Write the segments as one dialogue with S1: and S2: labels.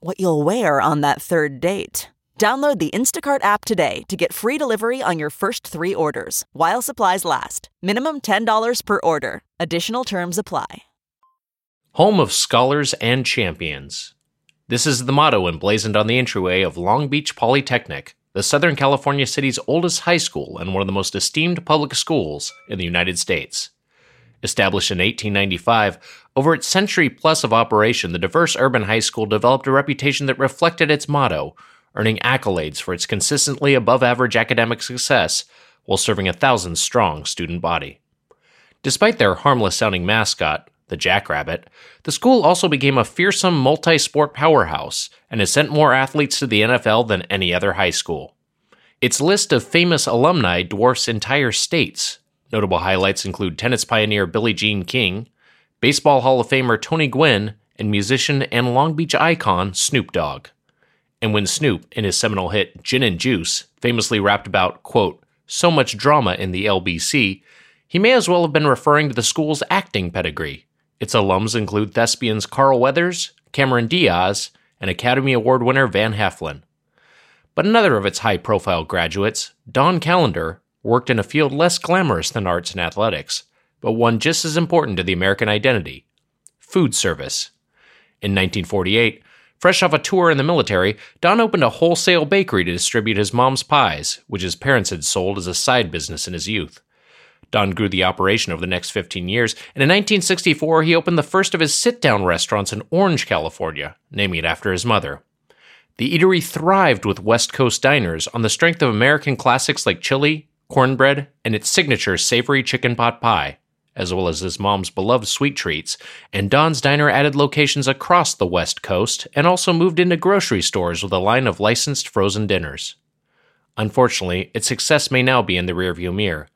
S1: what you'll wear on that third date. Download the Instacart app today to get free delivery on your first three orders while supplies last. Minimum $10 per order. Additional terms apply.
S2: Home of scholars and champions. This is the motto emblazoned on the entryway of Long Beach Polytechnic, the Southern California city's oldest high school and one of the most esteemed public schools in the United States. Established in 1895, over its century plus of operation, the diverse urban high school developed a reputation that reflected its motto, earning accolades for its consistently above average academic success while serving a thousand strong student body. Despite their harmless sounding mascot, the Jackrabbit, the school also became a fearsome multi sport powerhouse and has sent more athletes to the NFL than any other high school. Its list of famous alumni dwarfs entire states. Notable highlights include tennis pioneer Billie Jean King, baseball Hall of Famer Tony Gwynn, and musician and Long Beach icon Snoop Dogg. And when Snoop, in his seminal hit Gin and Juice, famously rapped about, quote, so much drama in the LBC, he may as well have been referring to the school's acting pedigree. Its alums include thespians Carl Weathers, Cameron Diaz, and Academy Award winner Van Heflin. But another of its high profile graduates, Don Callender, worked in a field less glamorous than arts and athletics, but one just as important to the American identity food service. In 1948, fresh off a tour in the military, Don opened a wholesale bakery to distribute his mom's pies, which his parents had sold as a side business in his youth. Don grew the operation over the next 15 years, and in 1964, he opened the first of his sit down restaurants in Orange, California, naming it after his mother. The eatery thrived with West Coast diners on the strength of American classics like chili, cornbread, and its signature savory chicken pot pie, as well as his mom's beloved sweet treats. And Don's Diner added locations across the West Coast and also moved into grocery stores with a line of licensed frozen dinners. Unfortunately, its success may now be in the rearview mirror.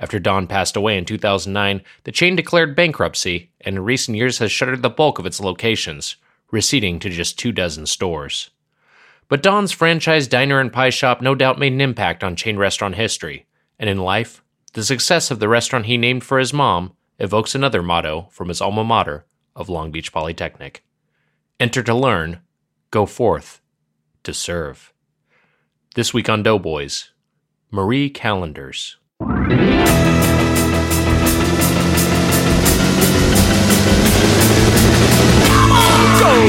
S2: After Don passed away in 2009, the chain declared bankruptcy and in recent years has shuttered the bulk of its locations, receding to just two dozen stores. But Don's franchise diner and pie shop no doubt made an impact on chain restaurant history, and in life, the success of the restaurant he named for his mom evokes another motto from his alma mater of Long Beach Polytechnic Enter to learn, go forth to serve. This week on Doughboys, Marie Calendars.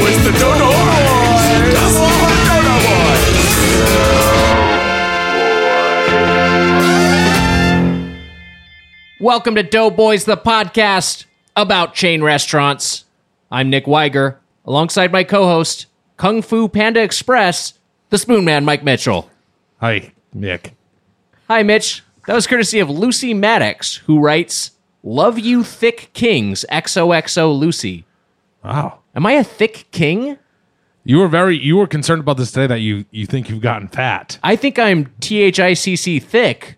S3: It's the Dodo Boys. The Dodo Boys.
S2: Welcome to Doughboys, the podcast about chain restaurants. I'm Nick Weiger, alongside my co host, Kung Fu Panda Express, the Spoon Man, Mike Mitchell.
S4: Hi, Nick.
S2: Hi, Mitch. That was courtesy of Lucy Maddox, who writes, Love you, thick kings, XOXO Lucy.
S4: Wow.
S2: Am I a thick king?
S4: You were very you were concerned about this today that you you think you've gotten fat.
S2: I think I'm T H I C C thick.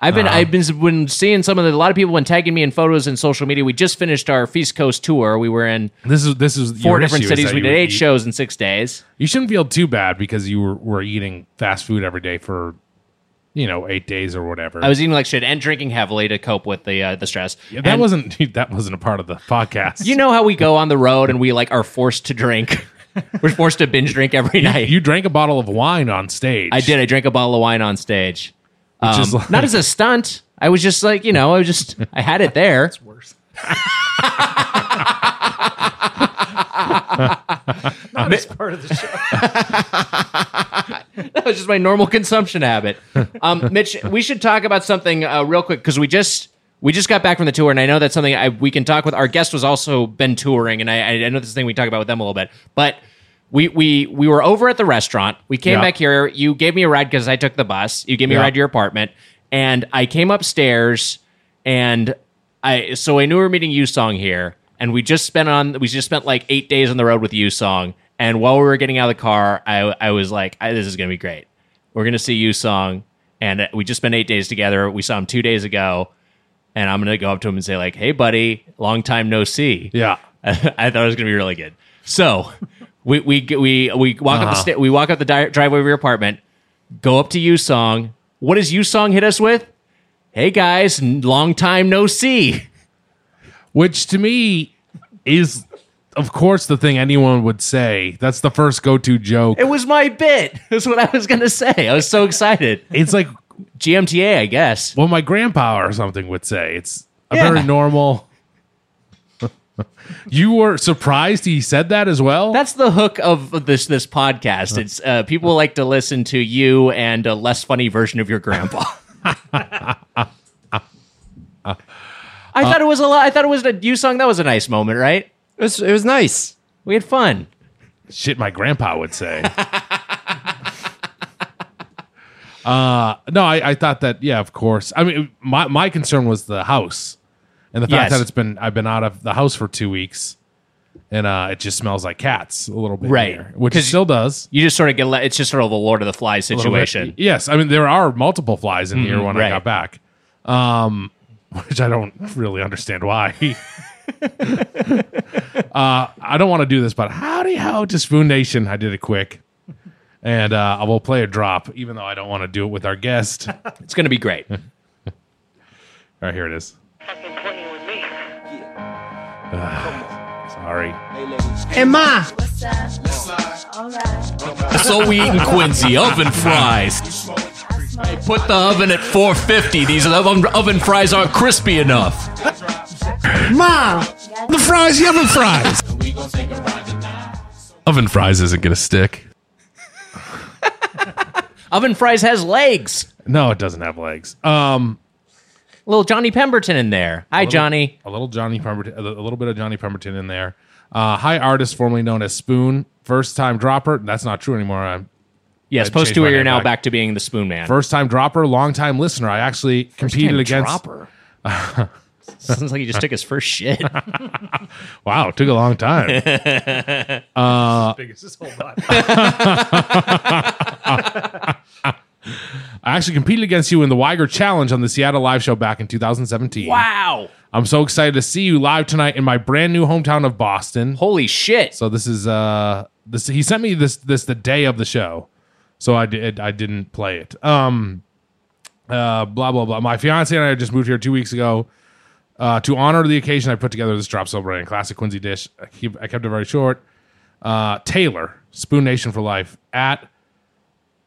S2: I've
S4: Uh-huh.
S2: been I've been when seeing some of the, a lot of people been tagging me in photos in social media. We just finished our Feast Coast tour. We were in
S4: This is this is
S2: four
S4: your
S2: different
S4: issue is
S2: cities.
S4: that
S2: We
S4: you
S2: did
S4: were
S2: eight
S4: eat-
S2: shows in six days.
S4: You shouldn't feel too bad because you were, were eating fast food every day for you know eight days or whatever.
S2: I was eating like shit and drinking heavily to cope with the uh, the stress.
S4: Yeah, that
S2: And
S4: wasn't that wasn't a part of the podcast.
S2: you know how we go on the road and we like are forced to drink. we're forced to binge drink every night.
S4: you drank a bottle of wine on stage.
S2: I did. I drank a bottle of wine on stage.
S4: Which
S2: Um,
S4: is like-
S2: not as a stunt. I was just like, you know, I was just, I had it there. It's worse. not as part of the show. that was just my normal consumption habit. Um, Mitch, we should talk about something uh, real quick because we just we just got back from the tour, and I know that's something I, we can talk with. Our guest was also been touring, and I, I know this is a thing we can talk about with them a little bit, but. We, we we were over at the restaurant. We came
S4: Yeah.
S2: back here. You gave me a ride because I took the bus. You gave me a
S4: Yeah.
S2: ride to your apartment, and I came upstairs, and I so I knew we were meeting you song here, and we just spent on we just spent like eight days on the road with you song, And while we were getting out of the car, I, I was like, I, this is going to be great. We're going to see you song. And we just spent eight days together. We saw him two days ago. And I'm going to go up to him and say, like, hey, buddy, long time no see.
S4: Yeah.
S2: I thought it was going to be really good. So we, we, we, we walk up the sta- we walk up the di- driveway of your apartment, go up to you song. What does you song hit us with? Hey guys, n- long time no see.
S4: Which to me is, of course, the thing anyone would say. That's the first go to joke.
S2: It was my bit. That's what I was gonna say. I was so excited.
S4: It's like
S2: GMTA, I guess.
S4: what my grandpa or something would say. It's a
S2: Yeah.
S4: very normal. you were surprised he said that as well?
S2: That's the hook of this this podcast. It's uh, people like to listen to you and a less funny version of your grandpa. I thought it was a lot. I thought it was a you song. That was a nice moment, right?
S3: It was, it was nice.
S2: We had fun.
S4: shit my grandpa would say. uh no, I, I thought that yeah, of course. I mean my my concern was the house. And the fact
S2: Yes.
S4: that it's been I've been out of the house for two weeks and uh it just smells like cats a little bit.
S2: Right.
S4: here, which it
S2: 'Cause you-
S4: still does.
S2: You just sort of get. le- It's just sort of a Lord of the Flies
S4: a little bit.
S2: situation.
S4: uh,
S2: Mm-hmm.
S4: Yes. I mean there are multiple flies in here when I
S2: right.
S4: got back. Um which I don't really understand why. uh, I don't want to do this, but howdy ho to Spoon Nation. I did it quick. And uh, I will play a drop, even though I don't want to do it with our guest. All
S2: It's going to be great.
S4: right, here it is.
S5: fucking playing with me.
S4: Sorry.
S2: so we eating Quincy oven fries. I put the oven at 450. These oven, oven fries aren't crispy enough.
S4: The fries, the oven fries. oven fries isn't going to stick.
S2: Oven fries has legs.
S4: No, it doesn't have legs. Um,
S2: Little Johnny Pemberton in there. Hi, Johnny.
S4: a little Johnny Pemberton, a little bit of Johnny Pemberton in there. Uh, hi, artist formerly known as Spoon, first time dropper. That's not true anymore. I'm
S2: Yes,
S4: I
S2: post
S4: changed
S2: two
S4: my
S2: you're
S4: name
S2: now
S4: back.
S2: back to being the Spoon Man.
S4: first time dropper, long time listener. I actually competed against.
S2: Dropper. Sounds like he just took his first shit.
S4: Wow, it took a long time. Uh, I actually competed against you in the Weiger Challenge on the Seattle Live Show back in 2017.
S2: wow.
S4: I'm so excited to see you live tonight in my brand new hometown of Boston.
S2: Holy shit.
S4: So this is uh this he sent me this this the day of the show. So I did I didn't play it. Um uh blah blah blah. My fiance and I just moved here 2 weeks ago. Uh to honor the occasion I put together this drop celebrating classic Quincy dish. I keep I kept it very short. Uh Taylor, Spoon Nation for life at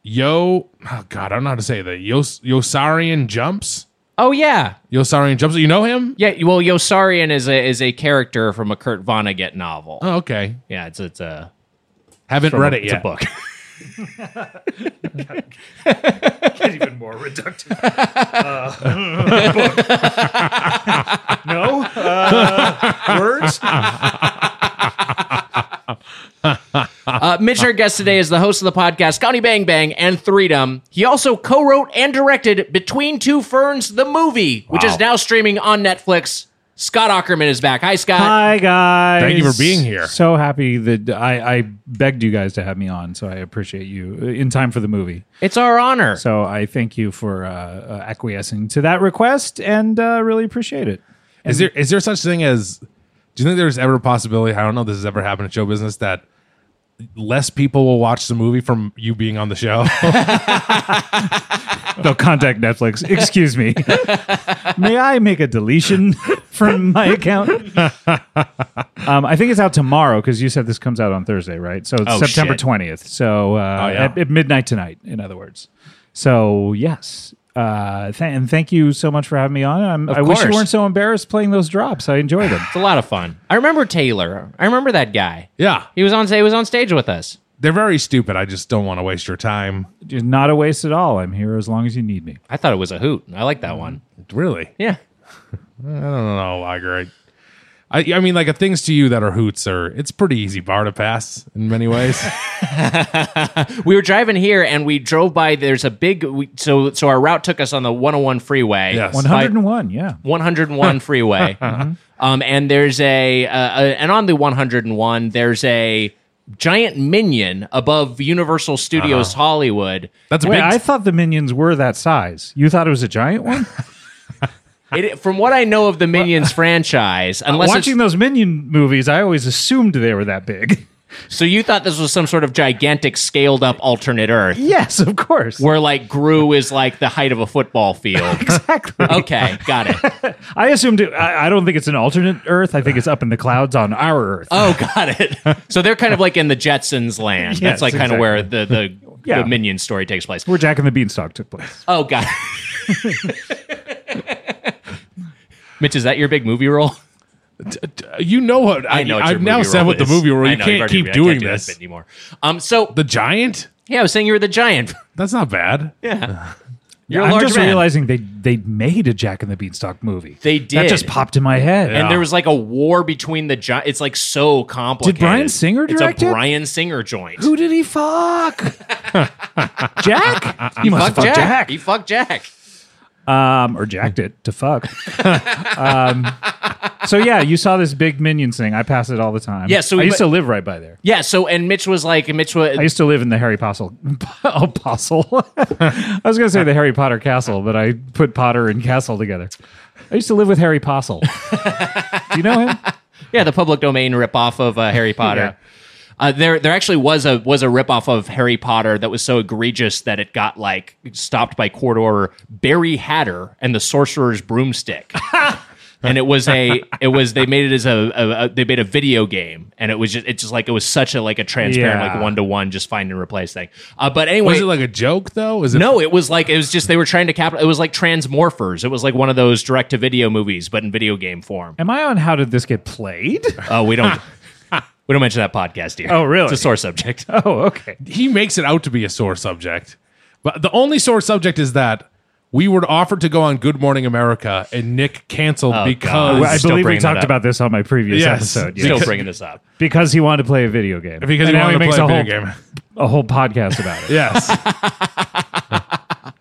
S4: Yo, oh God, I don't know how to say that. Yos, Yosarian jumps.
S2: Oh, yeah.
S4: Yosarian jumps. You know him?
S2: Yeah, well, Yosarian is a is a character from a Kurt Vonnegut novel.
S4: Oh, okay.
S2: Yeah, it's it's a
S4: Haven't read it
S2: it's a
S4: yet.
S2: book.
S6: even more reductive. Uh, book. no uh, words.
S2: Uh, Mitch, our guest today, is the host of the podcast Connie Bang Bang and Freedom. He also co-wrote and directed Between Two Ferns, the movie, which
S4: Wow.
S2: is now streaming on Netflix. Scott Ackerman is back. Hi, Scott.
S6: Hi guys.
S4: Thank you for being here.
S6: So happy that I, I begged you guys to have me on, so I appreciate you uh, in time for the movie.
S2: It's our honor.
S6: So I thank you for uh, uh, acquiescing to that request and uh, really appreciate it.
S4: Is there is there such thing as? Do you think there's ever a possibility? I don't know. if This has ever happened in show business that less people will watch the movie from you being on the show.
S6: They'll contact Netflix. Excuse me. May I make a deletion from my account? Um, I think it's out tomorrow because you said this comes out on Thursday, right? So it's
S2: Oh,
S6: September
S2: shit. Oh,
S6: 20th. So uh,
S4: yeah.
S6: at, at midnight tonight, in other words. So, yes. Uh, th- and thank you so much for having me on. I'm, I wish
S2: course.
S6: you weren't so embarrassed playing those drops. I enjoy them.
S2: it's a lot of fun. I remember Taylor. I remember that guy.
S4: yeah,
S2: He was on. He was on stage with us.
S4: they're very stupid. I just don't want to waste your time.
S6: It's Not a waste at all. I'm here as long as you need me.
S2: I thought it was a hoot. I like that one.
S4: Really,
S2: Yeah.
S4: I don't know, Iger. I, I, I mean, like a things to you that are hoots are. It's pretty easy bar to pass in many ways.
S2: we were driving here and we drove by there's a big we, so so our route took us on the 101 freeway
S4: Yes.
S2: By-
S6: 101, yeah.
S2: 101 uh, freeway um and there's a, uh, a and on the 101 there's a giant minion above Universal Studios Hollywood.
S4: That's a
S6: Wait,
S4: big.
S6: I thought the minions were that size. You thought it was a giant one?
S2: It, from what I know of the Minions franchise, unless it's-
S6: Watching those minion movies, I always assumed they were that big.
S2: so, you thought this was some sort of gigantic, scaled up alternate Earth
S6: yes, of course.
S2: where like Gru is like the height of a football field.
S6: Exactly.
S2: Okay, got it.
S6: I assumed it. I, I don't think it's an alternate Earth. I think it's up in the clouds on our Earth.
S2: Oh, got it. So they're kind of like in the Jetsons land. That's
S6: Yes,
S2: like kind of where the the,
S6: Yeah.
S2: the minion story takes place.
S6: Where Jack and the Beanstalk took place.
S2: Oh, got it. Mitch, is that your big movie role?
S4: you know what? I,
S2: what your
S4: I've now
S2: movie
S4: said
S2: role
S4: what the
S2: is.
S4: movie where
S2: I
S4: you
S2: know, you've
S4: can't
S2: already-
S4: keep
S2: I
S4: doing
S2: do that
S4: this.
S2: bit anymore. Um, so
S4: The giant?
S2: yeah, I was saying you were the giant.
S4: That's not bad.
S2: Yeah, you're a
S6: I'm
S2: large
S6: just
S2: man.
S6: realizing they they made a Jack and the Beanstalk movie.
S2: They
S6: That
S2: did.
S6: just popped in my head.
S2: and there was like a war between the giant. It's like so complicated.
S6: Bryan Singer direct
S2: It's a
S6: it?
S2: Brian Singer joint.
S6: Who did he fuck? Jack? You must
S2: fucked Jack. He fucked Jack.
S6: Um, or jacked it to fuck. um, so yeah, you saw this big minions thing. I pass it all the time.
S2: Yeah, so
S6: I
S2: we-
S6: used to live right by there.
S2: Yeah. So and Mitch was like, Mitch was
S6: I used to live in the Harry Potter apostle. I was gonna say the Harry Potter castle, but I put Potter and castle together. I used to live with Harry Postle. Do you know him?
S2: Yeah, the public domain ripoff of uh, Harry Potter. Uh, there, there actually was a was a ripoff of Harry Potter that was so egregious that it got like stopped by court order. Barry Hatter and the Sorcerer's Broomstick, and it was a it was they made it as a, a, a they made a video game, and it was just it's just like it was such a like a transparent
S6: Yeah.
S2: like one to one just find and replace thing. Uh, but anyway,
S4: Was it like a joke though? Is it
S2: no, it was like it was just they were trying to capital. It was like Transmorphers. It was like one of those direct to video movies, but in video game form.
S6: Am I on how did this get played?
S2: Oh, we don't. we don't mention that podcast here.
S6: Oh, really?
S2: It's a sore subject.
S6: Oh, okay.
S4: he makes it out to be a sore subject. But the only sore subject is that we were offered to go on Good Morning America and Nick canceled because
S2: Oh, God.
S6: I
S2: still
S6: believe we
S2: bringing that
S6: talked
S2: up.
S6: about this on my previous
S4: Yes.
S6: episode.
S2: Still
S6: yes.
S2: bringing this up.
S6: Because he wanted to play a video game.
S4: because he
S6: And now
S4: wanted to
S6: makes
S4: play a
S6: whole,
S4: video game.
S6: a whole podcast about it.
S4: Yes.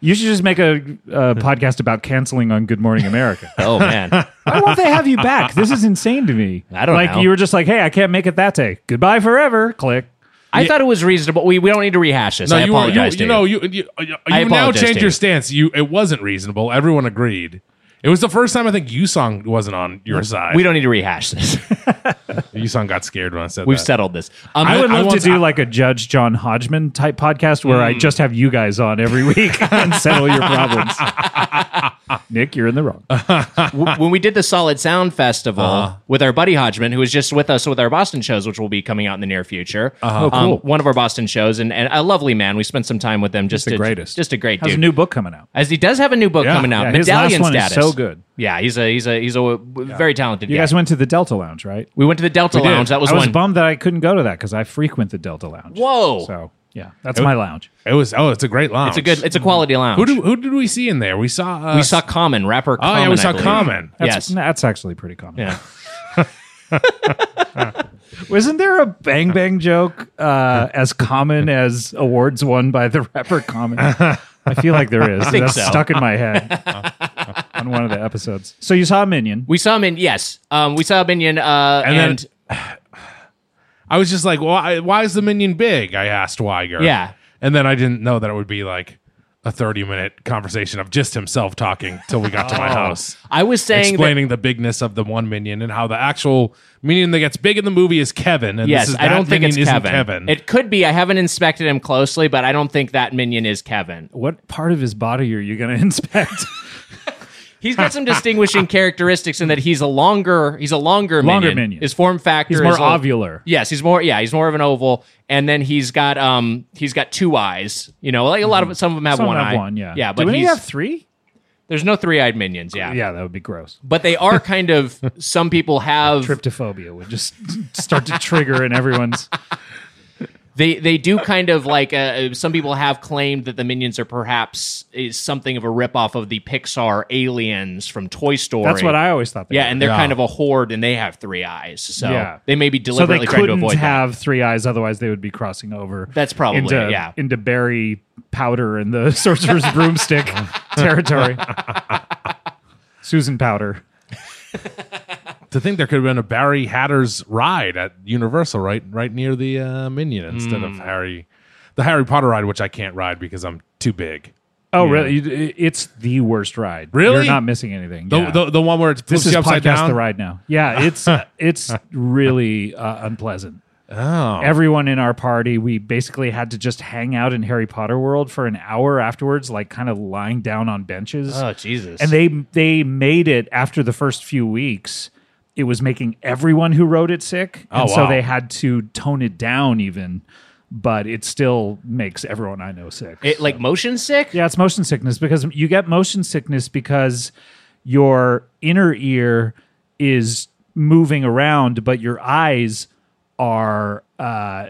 S6: You should just make a, uh podcast about canceling on Good Morning America.
S2: Oh man,
S6: Why won't they have you back? This is insane to me.
S2: I don't
S6: like
S2: know.
S6: you were just like, hey, I can't make it that day. Goodbye forever. Click.
S2: I thought it was reasonable. We we don't need to rehash this.
S4: no,
S2: I
S4: you were you,
S2: apologize
S4: you
S2: to you.
S4: know you you, you,
S2: I
S4: you now
S2: apologize
S4: changed
S2: to
S4: your
S2: you.
S4: stance. You it wasn't reasonable. Everyone agreed. It was the first time I think Yusong wasn't on your side.
S2: we don't need to rehash this.
S4: Yusong got scared when I said
S2: We've
S4: that.
S2: settled this. Um,
S6: I would love to
S4: once-
S6: do like a Judge John Hodgman type podcast where
S2: Mm.
S6: I just have you guys on every week and settle your problems. Nick, you're in the wrong.
S2: w- when we did the Solid Sound Festival
S6: Uh-huh.
S2: with our buddy Hodgman, who was just with us with our Boston shows, which will be coming out in the near future. Um,
S6: Oh, cool.
S2: one of our Boston shows, and, and a lovely man. We spent some time with them. Just
S6: the
S2: a-
S6: greatest.
S2: Just a great
S6: How's
S2: dude.
S6: a new book coming out?
S2: As he does have a new book
S4: Yeah.
S2: coming out,
S6: Yeah, his last
S2: Medallion
S6: one is
S2: status.
S6: so good.
S2: Yeah, he's a he's a he's a w- very talented.
S6: You
S2: guy.
S6: guys went to the Delta Lounge, right?
S2: We went to the Delta
S4: did.
S2: Lounge. That was
S6: I was
S2: one.
S6: bummed that I couldn't go to that because I frequent the Delta Lounge.
S2: Whoa,
S6: So yeah, that's my lounge.
S4: It was oh, it's a great lounge.
S2: it's a good. It's a quality lounge.
S4: who do, who did we see in there? We saw uh,
S2: we saw Common rapper.
S4: Oh
S2: Common,
S4: yeah, we
S2: I
S4: saw
S2: believe.
S4: Common.
S6: That's,
S2: Yes.
S6: that's actually pretty common.
S2: Yeah.
S6: Wasn't there a bang bang joke uh, as common as awards won by the rapper Common? I feel like there is.
S2: think
S6: That's
S2: so.
S6: stuck in my head on one of the episodes. So you saw Minion.
S2: We saw him in yes. Um, we saw him in uh,
S4: And
S2: and,
S4: then- I was just like, why, why is the minion big? I asked Weiger.
S2: Yeah.
S4: And then I didn't know that it would be like a 30 minute conversation of just himself talking till we got to my house,
S2: I was Oh. saying that,
S4: explaining the bigness of the one minion and how the actual minion that gets big in the movie is Kevin. And
S2: yes.
S4: this is,
S2: I
S4: that
S2: don't think
S4: minion
S2: it's
S4: isn't
S2: Kevin.
S4: Kevin.
S2: It could be. I haven't inspected him closely, but I don't think that minion is Kevin.
S6: What part of his body are you going to inspect?
S2: He's got some distinguishing characteristics in that he's a longer. He's a longer
S6: Longer
S2: minion.
S6: minion.
S2: His form factor.
S6: He's more
S2: is a-
S6: ovular.
S2: Yes, he's more. Yeah, he's more of an oval, and then he's got um he's got two eyes. You know, like a lot of some of them have
S6: Mm-hmm. Some
S2: one
S6: have
S2: eye.
S6: one, yeah.
S2: yeah,
S6: Do
S2: but
S6: any
S2: he's,
S6: have three?
S2: there's no three-eyed minions. Yeah,
S6: Yeah, that would be gross.
S2: but they are kind of. some people have
S6: Tryptophobia would just start to trigger in everyone's.
S2: they they do kind of like uh, some people have claimed that the minions are perhaps is something of a ripoff of the Pixar aliens from Toy Story.
S6: That's what I always thought. They
S2: Yeah,
S6: were.
S2: and they're
S4: Yeah.
S2: kind of a horde, and they have three eyes, so
S6: Yeah.
S2: they may be
S6: so they
S2: deliberately trying to
S6: couldn't
S2: avoid that.
S6: have three eyes, otherwise they would be crossing over.
S2: That's probably
S6: into,
S2: it, yeah.
S6: into berry powder and the sorcerer's broomstick territory. Susan Powder.
S4: to think there could have been a Barry Hatter's ride at Universal, right, right near the uh, Minion, instead
S2: Hmm.
S4: of Harry, the Harry Potter ride, which I can't ride because I'm too big.
S6: Oh, really? You- It's the worst ride.
S4: Really?
S6: You're not missing anything.
S4: The,
S6: Yeah.
S4: the, the one where it's
S6: this
S4: flips
S6: is
S4: you
S6: podcast
S4: upside down.
S6: the ride now. Yeah, it's it's really uh, unpleasant.
S4: Oh,
S6: Everyone in our party, we basically had to just hang out in Harry Potter World for an hour afterwards, like kind of lying down on benches.
S2: Oh Jesus!
S6: and they they made it after the first few weeks. It was making everyone who rode it sick, and
S4: Oh,
S6: so
S4: wow.
S6: they had to tone it down even. But it still makes everyone I know sick.
S2: it like motion sick.
S6: Yeah, it's motion sickness because you get motion sickness because your inner ear is moving around, but your eyes are, uh,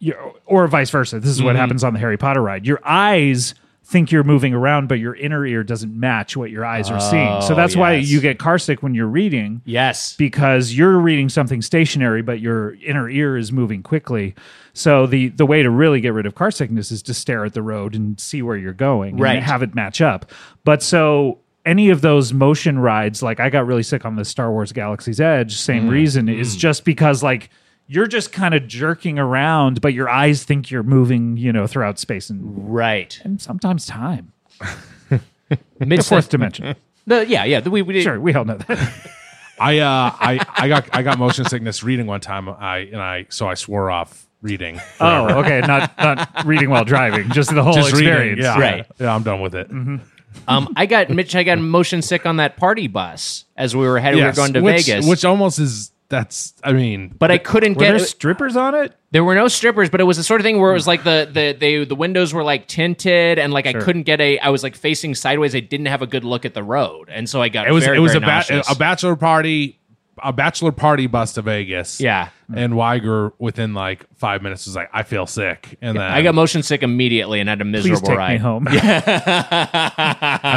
S6: your, or vice versa. This is
S2: Mm-hmm.
S6: what happens on the Harry Potter ride. Your eyes think you're moving around, but your inner ear doesn't match what your eyes are seeing. So that's why
S2: Oh, yes.
S6: you get car sick when you're reading
S2: Yes.
S6: because you're reading something stationary but your inner ear is moving quickly so the the way to really get rid of car sickness is to stare at the road and see where you're going
S2: Right.
S6: and have it match up but so any of those motion rides like i got really sick on the star wars galaxy's edge same reason is just because like you're just kind of jerking around but your eyes think you're moving you know throughout space and,
S2: Right.
S6: and sometimes time
S2: Mid
S6: fourth dimension
S2: The, yeah, yeah. The, we, we did.
S6: sure we all know that
S4: I uh, I I got I got motion sickness reading one time. I and I so I swore off reading.
S6: oh okay not not reading while driving just the whole experience Mm-hmm.
S4: reading, yeah,
S2: right.
S4: Yeah, I'm done with it.
S2: Um, I got Mitch. I got motion sick on that party bus as we were headed.
S4: Yes,
S2: we were going to
S4: which,
S2: Vegas.
S4: which almost is that's. I mean,
S2: but I couldn't
S6: Were
S2: get.
S6: there strippers on it?
S2: There were no strippers, but it was the sort of thing where it was like the the they, the windows were like tinted, and like I couldn't get a. I was like facing sideways. I didn't have a good look at the road, and so I got.
S4: it was
S2: very,
S4: it was
S2: very
S4: a, ba-
S2: nauseous.
S4: a bachelor party a bachelor party bus to Vegas.
S2: Yeah.
S4: and Weiger within like five minutes was like, I feel sick, and then
S2: I got motion sick immediately and had a
S6: Please
S2: miserable
S6: take me
S2: ride.
S6: home.
S4: and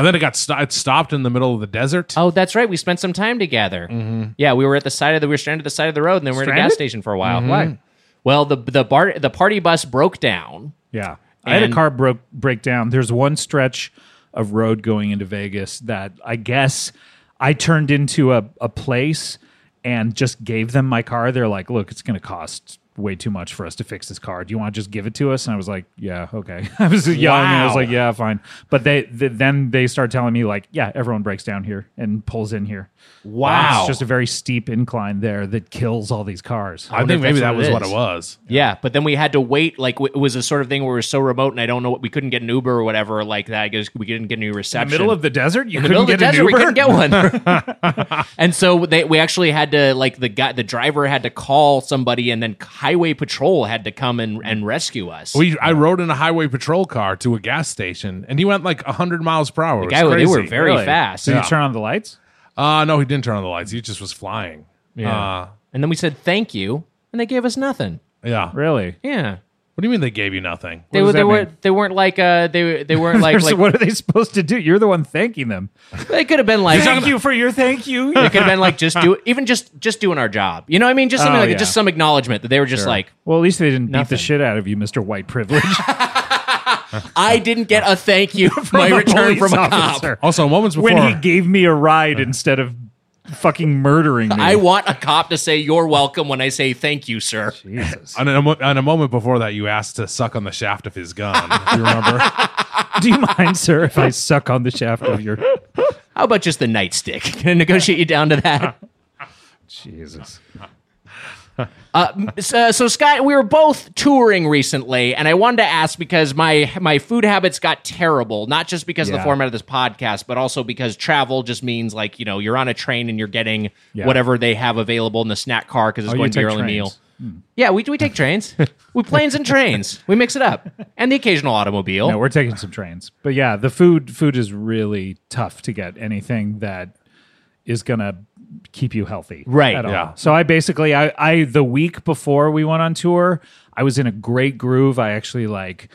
S4: then it got sto- it stopped in the middle of the desert.
S2: Oh, that's right. We spent some time together.
S4: Mm-hmm.
S2: Yeah, we were at the side of the we were stranded at the side of the road, and then we were at a gas
S6: Stranded?
S2: station for a while.
S4: Mm-hmm.
S6: Why?
S2: Well, the the bar the party bus broke down.
S6: Yeah. I had a
S2: And-
S6: car broke break down. There's one stretch of road going into Vegas that I guess I turned into a, a place and just gave them my car. They're like, look, it's gonna cost way too much for us to fix this car. Do you want to just give it to us? And I was like, yeah, okay. I was young. And I was
S2: Wow.
S6: like, yeah, fine. But they, th then they start telling me like, yeah, everyone breaks down here and pulls in here.
S2: Wow.
S6: It's just a very steep incline there that kills all these cars.
S4: I think maybe that was what it
S2: is.
S4: was.
S2: Yeah, but then we had to wait. Like w- it was a sort of thing where we were so remote, and I don't know what we couldn't get an Uber or whatever like that. I guess we didn't get any reception.
S6: In the middle of the desert, you
S2: In the
S6: couldn't
S2: middle of the
S6: get an
S2: desert, we
S6: Uber?
S2: couldn't get one. and so they, we actually had to like the guy, the driver had to call somebody, and then Highway Patrol had to come and, and rescue us.
S4: We I rode in a highway patrol car to a gas station, and he went like hundred miles per hour. The
S2: guy, they were very
S6: Really?
S2: fast.
S6: So you turn on the lights?
S4: Uh, no, he didn't turn on the lights. He just was flying. Yeah. Uh,
S2: And then we said thank you, and they gave us nothing.
S4: yeah.
S6: Really?
S2: Yeah,
S4: What do you mean they gave you nothing?
S2: they
S6: does
S2: were
S6: that
S2: they
S6: mean?
S2: were they weren't like uh they they weren't like
S6: So
S2: like
S6: what are they supposed to do? You're the one thanking them.
S2: they could have been like
S6: Thank you for your thank you.
S2: It could have been like just do even just just doing our job. You know what I mean? Just something
S6: Oh,
S2: like
S6: yeah.
S2: just some acknowledgement that they were just like,
S6: well, at least they didn't beat
S2: Nothing.
S6: the shit out of you, Mister White Privilege.
S2: I didn't get a thank you for my
S6: a
S2: return
S6: police
S2: from a cop.
S6: officer.
S4: Also, moments before
S6: when he gave me a ride instead of fucking murdering me.
S2: I want a cop to say you're welcome when I say thank you, sir.
S6: Jesus.
S4: on a, mo- on a moment before that, you asked to suck on the shaft of his gun. Do you remember?
S6: do you mind, sir, if I suck on the shaft of your
S2: How about just the nightstick? Can I negotiate you down to that?
S6: Jesus?
S2: so, so Scott, we were both touring recently, and I wanted to ask because my my food habits got terrible, not just because of the
S6: Yeah.
S2: format of this podcast, but also because travel just means like you know you're on a train and you're getting
S6: Yeah.
S2: whatever they have available in the snack car because it's
S6: Oh, you
S2: going to be
S6: take
S2: your only
S6: trains. Hmm.
S2: meal. Yeah, we we take trains, we planes and trains, we mix it up, and the occasional automobile.
S6: No, we're taking some trains, but yeah, the food food is really tough to get anything that is gonna keep you healthy,
S2: Right,
S6: At all.
S4: yeah.
S6: So I basically, I, I the week before we went on tour, I was in a great groove. I actually like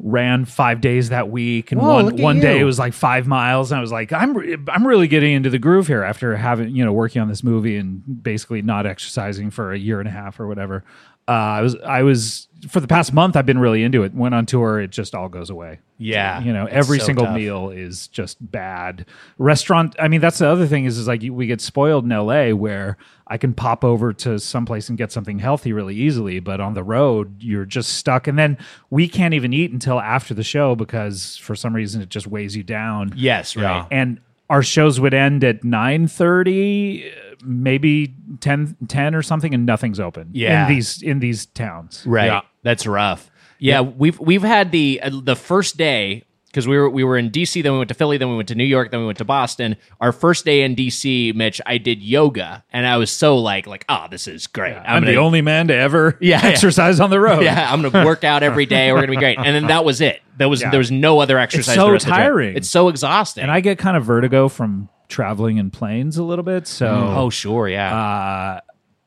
S6: ran five days that week, and
S2: Whoa,
S6: one
S2: look at
S6: one day
S2: you.
S6: it was like five miles, and I was like, I'm re- I'm really getting into the groove here after having you know working on this movie and basically not exercising for a year and a half or whatever. uh, I was I was for the past month I've been really into it. Went on tour, it just all goes away.
S2: Yeah,
S6: you know,
S2: it's
S6: every
S2: so
S6: single
S2: tough.
S6: meal is just bad. Restaurant. I mean, that's the other thing is is like you- we get spoiled in L.A. where I can pop over to someplace and get something healthy really easily, but on the road you're just stuck, and then we can't even eat until after the show because for some reason it just weighs you down
S2: Yes, right.
S6: and our shows would end at 9.30 maybe 10, 10 or something and nothing's open
S2: Yeah.
S6: in these in these towns
S2: Right. That's rough. Yeah, we've we've had the uh, the first day because we were we were in DC, then we went to Philly, then we went to New York, then we went to Boston. Our first day in DC, Mitch, I did yoga, and I was so like like ah, this is great.
S6: i'm, the
S2: gonna-
S6: only man to ever
S2: Yeah, yeah.
S6: exercise on the road
S2: Yeah, I'm gonna work out every day. We're gonna be great. And then that was it. There was there was no other exercise.
S6: so
S2: the rest of the trip.
S6: tiring.
S2: It's so exhausting.
S6: and i get kind of vertigo from traveling in planes a little bit so
S2: oh sure, yeah.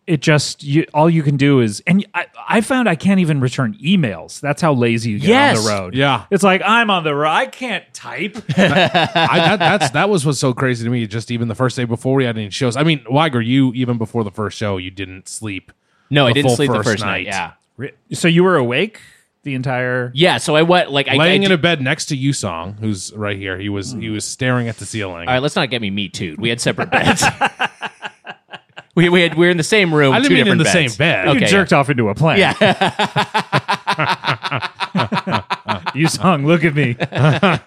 S6: it just you all you can do is and I, I found I can't even return emails. That's how lazy you get on
S2: Yes.
S6: the road.
S4: Yeah.
S6: It's like I'm on the road. I can't type.
S4: I, that, that's that was what's so crazy to me. Just even the first day before we had any shows. I mean, Weiger, you even before the first show, you didn't sleep.
S2: no, I
S4: the
S2: didn't
S4: full
S2: sleep the
S4: first
S2: first night.
S4: night.
S2: Yeah.
S6: so you were awake the entire
S2: Yeah, so I went like I, I
S4: Laying
S2: did-
S4: in a bed next to you, Song, who's right here. He was
S6: Mm.
S4: he was staring at the ceiling.
S2: All right, let's not get me me too. We had separate beds. we we had we were in the same room.
S4: I didn't
S2: two
S4: mean in
S2: different
S4: the
S2: beds.
S4: same bed.
S6: you
S2: Okay,
S6: jerked off into a plane. Yeah. you sung, look at me. Do
S2: I'm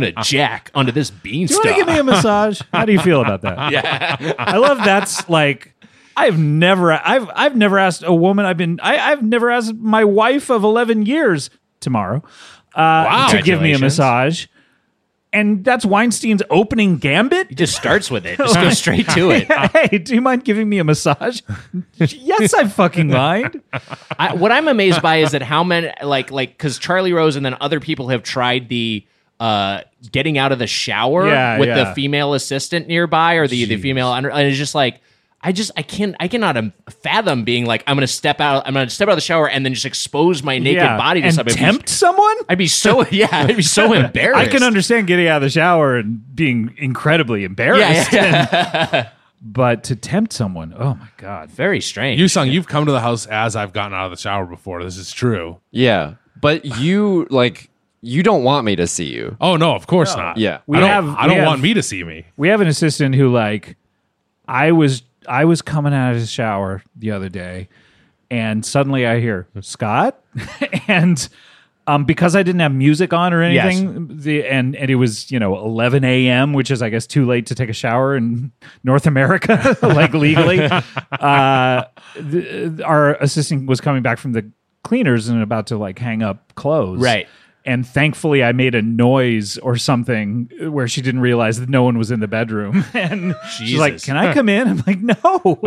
S2: gonna jack onto this
S6: you
S2: beanstalk.
S6: want to give me a massage? How do you feel about that? Yeah. I love that's like I've never I've I've never asked a woman I've been I, I've never asked my wife of eleven years tomorrow uh to give me a
S2: Congratulations.
S6: massage. And that's Weinstein's opening
S2: it
S6: gambit.
S2: just starts with it. Just go straight to it.
S6: hey, do you mind giving me a massage? yes, I fucking mind.
S2: I, what I'm amazed by is that how many like like because Charlie Rose and then other people have tried the uh getting out of the shower
S6: Yeah,
S2: with
S6: yeah.
S2: the female assistant nearby or the the female under, and it's just like. I just I can't I cannot um, fathom being like I'm gonna step out I'm gonna step out of the shower and then just expose my naked
S6: Yeah.
S2: body to
S6: and
S2: somebody.
S6: tempt someone?
S2: I'd be so yeah I'd be so embarrassed.
S6: I can understand getting out of the shower and being incredibly embarrassed. and- but to tempt someone, oh my God.
S2: Very strange.
S4: you, Song, you've come to the house as I've gotten out of the shower before. This is true.
S3: Yeah, but you like you don't want me to see you.
S4: Oh no, of course not.
S3: Yeah.
S6: We
S4: I don't,
S6: have-
S4: I don't
S6: we
S4: want
S6: have-
S4: me to see me.
S6: We have an assistant who like I was I was coming out of the shower the other day and suddenly I hear Scott and um, because I didn't have music on or
S2: Yes.
S6: anything, the and, and it was you know 11 a.m., which is I guess too late to take a shower in North America, like legally. uh, th- our assistant was coming back from the cleaners and about to like hang up clothes,
S2: Right.
S6: And thankfully, I made a noise or something where she didn't realize that no one was in the bedroom. And she's like,
S2: Jesus.
S6: Can I come in? I'm like, No.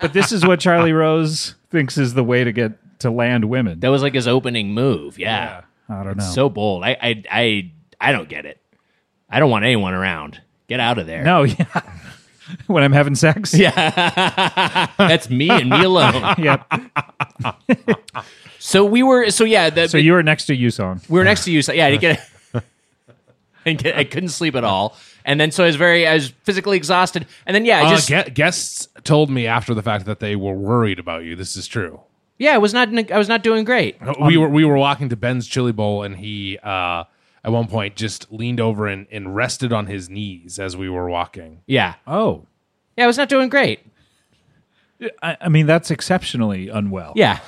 S6: but this is what Charlie Rose thinks is the way to get to land women.
S2: That was like his opening move. Yeah.
S6: I don't know.
S2: So bold. I, I I I don't get it. I don't want anyone around. Get out of there.
S6: no, yeah. when I'm having sex.
S2: That's me and me alone.
S6: Yep.
S2: so we were so yeah, that
S6: So you were next to you song.
S2: we were next to you. So yeah, I didn't get and get, I couldn't sleep at all. And then so I was very I was physically exhausted. And then yeah, I
S4: Uh,
S2: just
S4: gue- guests told me after the fact that they were worried about you. This is true.
S2: yeah, I was not in a- I was not doing great.
S6: Uh,
S4: we were we were walking to Ben's Chili Bowl, and he uh, at one point just leaned over and, and rested on his knees as we were walking.
S2: Yeah.
S6: Oh.
S2: Yeah, I was not doing great.
S6: I, I mean, that's exceptionally unwell.
S2: Yeah.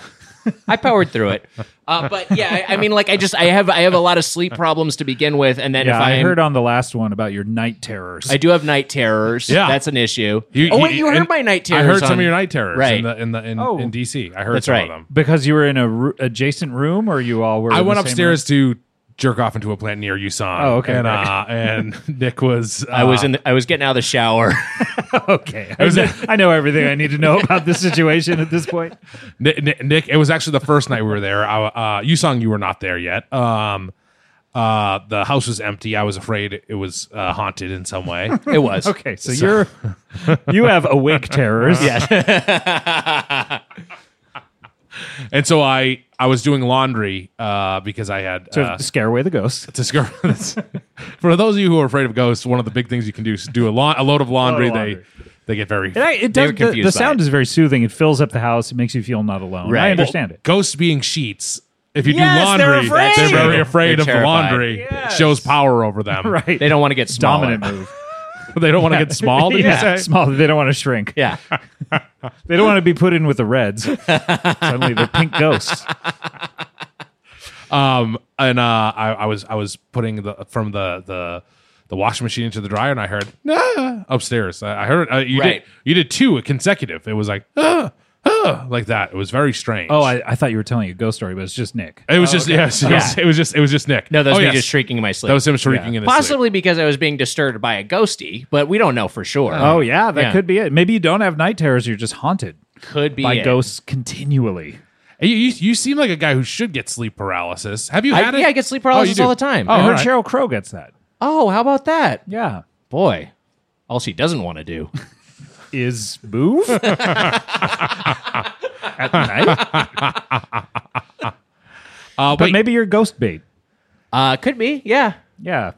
S2: I powered through it. Uh, but yeah, I, I mean like I just I have I have a lot of sleep problems to begin with and then
S6: Yeah,
S2: if
S6: I
S2: I'm-
S6: heard on the last one about your night terrors.
S2: I do have night terrors.
S4: Yeah.
S2: that's an issue.
S4: You-
S2: oh wait, you, heard
S4: and
S2: my night
S4: I
S2: terrors.
S4: heard some
S2: on-
S4: of your night terrors
S2: Right.
S4: in the in the in,
S6: Oh.
S4: in DC. I heard
S2: That's
S4: some
S2: right.
S4: of them.
S6: because you were in a ru- adjacent room, or you all were.
S4: I
S6: in the
S4: went
S6: same
S4: upstairs to jerk off into a plant near Yusan.
S6: Oh, okay,
S4: And,
S6: right.
S4: uh, and Nick was uh,
S2: I was in. The, I was getting out of the shower.
S6: room? Okay, I know, I know everything I need to know about this situation at this point.
S4: Nick, Nick, Nick, it was actually the first night we were there. I, uh, you song you were not there yet. Um, uh, the house was empty. I was afraid it was uh, haunted in some way.
S2: It was
S6: Okay, so, you're you have awake terrors. Yes,
S4: and so I, I was doing laundry uh, because I had
S6: to
S4: uh,
S6: scare away the ghosts.
S4: to scare- For those of you who are afraid of ghosts, one of the big things you can do is do a, lo- a load of laundry.
S6: laundry.
S4: They They get very
S6: And I, it
S2: They were
S6: does, the, the
S2: confused by
S6: sound
S2: it.
S6: is very soothing. It fills up the house. It makes you feel not alone.
S2: Right.
S6: I understand it.
S4: ghosts being sheets. If you
S2: Yes,
S4: do
S2: they're
S4: laundry,
S2: afraid.
S4: they're very
S2: They're
S4: afraid of the
S2: terrified.
S4: laundry. It shows power over them.
S6: Right.
S2: They don't want to get smaller.
S6: dominant move.
S4: They don't want to get small. did you
S6: yeah.
S4: say?
S6: Small. They don't want to shrink.
S2: Yeah.
S6: They don't want to be put in with the reds. Suddenly they're pink ghosts.
S4: Um, and uh, I, I was I was putting the from the the the washing machine into the dryer, and I heard "Ah," upstairs. I, I heard uh, you
S2: Right.
S4: did you did two consecutive. It was like ah, ah, like that. It was very strange.
S6: Oh, I, I thought you were telling a ghost story, but it's just Nick.
S4: it was just yes, it, was,
S6: Yeah.
S4: it was just it was just Nick.
S2: Oh, No, that was
S4: oh,
S2: me
S4: yes.
S2: just shrieking in my sleep.
S4: That was him shrieking in his sleep.
S2: Possibly because I was being disturbed by a ghosty, but we don't know for sure.
S6: Oh yeah, that
S2: Yeah.
S6: could be it. Maybe you don't have night terrors. You're just haunted
S2: could be
S6: by
S2: it.
S6: ghosts continually.
S4: You, you, you seem like a guy who should get sleep paralysis. Have you
S2: I-
S4: had it?
S2: yeah, I get sleep
S4: Oh, you
S2: paralysis
S4: do.
S2: all the time.
S4: Oh,
S6: I
S4: all
S6: heard
S4: right.
S6: Cheryl Crow gets that.
S2: Oh, how about that?
S6: Yeah,
S2: Boy, all she doesn't want to do.
S6: is move at night,
S4: Uh,
S6: but
S4: wait,
S6: maybe you're ghost bait.
S2: Uh, could be, yeah.
S6: Yeah,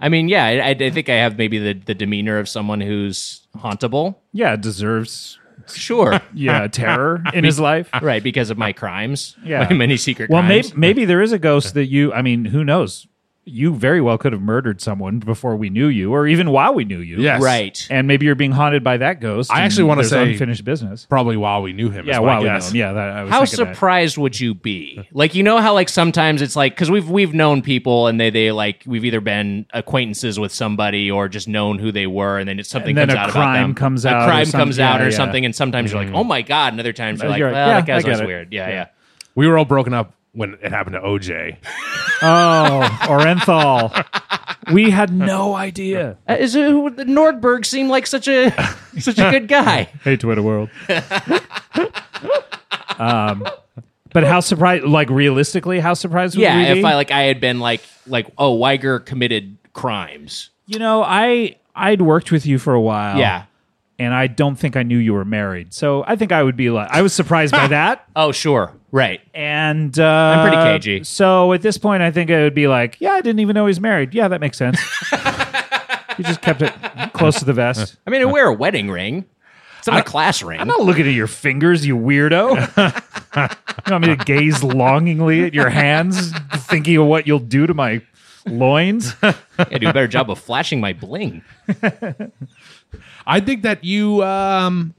S2: I mean, yeah, I, I- I think I have maybe the, the demeanor of someone who's hauntable.
S6: yeah, deserves
S2: Sure.
S6: yeah terror in his life.
S2: right, because of my crimes.
S6: Yeah.
S2: My many secret
S6: Well, maybe
S2: crimes.
S6: maybe there is a ghost that you. I mean, who knows? You very well could have murdered someone before we knew you, or even while we knew you.
S4: Yes.
S2: Right.
S6: and maybe you're being haunted by that ghost.
S4: I
S6: and
S4: actually wanna
S6: there's
S4: say-
S6: unfinished business.
S4: probably while we knew him.
S6: Yeah,
S4: is my
S6: wow, we know
S4: guess.
S6: him. yeah. That, I was
S2: how
S6: thinking that.
S2: surprised would you be? Like you know how like sometimes it's like because we've we've known people and they they like we've either been acquaintances with somebody or just known who they were and then it's something
S6: And
S2: comes
S6: then a
S2: out
S6: crime
S2: about them.
S6: comes
S2: a
S6: out or
S2: crime
S6: some-
S2: comes out
S6: yeah,
S2: or
S6: yeah.
S2: something and sometimes you're like oh my god and other times you're like
S6: You're
S2: well
S6: like, yeah,
S2: that guy's
S6: I get
S2: always
S6: it.
S2: weird yeah, yeah
S4: We were all broken up when it happened to OJ.
S6: Oh, Orenthal. We had no idea.
S2: Uh, is it, who- Nordberg seemed like such a such a good guy
S6: Hey, Twitter world. um, but how surprised? Like realistically, how surprised? Would
S2: yeah
S6: we be?
S2: if I like I had been like like oh Weiger committed crimes
S6: you know, I I'd worked with you for a while.
S2: yeah
S6: and I don't think I knew you were married, so I think I would be like, I was surprised by that.
S2: oh sure right
S6: And uh, I'm
S2: pretty cagey.
S6: So at this point, I think I would be like, yeah, I didn't even know he's married. Yeah, that makes sense. he just kept it close to the vest.
S2: I mean I wear a wedding ring it's not a class ring
S6: I'm not looking at your fingers, you weirdo. you want me to gaze longingly at your hands, thinking of what you'll do to my loins?
S2: I do a better job of flashing my bling.
S4: I think that you um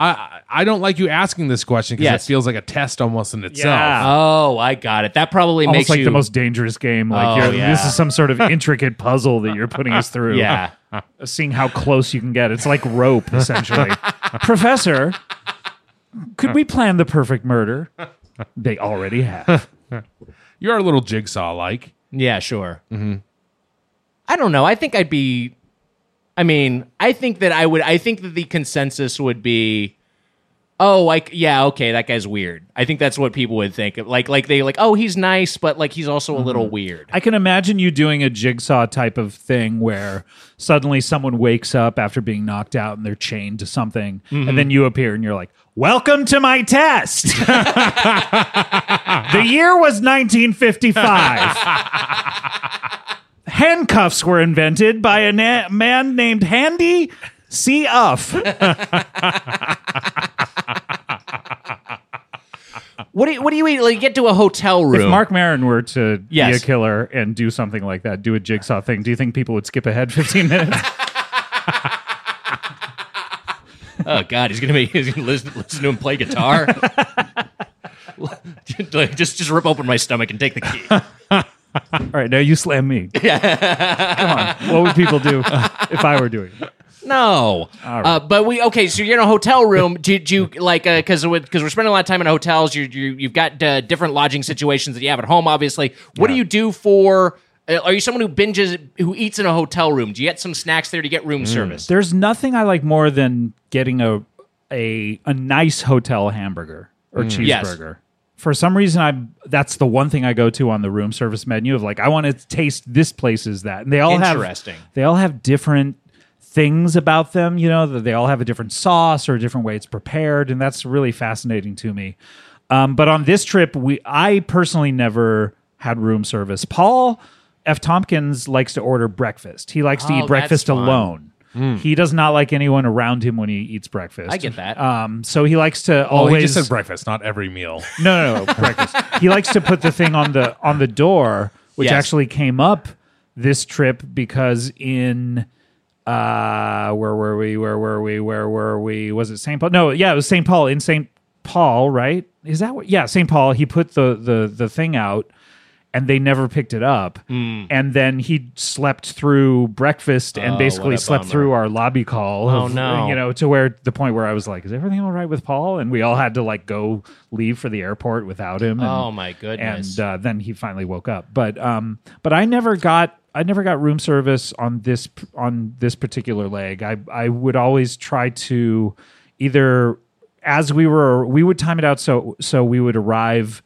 S4: I I I don't like you asking this question because
S2: Yes.
S4: it feels like a test almost in itself.
S6: Yeah.
S2: Oh, I got it. That probably
S6: Almost
S2: makes
S6: like
S2: you
S6: the most dangerous game. Like
S2: Oh,
S6: you're, this
S2: yeah.
S6: is some sort of intricate puzzle that you're putting us through.
S2: yeah.
S6: seeing how close you can get. It's like rope, essentially. Professor, could we plan the perfect murder? They already have.
S4: You're a little jigsaw like.
S2: Yeah, sure. Mm-hmm. I don't know. I think I'd be. I mean, I think that I would. I think that the consensus would be, oh, like yeah, okay, that guy's weird. I think that's what people would think. Like, like they like, oh, he's nice, but like he's also a
S6: Mm-hmm.
S2: little weird.
S6: I can imagine you doing a jigsaw type of thing where suddenly someone wakes up after being knocked out and they're chained to something, and then you appear and you're like, Welcome to my test. the year was 1955. Handcuffs were invented by a na- man named Handy C. Uff.
S2: What do you, What do you eat? Like, get to a hotel room.
S6: If Mark Maron were to
S2: Yes.
S6: be a killer and do something like that, do a jigsaw thing, do you think people would skip ahead 15 minutes?
S2: oh God, he's gonna be. He's gonna listen, listen to him play guitar. Like, just, just rip open my stomach and take the key.
S6: All right, now you slam me. Come on. What would people do if I were doing it?
S2: No. Uh, but we okay. So you're in a hotel room. Do, do you like uh, because because we're spending a lot of time in hotels. You, you you've got uh, different lodging situations that you have at home. Obviously, what do you do for? Uh, are you someone who binges who eats in a hotel room? Do you get some snacks there to get
S6: Mm.
S2: room service?
S6: There's nothing I like more than getting a a, a nice hotel hamburger or cheeseburger.
S2: Yes.
S6: For some reason, I am that's the one thing I go to on the room service menu of like I want to taste this place's that, and they all have
S2: Interesting.
S6: they all have different things about them you know that they all have a different sauce or a different way it's prepared and that's really fascinating to me um, but on this trip we i personally never had room service paul f tompkins likes to order breakfast he likes to
S2: Oh,
S6: eat breakfast
S2: that's fun.
S6: alone
S4: Hmm.
S6: He does not like anyone around him when he eats breakfast.
S2: I get that.
S6: Um, so he likes to
S4: Oh,
S6: always
S4: he just said breakfast, not every meal.
S6: no, no, no, breakfast. he likes to put the thing on the on the door, which
S2: Yes.
S6: actually came up this trip because in uh where were we? Where were we? Where were we? Was it St. Paul? No, yeah, it was St. Paul in St. Paul, right? Is that what? Yeah, St. Paul. He put the the the thing out and they never picked it up. And then he slept through breakfast and
S2: Hmm. Oh,
S6: basically
S2: what a
S6: slept
S2: bummer.
S6: through our lobby call.
S2: Oh,
S6: of,
S2: no.
S6: You know, to where the point where I was like, "Is everything all right with Paul?" And we all had to like go leave for the airport without him. And,
S2: Oh, my goodness.
S6: And uh, then he finally woke up. But um, but I never got I never got room service on this p- on this particular leg. I I would always try to either as we were we would time it out so so we would arrive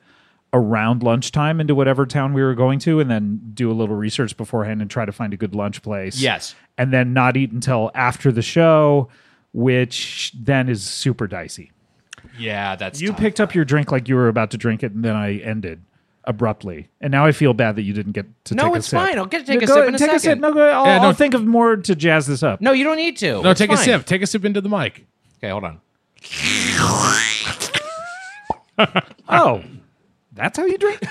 S6: around lunchtime into whatever town we were going to and then do a little research beforehand and try to find a good lunch place
S2: Yes.
S6: and then not eat until after the show, which then is super dicey.
S2: yeah, that's
S6: You
S2: tough.
S6: picked up your drink like you were about to drink it, and then I ended abruptly. And now I feel bad that you didn't get to
S2: No,
S6: take a
S2: it's
S6: sip.
S2: fine. I'll get to take
S6: No,
S2: a
S6: go-
S2: sip in a
S6: take a sip.
S2: second.
S6: No, go, I'll,
S4: Yeah, no.
S6: I'll think of more to jazz this up.
S2: No, you don't need to.
S4: No,
S2: It's
S4: take a
S2: fine.
S4: sip. Take a sip into the mic.
S2: Okay, hold on.
S6: Oh, that's how you drink?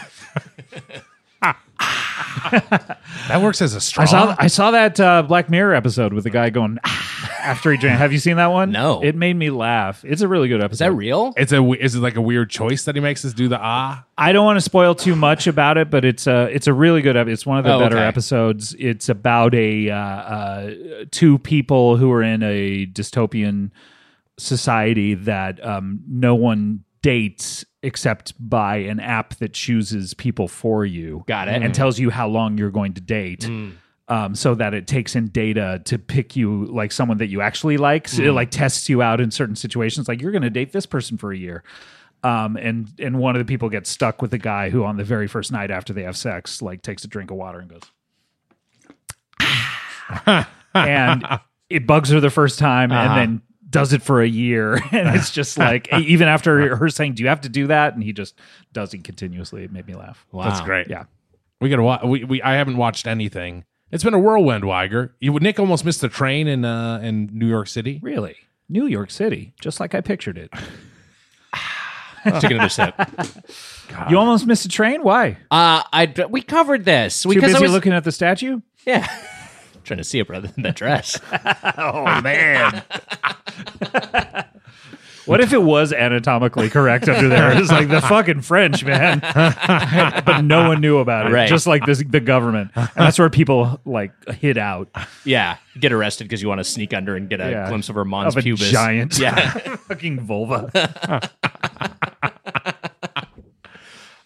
S4: That works as a straw.
S6: I saw I saw that uh, Black Mirror episode with the guy going "Ah," after he drank. Have you seen that one?
S2: No.
S6: It made me laugh. It's a really good episode.
S2: Is that real?
S4: it's a. w- Is it like a weird choice that he makes? Is do the ah?
S6: I don't want to spoil too much about it, but it's a it's a really good. ep- It's one of the
S2: Oh,
S6: better
S2: okay.
S6: episodes. It's about a uh, uh, two people who are in a dystopian society that um, no one dates except by an app that chooses people for you.
S2: Got it. Mm.
S6: And tells you how long you're going to date. Um, so that it takes in data to pick you like someone that you actually like. So
S2: Mm.
S6: It like tests you out in certain situations. Like you're going to date this person for a year. Um, and and one of the people gets stuck with the guy who on the very first night after they have sex like takes a drink of water and goes and it bugs her the first time
S2: Uh-huh.
S6: and then does it for a year and it's just like e, even after her saying do you have to do that and he just does it continuously it made me laugh
S2: Wow.
S4: That's great.
S6: yeah
S4: We gotta watch. We, we I haven't watched anything. It's been a whirlwind, Weiger. You Nick almost missed the train in uh in New York City.
S6: really new york city just like i pictured it
S2: Take another sip. Uh,
S6: you almost missed a train why
S2: I we covered this
S6: too
S2: because
S6: busy
S2: I was
S6: looking at the statue
S2: yeah. Trying to see it rather than that dress. Oh,
S6: What if it was anatomically correct under there? It's like the fucking French, man. but no one knew about it.
S2: Right.
S6: Just like this, the government. And that's where people like hid out.
S2: yeah, get arrested because you want to sneak under and get a
S6: Yeah.
S2: glimpse of her mom's
S6: Of a
S2: pubis.
S6: giant
S2: Yeah.
S6: fucking vulva.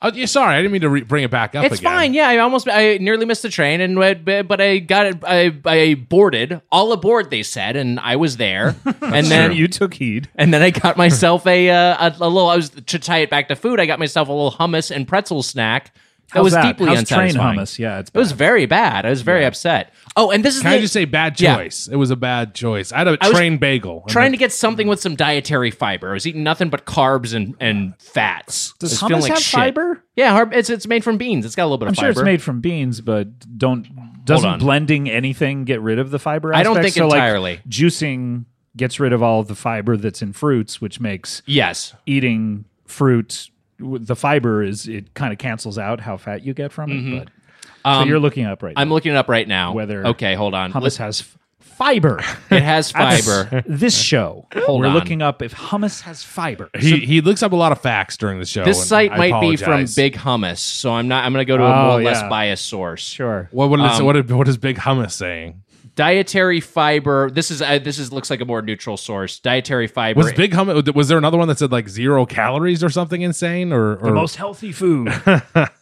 S4: Oh, yeah, sorry, I didn't mean to re- bring it back up.
S2: It's
S4: again.
S2: fine. Yeah, I almost I nearly missed the train, and I- but I got it. I, I boarded all aboard. They said, and I was there. and then
S6: you took heed.
S2: and then I got myself a, uh, a a little. I was to tie it back to food. I got myself a little hummus and pretzel snack. That
S6: How's
S2: was
S6: that?
S2: deeply
S6: How's train
S2: unsatisfying.
S6: hummus? Yeah, it's
S2: it was
S6: bad.
S2: very bad. I was very upset. Oh, and this is
S4: Can
S2: the,
S4: I just say bad
S2: Yeah.
S4: choice? It was a bad choice. I had a
S2: I was
S4: train bagel. and
S2: trying to
S4: that-
S2: get something with some dietary fiber. I was eating nothing but carbs and, and fats. I
S6: Does
S2: was feeling
S6: hummus
S2: like
S6: have
S2: shit.
S6: fiber?
S2: Yeah, har- it's it's made from beans. It's got a little bit
S6: I'm
S2: of
S6: sure
S2: fiber.
S6: it's made from beans, but don't doesn't
S2: on.
S6: blending anything get rid of the fiber?
S2: I don't
S6: aspect?
S2: think
S6: so, like,
S2: entirely.
S6: juicing gets rid of all of the fiber that's in fruits, which makes
S2: yes.
S6: eating fruit, w- the fiber is it kind of cancels out how fat you get from it. But so you're looking up right
S2: Mm-hmm. Um, I'm
S6: now.
S2: looking it up right now.
S6: Whether
S2: okay, hold on.
S6: hummus
S2: Let's-
S6: has f- fiber.
S2: it has fiber.
S6: That's this show.
S2: Hold
S6: We're
S2: on.
S6: looking up if hummus has fiber.
S4: He, he looks up a lot of facts during the show.
S2: this
S4: and
S2: site
S4: I
S2: might be from
S4: apologize.
S2: Big Hummus, so I'm not. I'm going to go to
S6: Oh,
S2: a more or less
S6: yeah.
S2: biased source.
S6: sure.
S4: What what
S2: Um,
S4: is, what is, what is Big Hummus saying?
S2: Dietary fiber. This is uh, this is looks like a more neutral source. Dietary fiber.
S4: Was Big Hummus? Was there another one that said like zero calories or something insane? Or, or
S6: The most healthy food.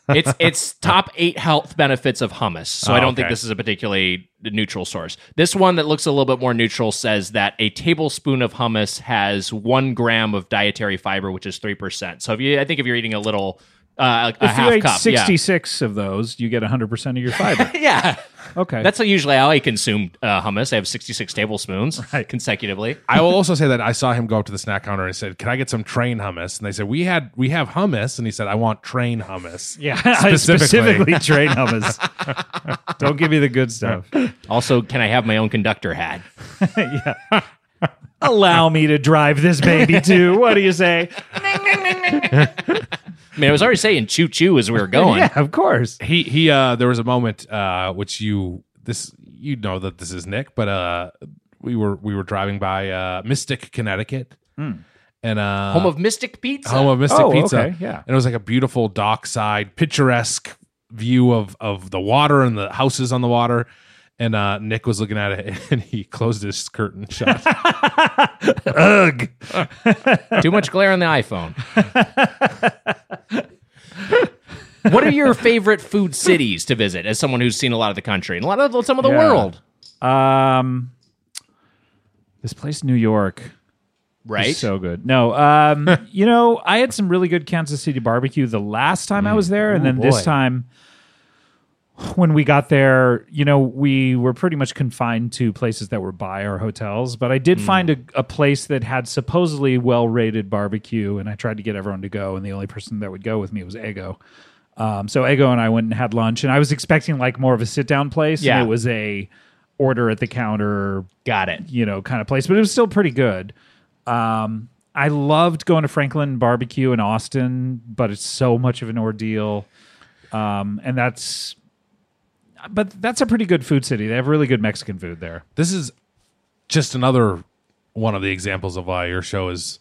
S2: it's it's top eight health benefits of hummus. So I don't think
S4: Oh, okay.
S2: this is a particularly neutral source. This one that looks a little bit more neutral says that a tablespoon of hummus has one gram of dietary fiber, which is three percent. So if you, I think if you're eating a little, uh, a
S6: if you
S2: half
S6: ate
S2: cup, yeah.
S6: 66 of those, you get 100% of your fiber.
S2: yeah,
S6: Okay.
S2: that's usually how I consume uh, hummus. I have 66 tablespoons consecutively.
S4: I will also say that I saw him go up to the snack counter and said, "Can I get some train hummus?" And they said, "We had we have hummus," and he said, "I want train hummus."
S6: yeah, I specifically train hummus. Don't give me the good stuff.
S2: Also, can I have my own conductor hat?
S6: Allow me to drive this baby too. What do you say?
S2: I mean, I was already saying choo choo as we were going.
S6: Yeah, of course.
S4: he he uh there was a moment uh which you this you know that this is Nick, but uh we were we were driving by uh Mystic, Connecticut. And uh
S2: Hmm. Home of Mystic Pizza.
S4: Home of Mystic
S6: Oh,
S4: Pizza.
S6: okay, yeah.
S4: And it was like a beautiful dockside, picturesque view of of the water and the houses on the water. And uh, Nick was looking at it, and he closed his curtain shut.
S6: Ugh.
S2: Too much glare on the iPhone. what are your favorite food cities to visit as someone who's seen a lot of the country and a lot of some of the
S6: Yeah.
S2: world?
S6: Um, this place, New York.
S2: Right.
S6: So good. No, um, you know, I had some really good Kansas City barbecue the last time I was there,
S2: Mm.
S6: and then this time when we got there, you know, we were pretty much confined to places that were by our hotels. But I
S2: Mm.
S6: did find a, a place that had supposedly well rated barbecue, and I tried to get everyone to go, and the only person that would go with me was Ego. Um, so Ego and I went and had lunch, and I was expecting like more of a sit down place,
S2: Yeah.
S6: and it was a order at the counter
S2: Got it.
S6: you know, kind of place, but it was still pretty good. Um, I loved going to Franklin Barbecue in Austin, but it's so much of an ordeal. Um, and that's, but that's a pretty good food city. They have really good Mexican food there.
S4: this is just another one of the examples of why your show is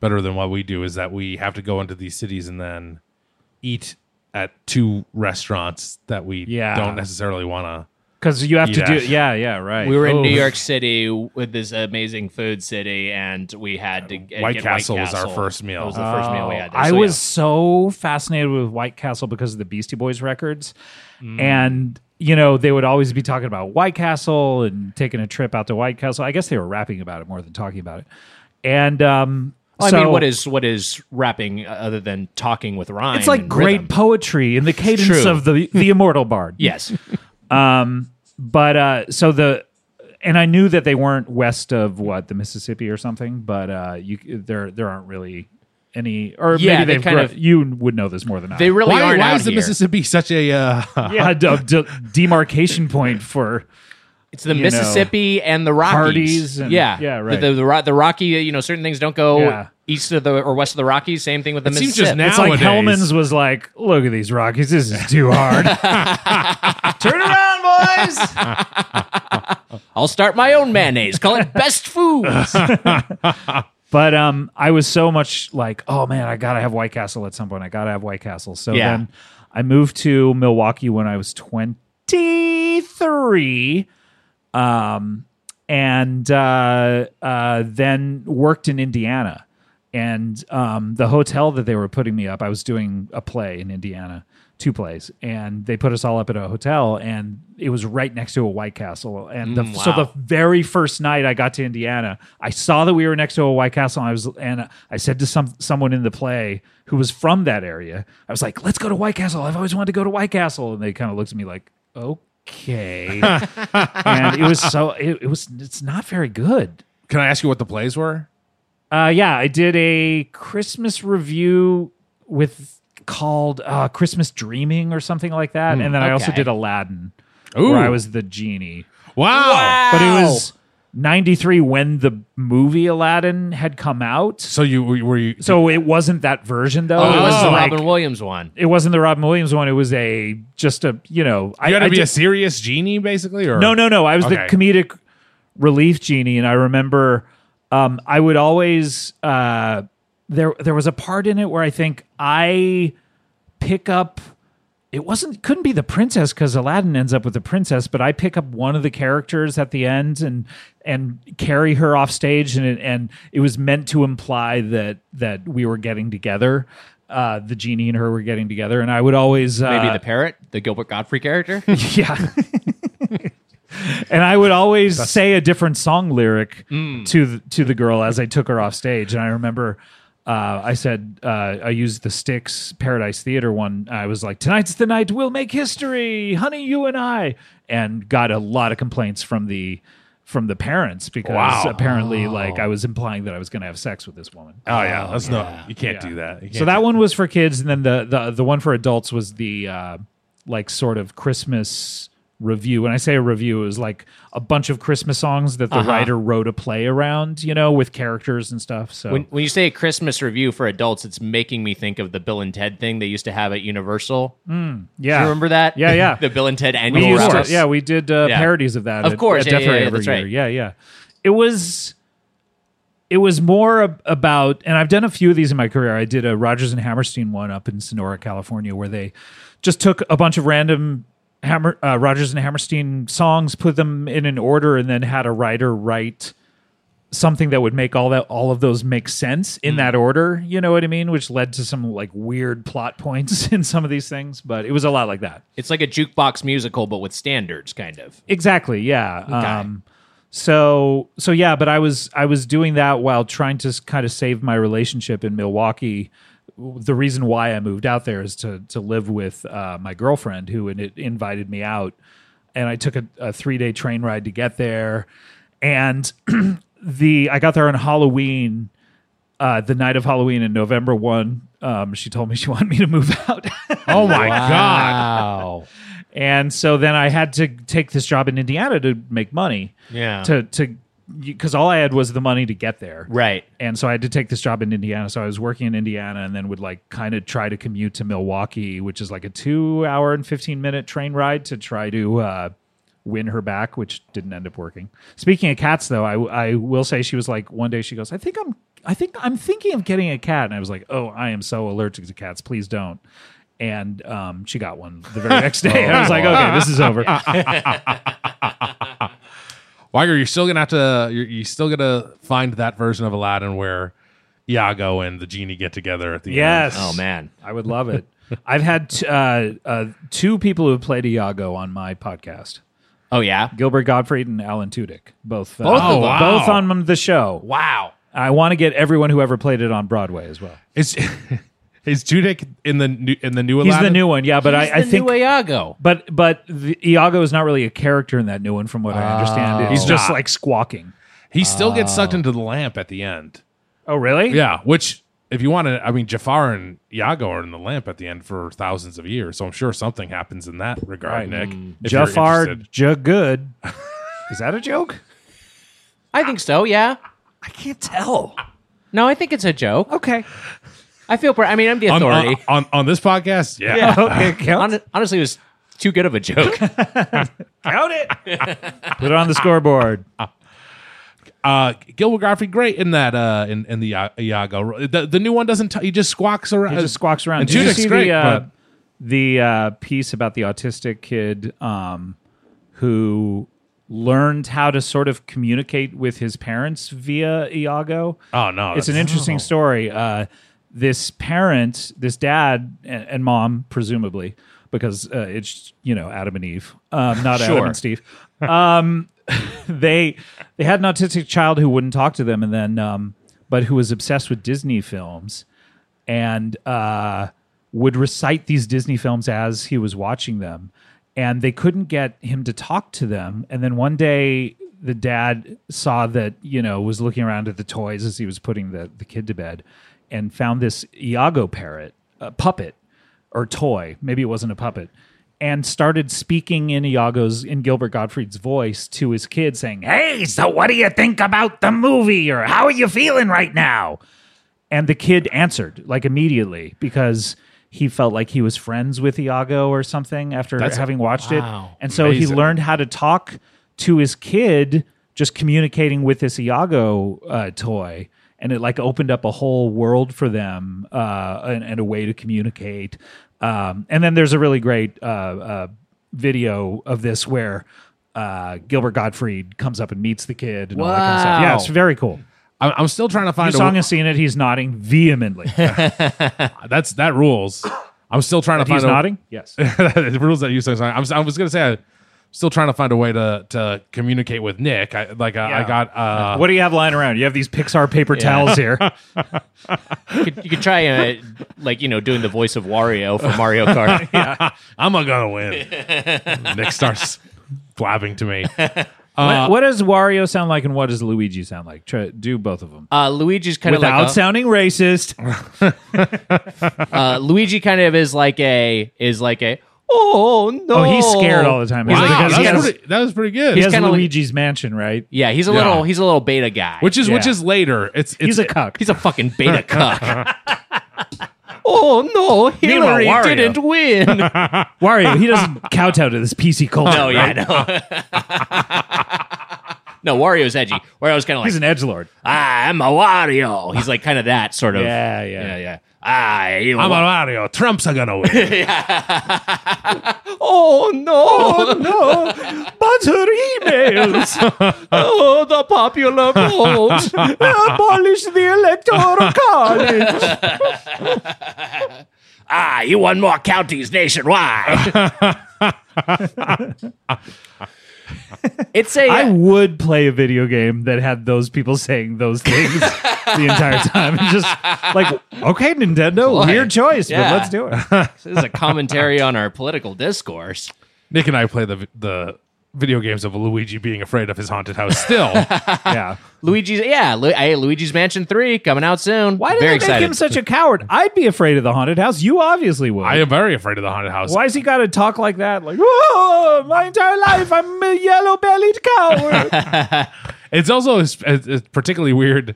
S4: better than what we do is that we have to go into these cities and then eat at two restaurants that we
S6: Yeah.
S4: don't necessarily want to.
S6: Because you have
S4: Yeah.
S6: to do, yeah, yeah, right.
S2: We were in
S6: Oh.
S2: New York City with this amazing food city, and we had to get
S4: White
S2: get
S4: Castle was our first meal.
S2: That was the first meal we had. There.
S6: Oh, I
S2: So, Oh, yeah.
S6: was so fascinated with White Castle because of the Beastie Boys records.
S2: Mm.
S6: And, you know, they would always be talking about White Castle and taking a trip out to White Castle. I guess they were rapping about it more than talking about it. And, um,
S2: Well,
S6: so
S2: I mean, what is what is rapping other than talking with rhyme?
S6: it's like
S2: and
S6: great
S2: rhythm?
S6: poetry in the cadence
S2: true.
S6: of the the immortal bard.
S2: yes,
S6: But uh so the and I knew that they weren't west of what the Mississippi or something, but uh you there there aren't really any or
S2: Yeah,
S6: maybe
S2: they
S6: they've
S2: kind
S6: grown-
S2: of-
S6: you would know this more than I.
S2: they really
S4: why
S2: aren't
S4: why
S2: out
S4: is the
S2: here.
S4: Mississippi such a uh,
S6: yeah, a de- demarcation point for
S2: It's the
S6: you know,
S2: Mississippi and the Rockies.
S6: parties and-
S2: yeah,
S6: yeah, right.
S2: The, the, the, Ro- the Rocky, you know, certain things don't go
S6: Yeah.
S2: east of the or west of the Rockies. Same thing with the
S4: It seems
S2: Mississippi.
S4: just
S6: it's
S4: Nowadays-
S6: like Hellman's was like, look at these Rockies, this is too hard.
S2: Turn around, boys. I'll start my own mayonnaise. Call it Best Foods.
S6: Oh, But um, I was so much like, oh man, I gotta have White Castle at some point. I gotta have White Castle. So
S2: Yeah.
S6: then I moved to Milwaukee when I was twenty three, um, and uh, uh, then worked in Indiana. And um, the hotel that they were putting me up, I was doing a play in Indiana, two plays, and they put us all up at a hotel, and it was right next to a White Castle. And the, so the very first night I got to Indiana, I saw that we were next to a White Castle, and I was, and I said to some someone in the play who was from that area, I was like, "Let's go to White Castle. I've always wanted to go to White Castle," and they kind of looked at me like, "Okay," and it was so it, it was it's not very good.
S4: Can I ask you what the plays were?
S6: Uh, yeah, I did a Christmas review with called uh, Christmas Dreaming or something like that, and then I also
S2: okay.
S6: did Aladdin,
S4: Hmm, Ooh.
S6: where I was the genie.
S4: Wow.
S6: But it was '93 when the movie Aladdin had come out,
S4: So you were you, were you
S6: so it wasn't that version though.
S2: Oh, it was the
S6: like-
S2: Robin Williams one.
S6: It wasn't the Robin Williams one. It was a just a you know.
S4: you had to be
S6: did-
S4: a serious genie basically or
S6: No, no, no. I was
S4: Okay.
S6: the comedic relief genie, and I remember um, I would always uh, there. There was a part in it where I think I pick up. It wasn't couldn't be the princess because Aladdin ends up with the princess, but I pick up one of the characters at the end and and carry her off stage, and it, and it was meant to imply that that we were getting together. Uh, the genie and her were getting together, and I would always uh,
S2: Maybe the parrot, the Gilbert Godfrey character.
S6: yeah. and I would always say a different song lyric to the, to the girl as I took her off stage. And I remember uh, I said uh, I used the Styx Paradise Theater one. I was like, "Tonight's the night we'll make history, honey, you and I," and got a lot of complaints from the from the parents because apparently, like, I was implying that I was going to have sex with this woman.
S4: Oh yeah, that's not you can't do that. You
S6: So
S4: can't
S6: that one was for kids, and then the the the one for adults was the uh, like sort of Christmas review. When I say a review, it was like a bunch of Christmas songs that the
S2: Uh-huh.
S6: writer wrote a play around, you know, with characters and stuff. So
S2: When, when you say a Christmas review for adults, it's making me think of the Bill and Ted thing they used to have at Universal.
S6: yeah,
S2: Do you remember that?
S6: Ah. Yeah, yeah.
S2: the Bill and Ted
S6: we
S2: annual
S6: used to-
S2: rounds.
S6: yeah, we did uh,
S2: Yeah.
S6: parodies of that.
S2: Of
S6: at-
S2: course,
S6: at
S2: yeah,
S6: Death
S2: yeah,
S6: Ray
S2: yeah,
S6: every
S2: that's
S6: year.
S2: right.
S6: Yeah, yeah. It was. It was more ab- about, and I've done a few of these in my career. I did a Rogers and Hammerstein one up in Sonora, California, where they just took a bunch of random Hammer, uh, Rogers and Hammerstein songs, put them in an order, and then had a writer write something that would make all that all of those make sense
S2: Mm.
S6: in that order. You know what I mean? Which led to some like weird plot points in some of these things, but it was a lot like that.
S2: It's like a jukebox musical, but with standards, kind of.
S6: Exactly. Yeah. Um, so so yeah, but I was I was doing that while trying to kind of save my relationship in Milwaukee. The reason why I moved out there is to to live with uh, my girlfriend who in- invited me out, and I took a, a three day train ride to get there, and the I got there on Halloween. Uh, the night of Halloween in November one, um, she told me she wanted me to move out.
S4: Oh my god!
S2: Wow.
S6: and so then I had to take this job in Indiana to make money.
S2: Yeah.
S6: To to because all I had was the money to get there.
S2: Right.
S6: And so I had to take this job in Indiana. So I was working in Indiana and then would like kind of try to commute to Milwaukee, which is like a two hour and 15 minute train ride to try to uh, win her back, which didn't end up working. Speaking of cats, though, I, I will say she was like, one day she goes, I think I'm, I think I'm thinking of getting a cat. And I was like, oh, I am so allergic to cats. Please don't. And um, she got one the very next
S2: Oh.
S6: day. I was like, okay, this is over.
S4: Weiger, you're still gonna have to. You're, you still gonna find that version of Aladdin where Iago and the genie get together at the
S6: Yes.
S4: end.
S2: Oh man.
S6: I would love it. I've had t- uh, uh, two people who have played Iago on my podcast.
S2: Oh yeah.
S6: Gilbert Gottfried and Alan Tudyk, both uh,
S2: Both of
S6: both
S2: them.
S6: on the show.
S2: Wow.
S6: I want to get everyone who ever played it on Broadway as well.
S4: Is is Judic in the new, in the new
S6: He's
S4: Aladdin?
S6: the new one, yeah, but I, I think,
S2: Iago.
S6: but but the, Iago is not really a character in that new one, from what I understand. He's just
S4: Ah. Not.
S6: like squawking.
S4: He still gets sucked into the lamp at the end.
S6: Oh, really?
S4: Yeah, which if you want to, I mean, Jafar and Iago are in the lamp at the end for thousands of years, so I'm sure something happens in that regard,
S6: Right. Mm.
S4: Nick. if you're
S6: Jafar
S4: interested.
S6: Jugud. is that a joke?
S2: I think so. Yeah.
S6: I can't tell.
S2: No, I think it's a joke.
S6: Okay.
S2: I feel. Pr- I mean, I'm the
S4: on,
S6: uh,
S2: authority.
S4: on, on on this podcast, yeah.
S6: Okay, count,
S2: Hon- honestly, it was too good of a joke.
S6: count it. Put it on the scoreboard.
S4: Uh, Gilbert Gottfried, great in that uh, in in the uh, Iago. The, the new one doesn't. T- he just squawks around.
S6: He just squawks around.
S4: Uh, And
S6: Did you
S4: Judic's
S6: see
S4: great,
S6: the, uh,
S4: but-
S6: the uh, piece about the autistic kid um, who learned how to sort of communicate with his parents via Iago?
S4: Oh no,
S6: it's an
S4: that's-
S6: interesting story. Uh, this parent, this dad and, and mom, presumably, because uh, it's you know Adam and Eve, um, not Adam
S2: Sure.
S6: and Steve. Um, they they had an autistic child who wouldn't talk to them, and then um, but who was obsessed with Disney films, and uh, would recite these Disney films as he was watching them. And they couldn't get him to talk to them. And then one day, the dad saw that, you know, was looking around at the toys as he was putting the, the kid to bed and found this Iago parrot, a puppet or toy. Maybe it wasn't a puppet. And started speaking in Iago's, in Gilbert Gottfried's voice to his kid, saying, Hey, so what do you think about the movie? Or how are you feeling right now? And the kid answered like immediately because he felt like he was friends with Iago or something after having watched it. And so he learned how to talk to his kid just communicating with this Iago uh, toy. And it like opened up a whole world for them uh, and, and a way to communicate. Um, and then there's a really great uh, uh, video of this where uh, Gilbert Gottfried comes up and meets the kid and all that kind of stuff. Yeah, it's very cool.
S4: I'm, I'm still trying to find a
S6: Song has seen it. He's nodding vehemently.
S4: That's that rules. I'm still trying to find
S6: He's
S4: a,
S6: nodding. Yes.
S4: the rules that you say. I was, I was gonna say I'm still trying to find a way to to communicate with Nick. I like I, I
S6: Yeah.
S4: got uh,
S6: what do you have lying around? You have these Pixar paper towels here.
S2: you, could, you could try, uh, like you know, doing the voice of Wario from Mario Kart.
S4: I'm gonna win. Nick starts blabbing to me.
S2: Uh,
S6: what, what does Wario sound like, and what does Luigi sound like? Try, do both of them
S2: Uh, Luigi's kind of
S6: without
S2: like a-
S6: sounding racist.
S2: uh, Luigi kind of is like a is like a Oh no!
S6: Oh, he's scared all the time. He's
S4: Wow,
S6: like,
S4: that,
S6: because
S4: was
S6: he has,
S4: pretty, that was pretty good.
S6: he has
S2: kinda like-
S6: Luigi's Mansion, right?
S2: Yeah, he's a little he's a little beta guy.
S4: which is which
S6: Yeah.
S4: is later. It's, it's
S6: He's a cuck.
S2: he's a fucking beta cuck. oh no,
S6: Meanwhile,
S2: Hillary
S6: Wario-
S2: didn't win.
S6: Wario, he doesn't kowtow to this PC culture.
S2: no, yeah,
S6: right?
S2: no. no, Wario's edgy. Wario's kind of like "Ah,
S6: Ah. He's an edge lord.
S2: I'm a Wario. He's like kind of that sort of.
S6: Yeah,
S2: yeah,
S6: yeah.
S2: yeah. "Ah, I.
S4: I'm a Mario. Trump's are gonna win.
S2: oh no!
S6: No, but her emails
S2: Oh, the popular vote.
S6: abolish the electoral college.
S2: ah, you won more counties nationwide. it's a.
S6: I would play a video game that had those people saying those things the entire time. And just like, okay, Nintendo, weird choice,
S2: Yeah.
S6: but let's do it.
S2: this is a commentary on our political discourse.
S4: Nick and I play the the video games of Luigi being afraid of his haunted house. Still,
S6: yeah.
S2: Luigi's, yeah, Lu- hey, Luigi's Mansion Three coming out soon.
S6: Why did
S2: Very
S6: they
S2: excited.
S6: make him such a coward? I'd be afraid of the haunted house. You obviously would.
S4: I am very afraid of the haunted house.
S6: Why has he got to talk like that? Like, oh, my entire life I'm a yellow-bellied coward.
S4: It's also it's, it's particularly weird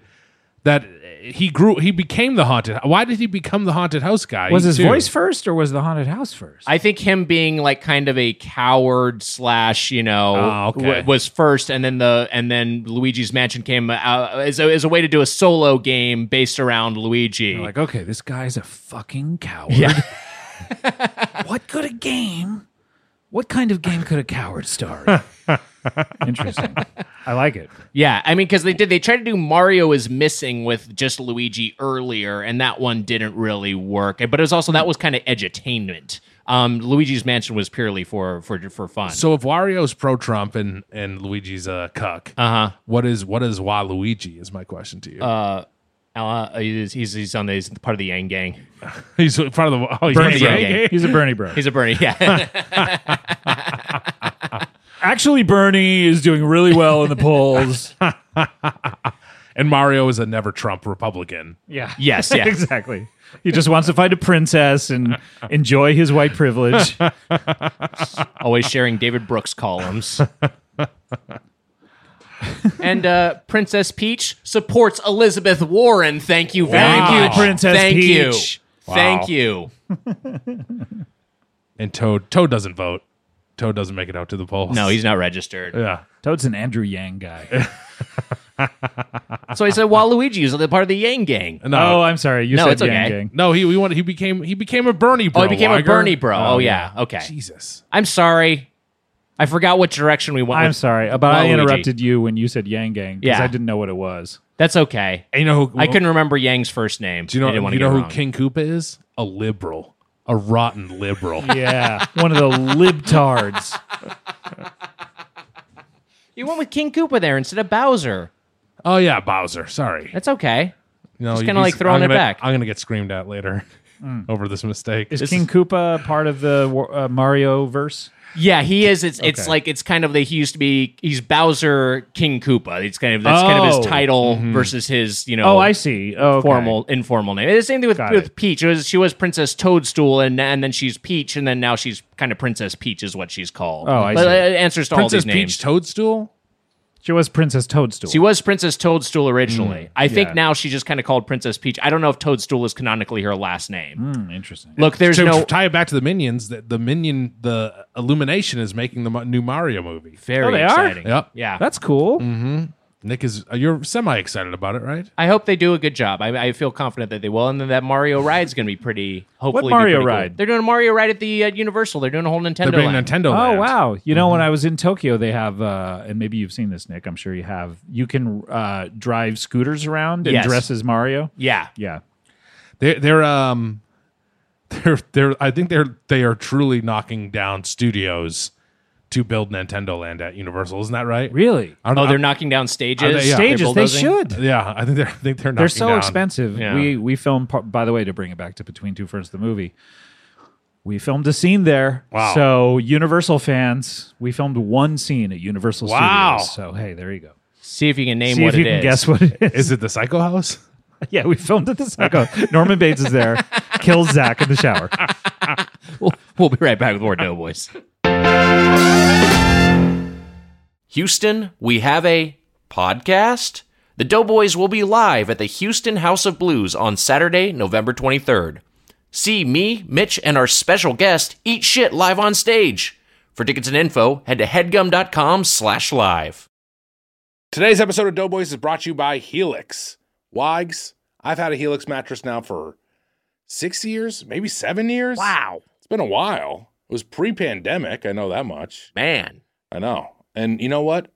S4: that he grew. He became the haunted. Why did he become the haunted house guy?
S6: was his
S4: too?
S6: voice first or was the haunted house first?
S2: I think him being like kind of a coward slash, you know,
S4: Oh, okay.
S2: w- was first, and then the and then Luigi's Mansion came out as a, as a way to do a solo game based around Luigi.
S6: like, okay, this guy's a fucking coward. what could a game? What kind of game could a coward star? in? Interesting. I like it.
S2: yeah, I mean, because they did they tried to do Mario is missing with just Luigi earlier, and that one didn't really work. But it was also that was kind of edutainment. Um, Luigi's Mansion was purely for for for fun.
S4: So if Wario's pro Trump and and Luigi's a cuck,
S2: Uh-huh.
S4: what is what is Waluigi? Is my question to you?
S2: uh, he's, he's he's on the he's part of the Yang Gang.
S4: he's part of the oh,
S6: Bernie
S4: he's
S6: bro.
S2: yeah, yeah.
S6: He's a Bernie bro.
S2: He's a Bernie. Yeah,
S6: Actually, Bernie is doing really well in the polls.
S4: and Mario is a never Trump Republican.
S6: yeah.
S2: Yes, yeah.
S6: exactly. He just wants to find a princess and enjoy his white privilege.
S2: always sharing David Brooks columns. and uh, Princess Peach supports Elizabeth Warren. Thank you very
S6: Thank you,
S2: much.
S6: Princess
S2: Thank
S6: Peach.
S2: You. Thank you.
S4: And Toad Toad doesn't vote. Toad doesn't make it out to the polls.
S2: No, he's not registered.
S4: yeah.
S6: Toad's an Andrew Yang guy.
S2: So I said Waluigi is part of the Yang Gang.
S4: No.
S6: Oh, I'm sorry. You
S2: No,
S6: said
S2: it's
S6: Yang
S2: okay.
S6: Gang.
S4: No, he we wanted, he became he became a Bernie
S2: Oh,
S4: bro.
S2: he became a
S4: Weiger.
S2: Bernie bro. Oh, yeah. Okay.
S4: Jesus.
S2: I'm sorry. I forgot what direction we went.
S6: I'm
S2: with-
S6: sorry, but I
S2: Waluigi.
S6: interrupted you when you said Yang Gang because
S2: Yeah.
S6: I didn't know what it was.
S2: That's okay.
S4: And you know who
S2: I couldn't remember Yang's first name.
S4: Do you know,
S2: I didn't want
S4: you
S2: to
S4: know
S2: get
S4: who
S2: wrong.
S4: King Koopa is? A liberal. A rotten liberal.
S6: Yeah, one of the libtards.
S2: You went with King Koopa there instead of Bowser.
S4: Oh yeah, Bowser. Sorry.
S2: That's okay.
S4: No,
S2: just
S4: you-
S2: kinda
S4: you-
S2: like throwing
S4: I'm
S2: it
S4: gonna-
S2: back.
S4: I'm gonna get screamed at later over Hmm. this mistake.
S6: Is King Koopa part of the war- uh, Mario verse?
S2: Yeah, he is. It's it's
S6: Okay.
S2: like it's kind of the he used to be. He's Bowser King Koopa. It's kind of that's kind of his
S6: Oh.
S2: title versus his you know.
S6: Oh, I see. Oh, okay.
S2: Formal, informal name. It's the same thing with,
S6: Got
S2: with
S6: it.
S2: Peach. It was, she was Princess Toadstool, and and then she's Peach, and then now she's kind of Princess Peach is what she's called.
S6: Oh, I
S2: But
S6: see.
S2: it answers to
S4: Princess
S2: all these names.
S4: Peach Toadstool?
S6: She was Princess Toadstool.
S2: she was Princess Toadstool originally. I think
S6: Hmm, yeah.
S2: now she's just kind of called Princess Peach. I don't know if Toadstool is canonically her last name.
S6: Hmm, interesting.
S2: Look, there's
S4: to
S2: no
S4: tie it back to the minions that the minion the illumination is making the mo- new mario movie
S2: very
S6: Oh, they are?
S2: exciting.
S4: Yep.
S2: Yeah.
S6: That's cool.
S4: nick is uh, you're semi excited about it right
S2: I hope they do a good job. I, I feel confident that they will, and then that Mario ride's going to be pretty. Hopefully, be
S6: Mario
S2: pretty cool.
S6: ride?
S2: They're doing a Mario ride at the uh, Universal. They're doing a whole Nintendo.
S4: they're bringing
S2: land.
S4: nintendo
S6: Oh
S4: Land.
S6: wow! You know when I was in Tokyo, they have, uh, and maybe you've seen this, Nick. I'm sure you have. You can uh, drive scooters around and
S2: Yes.
S6: dress as Mario.
S2: yeah,
S6: Yeah,
S4: they're, they're um they're they're i think they're they are truly knocking down studios to build nintendo land at universal isn't that right
S6: really.
S4: I don't
S2: Oh,
S4: know.
S2: they're knocking down stages.
S4: Are they- yeah.
S6: Stages they
S2: bulldozing?
S6: should.
S4: yeah i think they're I think they're knocking
S6: They're so
S4: down-
S6: expensive.
S2: Yeah.
S6: We we filmed par- by the way to bring it back to Between Two Ferns the movie. We filmed a scene there.
S4: Wow.
S6: So Universal fans, we filmed one scene at Universal
S4: Wow.
S6: Studios. So hey, there you go.
S2: See if you can name
S6: See
S2: what
S6: if you
S2: it
S6: can
S2: is.
S6: guess what it is.
S4: is it the psycho house
S6: yeah, we filmed at the Psycho. Norman Bates is there, kills Zach in the shower.
S7: We'll be right back with more Doughboys.
S2: Houston, we have a podcast. The Doughboys will be live at the Houston House of Blues on Saturday, November 23rd. See me, Mitch, and our special guest eat shit live on stage. For tickets and info, head to headgum.com slash live.
S4: Today's episode of Doughboys is brought to you by Helix. Wags, I've had a Helix mattress now for six years, maybe seven years. Wow. It's been a while. It was pre pandemic. I know that much.
S2: Man,
S4: I know. And you know what?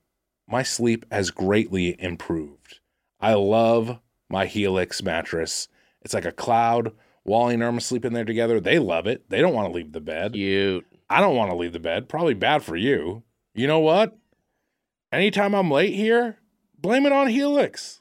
S4: My sleep has greatly improved. I love my Helix mattress. It's like a cloud. Wally and Irma sleep in there together. They love it. They don't want to leave the bed.
S2: cute.
S4: I don't want to leave the bed. Probably bad for you. You know what? Anytime I'm late here, blame it on Helix.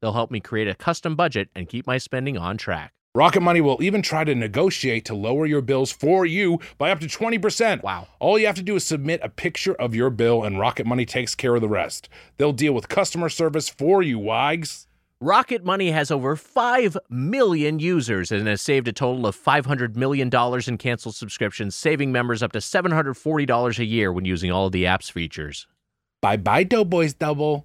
S2: they'll help me create a custom budget and keep my spending on track.
S4: Rocket Money will even try to negotiate to lower your bills for you by up to 20%.
S2: Wow.
S4: All you have to do is submit a picture of your bill, and Rocket Money takes care of the rest. They'll deal with customer service for you, Wags.
S2: Rocket Money has over 5 million users and has saved a total of $500 million in canceled subscriptions, saving members up to $740 a year when using all of the app's features.
S4: Bye bye, Doughboys Double.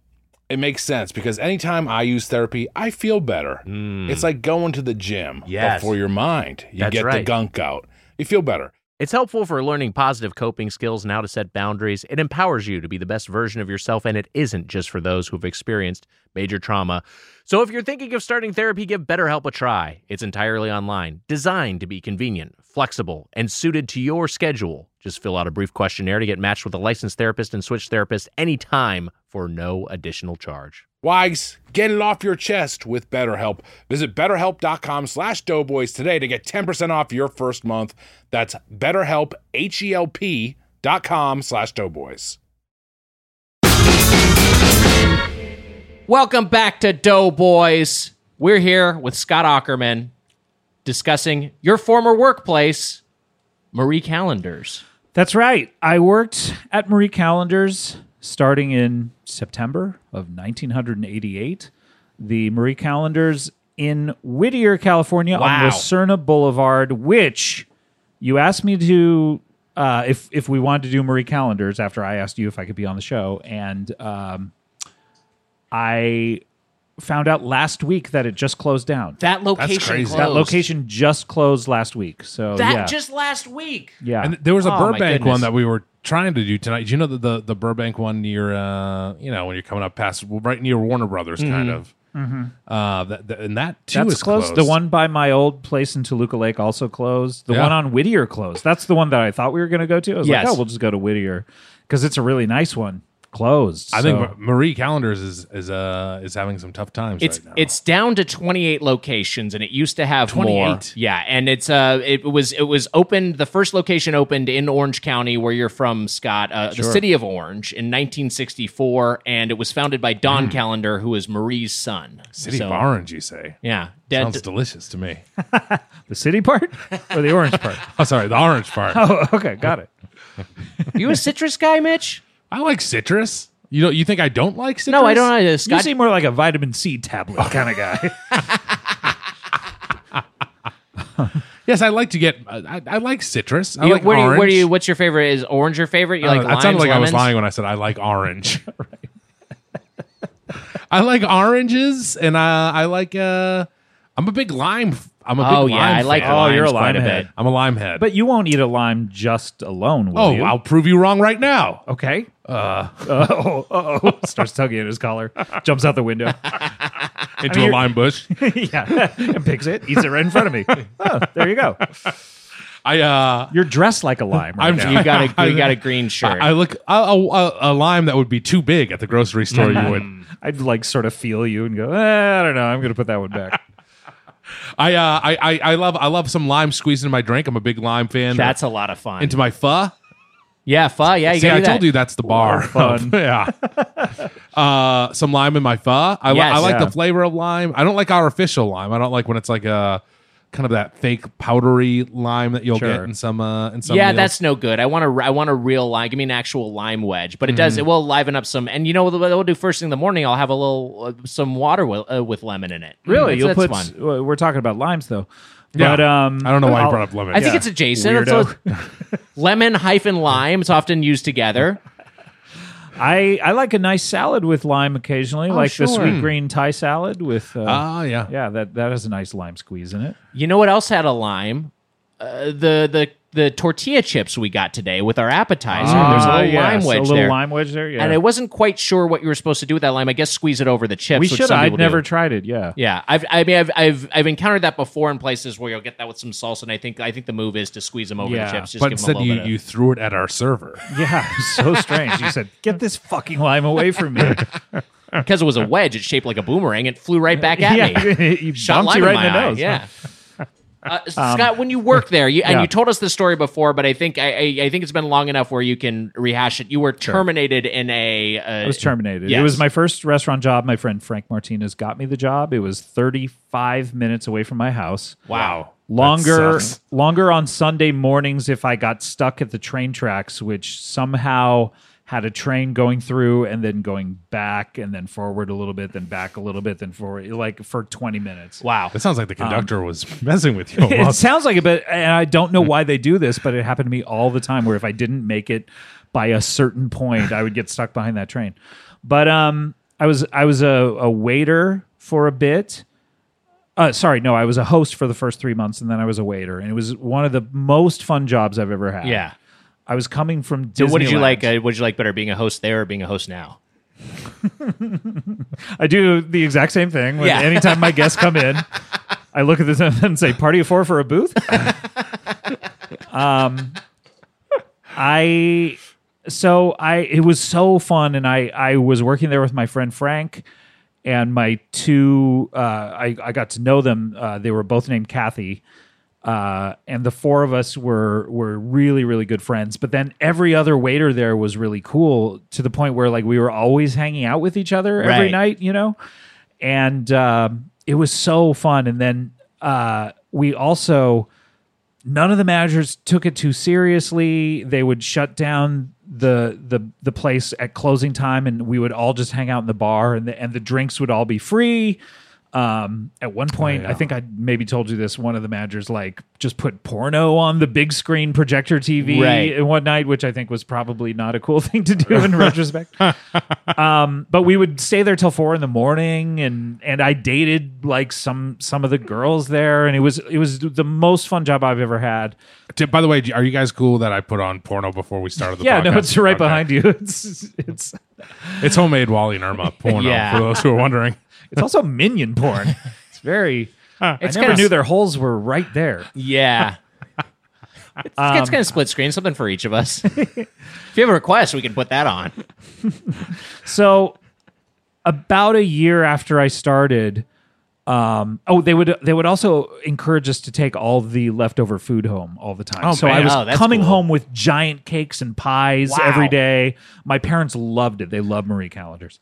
S5: It makes sense because anytime I use therapy, I feel better.
S2: Hmm.
S5: It's like going to the gym
S2: Yes.
S5: but for your mind. You
S2: That's
S5: get the
S2: right.
S5: gunk out. You feel better.
S2: It's helpful for learning positive coping skills and how to set boundaries. It empowers you to be the best version of yourself, and it isn't just for those who've experienced major trauma. So, if you're thinking of starting therapy, give BetterHelp a try. It's entirely online, designed to be convenient, flexible, and suited to your schedule. Just fill out a brief questionnaire to get matched with a licensed therapist and switch therapist anytime for no additional charge.
S5: Wags, get it off your chest with BetterHelp. Visit betterhelp.com slash doughboys today to get 10% off your first month. That's betterhelp, H-E-L-P dot com slash doughboys.
S2: Welcome back to Doughboys. We're here with Scott Ackerman discussing your former workplace, Marie Callender's.
S6: That's right. I worked at Marie Callender's starting in September of 1988. The Marie Callender's in Whittier, California,
S2: Wow.
S6: on Lucerna Boulevard, which you asked me to uh, if if we wanted to do Marie Callender's after I asked you if I could be on the show, and um, I found out last week that it just closed down.
S2: That location
S4: crazy.
S2: closed.
S4: That
S6: That location just closed last week. So
S2: That
S6: yeah,
S2: just last week.
S6: yeah.
S4: And there was a
S2: Oh, my
S4: Burbank
S2: goodness.
S4: one that we were trying to do tonight. Do you know the, the the Burbank one near uh you know when you're coming up past right near Warner Brothers
S2: Mm-hmm.
S4: kind of. Uh, that, that- and that too
S6: That's
S4: is
S6: closed. The one by my old place in Toluca Lake also closed. The
S4: Yeah.
S6: one on Whittier closed. That's the one that I thought we were going to go to. I was
S2: Yes.
S6: like, oh, we'll just go to Whittier because it's a really nice one. Closed.
S4: I think
S6: so-
S4: Ma- Marie Callender's is is uh is having some tough times.
S2: It's
S4: right now.
S2: it's down to 28 locations and it used to have more.
S4: 28?
S2: Yeah, and it's uh it was it was opened the first location opened in Orange County where you're from Scott, uh, the city of Orange in 1964 and it was founded by Don Callender who is Marie's son.
S4: Mm. City
S2: So,
S4: of Orange, you say?
S2: Yeah. Dad-
S4: Sounds delicious to me.
S6: the city part or the orange part.
S4: Oh, sorry, the orange part.
S6: Oh, okay, got it.
S2: you a citrus guy, Mitch?
S4: I like citrus. You know, you think I don't like citrus?
S2: No, I don't. I, uh,
S6: You
S2: Scott,
S6: seem more like a vitamin C tablet kind of guy.
S4: Yes, I like to get. uh, I, I like citrus. I
S2: you-
S4: like
S2: where do you,
S4: orange.
S2: where do you? What's your favorite? Is orange your favorite? You
S4: I
S2: like
S4: don't know, that
S2: limes,
S4: sounded like I was
S2: lemons?
S4: lying when I said I like orange. I like oranges, and I I like. uh I'm a big lime. f- I'm a big
S2: Oh
S4: lime.
S2: yeah, I like
S4: fan.
S6: Oh, you're a
S2: limes quite
S6: lime
S2: bit.
S6: head.
S4: I'm a lime head.
S6: but you won't eat a lime just alone, will
S4: oh,
S6: you?
S4: I'll prove you wrong right now.
S6: Okay. Uh oh, oh, starts tugging at his collar, jumps out the window.
S4: Into
S6: mean,
S4: a lime bush.
S6: yeah, and picks it, eats it right in front of me. Oh, there you go.
S4: I uh.
S6: You're dressed like a lime. Right
S4: I'm
S6: now.
S2: You got a you got a green shirt.
S4: I look a, a, a- a lime that would be too big at the grocery store. you
S2: Hmm.
S4: would.
S6: Mm. I'd like sort of feel you and go, eh, I don't know. I'm going to put that one back.
S4: I, uh, I I I love I love some lime squeezed in my drink. I'm a big lime fan.
S2: That's a lot of fun.
S4: into my pho.
S2: yeah, pho. Yeah, you
S4: See,
S2: gotta
S4: I
S2: do
S4: told
S2: that.
S4: you that's the bar.
S6: fun.
S4: yeah. Uh, some lime in my pho. I, li-
S2: Yes.
S4: I like
S6: Yeah.
S4: the flavor of lime. I don't like artificial lime. I don't like when it's like a kind of that fake powdery lime that you'll get
S6: Sure.
S4: in some uh, in some.
S2: yeah,
S4: meals.
S2: that's no good. I want a, I want a real lime. Give me an actual lime wedge, but it
S6: Mm-hmm.
S2: does. It will liven up some. And you know what we'll do first thing in the morning? I'll have a little uh, some water with, uh, with lemon in it.
S6: Really?
S2: That's-
S6: You'll
S2: that's
S6: put, well, we're talking about limes though. But,
S4: Yeah.
S6: um,
S4: I don't know why you
S6: I'll-
S4: brought up lemon.
S2: I think it's adjacent. It's
S6: Weirdo.
S2: a- lemon hyphen lime. It's often used together.
S6: I, I like a nice salad with lime occasionally, like
S2: sure.
S6: the sweet green Thai salad with, uh,
S4: Ah, yeah.
S6: yeah, that, that has a nice lime squeeze in it.
S2: You know what else had a lime? Uh, the the the tortilla chips we got today with our appetizer. There's a
S6: Ah,
S2: little
S6: yes,
S2: lime wedge
S6: A little
S2: there.
S6: lime wedge there, yeah.
S2: And I wasn't quite sure what you were supposed to do with that lime. I guess squeeze it over the chips.
S6: we
S2: which
S6: should.
S2: some
S6: I'd
S2: people do.
S6: never tried it, yeah.
S2: Yeah, I've I mean I've I've I've encountered that before in places where you'll get that with some salsa, and I think I think the move is to squeeze them over
S6: Yeah,
S2: the chips, just
S4: But
S2: give them
S4: instead
S2: a little
S4: you,
S2: bit.
S4: you threw it at our server.
S6: Yeah, it was so strange. You said, "Get this fucking lime away from me!"
S2: Because it was a wedge, it's shaped like a boomerang, it flew right back at me.
S6: you
S2: Shot
S6: bumped
S2: lime
S6: you
S2: in,
S6: right
S2: my
S6: the
S2: eye,
S6: nose. Um,
S2: Yeah. Uh, Scott, when you work there, you, and
S6: Yeah.
S2: you told us this story before, but I think I, I, I think it's been long enough where you can rehash it. You were terminated in a. Uh,
S6: I was terminated.
S2: Yes.
S6: It was my first restaurant job. My friend Frank Martinez got me the job. It was 35 minutes away from my house.
S2: Wow.
S6: longer
S4: sucks.
S6: longer on Sunday mornings if I got stuck at the train tracks, which somehow had a train going through and then going back and then forward a little bit, then back a little bit, then forward, like for twenty minutes.
S2: Wow.
S4: That sounds like the
S2: Um,
S4: conductor was messing with you.
S6: It
S4: almost.
S6: sounds like it, but and I don't
S2: Hmm.
S6: know why they do this, but it happened to me all the time where if I didn't make it by a certain point, I would get stuck behind that train. But um I was I was a, a waiter for a bit. Uh, sorry, no, I was a host for the first three months and then I was a waiter. And it was one of the most fun jobs I've ever had.
S2: Yeah.
S6: I was coming from Disneyland.
S2: So what did you like? Uh, what did you like better, being a host there or being a host now?
S6: I do the exact same thing. When,
S2: uh, Yeah.
S6: Anytime my guests come in, I look at this and say, "Party of four for a booth." um, I so I it was so fun, and I I was working there with my friend Frank and my two. Uh, I I got to know them. Uh, they were both named Kathy. Uh, and the four of us were were really really good friends. But then every other waiter there was really cool to the point where like we were always hanging out with each other every
S2: Right.
S6: night, you know. And um, it was so fun. And then uh, we also none of the managers took it too seriously. They would shut down the the the place at closing time, and we would all just hang out in the bar, and the, and the drinks would all be free. Um, at one point, I think I maybe told you this. One of the managers like just put porno on the big screen projector TV
S2: Right.
S6: in one night, which I think was probably not a cool thing to do in retrospect but we would stay there till four in the morning and and I dated like some some of the girls there and it was it was the most fun job I've ever had.
S4: T- By the way, are you guys cool that I put on porno before we started the
S6: yeah,
S4: podcast?
S6: no, it's right
S4: Okay.
S6: behind you. It's it's
S4: It's homemade Wally and Irma porno,
S2: Yeah.
S4: for those who are wondering.
S6: it's also minion porn. It's very I never
S2: kinda
S6: knew
S2: s-
S6: their holes were right there.
S2: Yeah. it's, it's
S6: Um,
S2: kind of split screen, something for each of us. if you have a request, we can put that on.
S6: So about a year after I started um, oh, they would they would also encourage us to take all the leftover food home all the time. so I
S2: man.
S6: was
S2: Oh, that's
S6: coming
S2: cool.
S6: home with giant cakes and pies
S2: Wow.
S6: every day. My parents loved it. They love Marie calendars.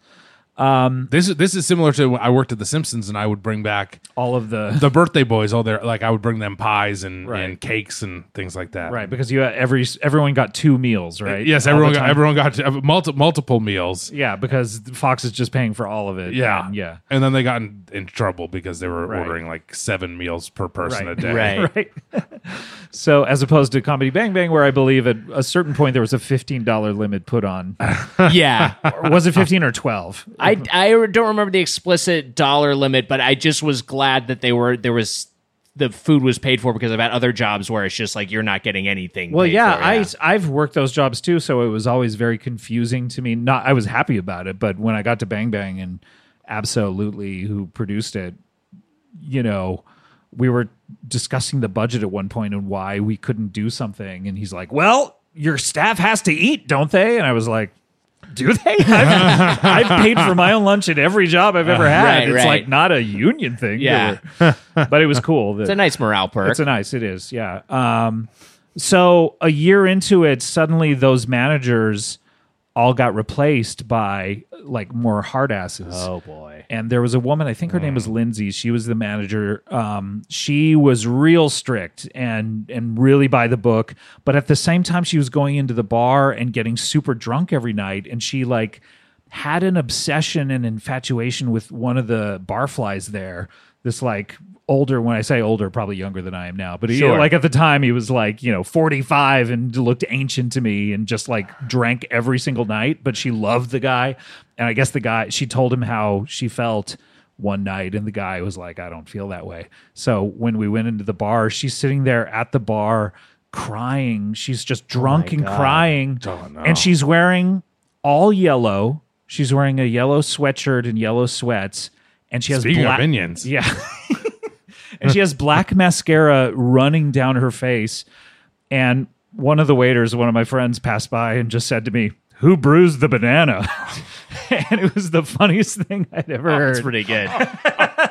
S4: This is this is similar to when I worked at The Simpsons, and I would bring back
S6: All of the,
S4: the birthday boys. All their like, I would bring them pies and,
S6: Right.
S4: and cakes and things like that.
S6: right because you every everyone got two meals, right?
S4: Yes,
S6: All
S4: everyone
S6: the
S4: got,
S6: time.
S4: everyone got uh, multi, multiple meals.
S6: Yeah, because Fox is just paying for all of it.
S4: Yeah,
S6: And yeah.
S4: And then they got in, in trouble because they were
S6: Right.
S4: ordering like seven meals per person
S6: Right.
S4: a day.
S2: Right.
S6: Right. so as opposed to Comedy Bang Bang, where I believe at a certain point there was a fifteen dollar limit put on,
S2: Yeah.
S6: or was it fifteen or twelve?
S2: I, I don't remember the explicit dollar limit, but I just was glad that they were there was the food was paid for because I've had other jobs where it's just like you're not getting anything.
S6: Well,
S2: paid
S6: yeah,
S2: for,
S6: I I've worked those jobs too, so it was always very confusing to me. Not I was happy about it, but when I got to Bang Bang and absolutely who produced it, you know, we were discussing the budget at one point and why we couldn't do something, and he's like, "Well, your staff has to eat, don't they?" And I was like. Do they? I've, I've paid for my own lunch at every job I've ever had.
S2: Uh, Right,
S6: it's
S2: right.
S6: like not a union thing.
S2: Yeah.
S6: They were- but it was cool. that-
S2: it's a nice morale perk.
S6: it's a nice. It is. Yeah. Um, so a year into it, suddenly those managers all got replaced by like more hard asses.
S2: oh boy.
S6: And there was a woman, I think her name was Lindsay. She was the manager. Um, she was real strict and and really by the book. But at the same time, she was going into the bar and getting super drunk every night. And she like had an obsession and infatuation with one of the barflies there. This like older, when I say older, probably younger than I am now, but he,
S2: Sure.
S6: like at the time he was like you know 45 and looked ancient to me and just like drank every single night but she loved the guy and i guess the guy she told him how she felt one night and the guy was like i don't feel that way so when we went into the bar she's sitting there at the bar crying she's just drunk and crying and she's wearing all yellow she's wearing a yellow sweatshirt and yellow sweats and she has
S4: Speaking
S6: black
S4: of minions,
S6: yeah. and she has black mascara running down her face. And one of the waiters, one of my friends, passed by and just said to me, Who bruised the banana? and it was the funniest thing I'd ever heard.
S2: Oh, That's pretty good.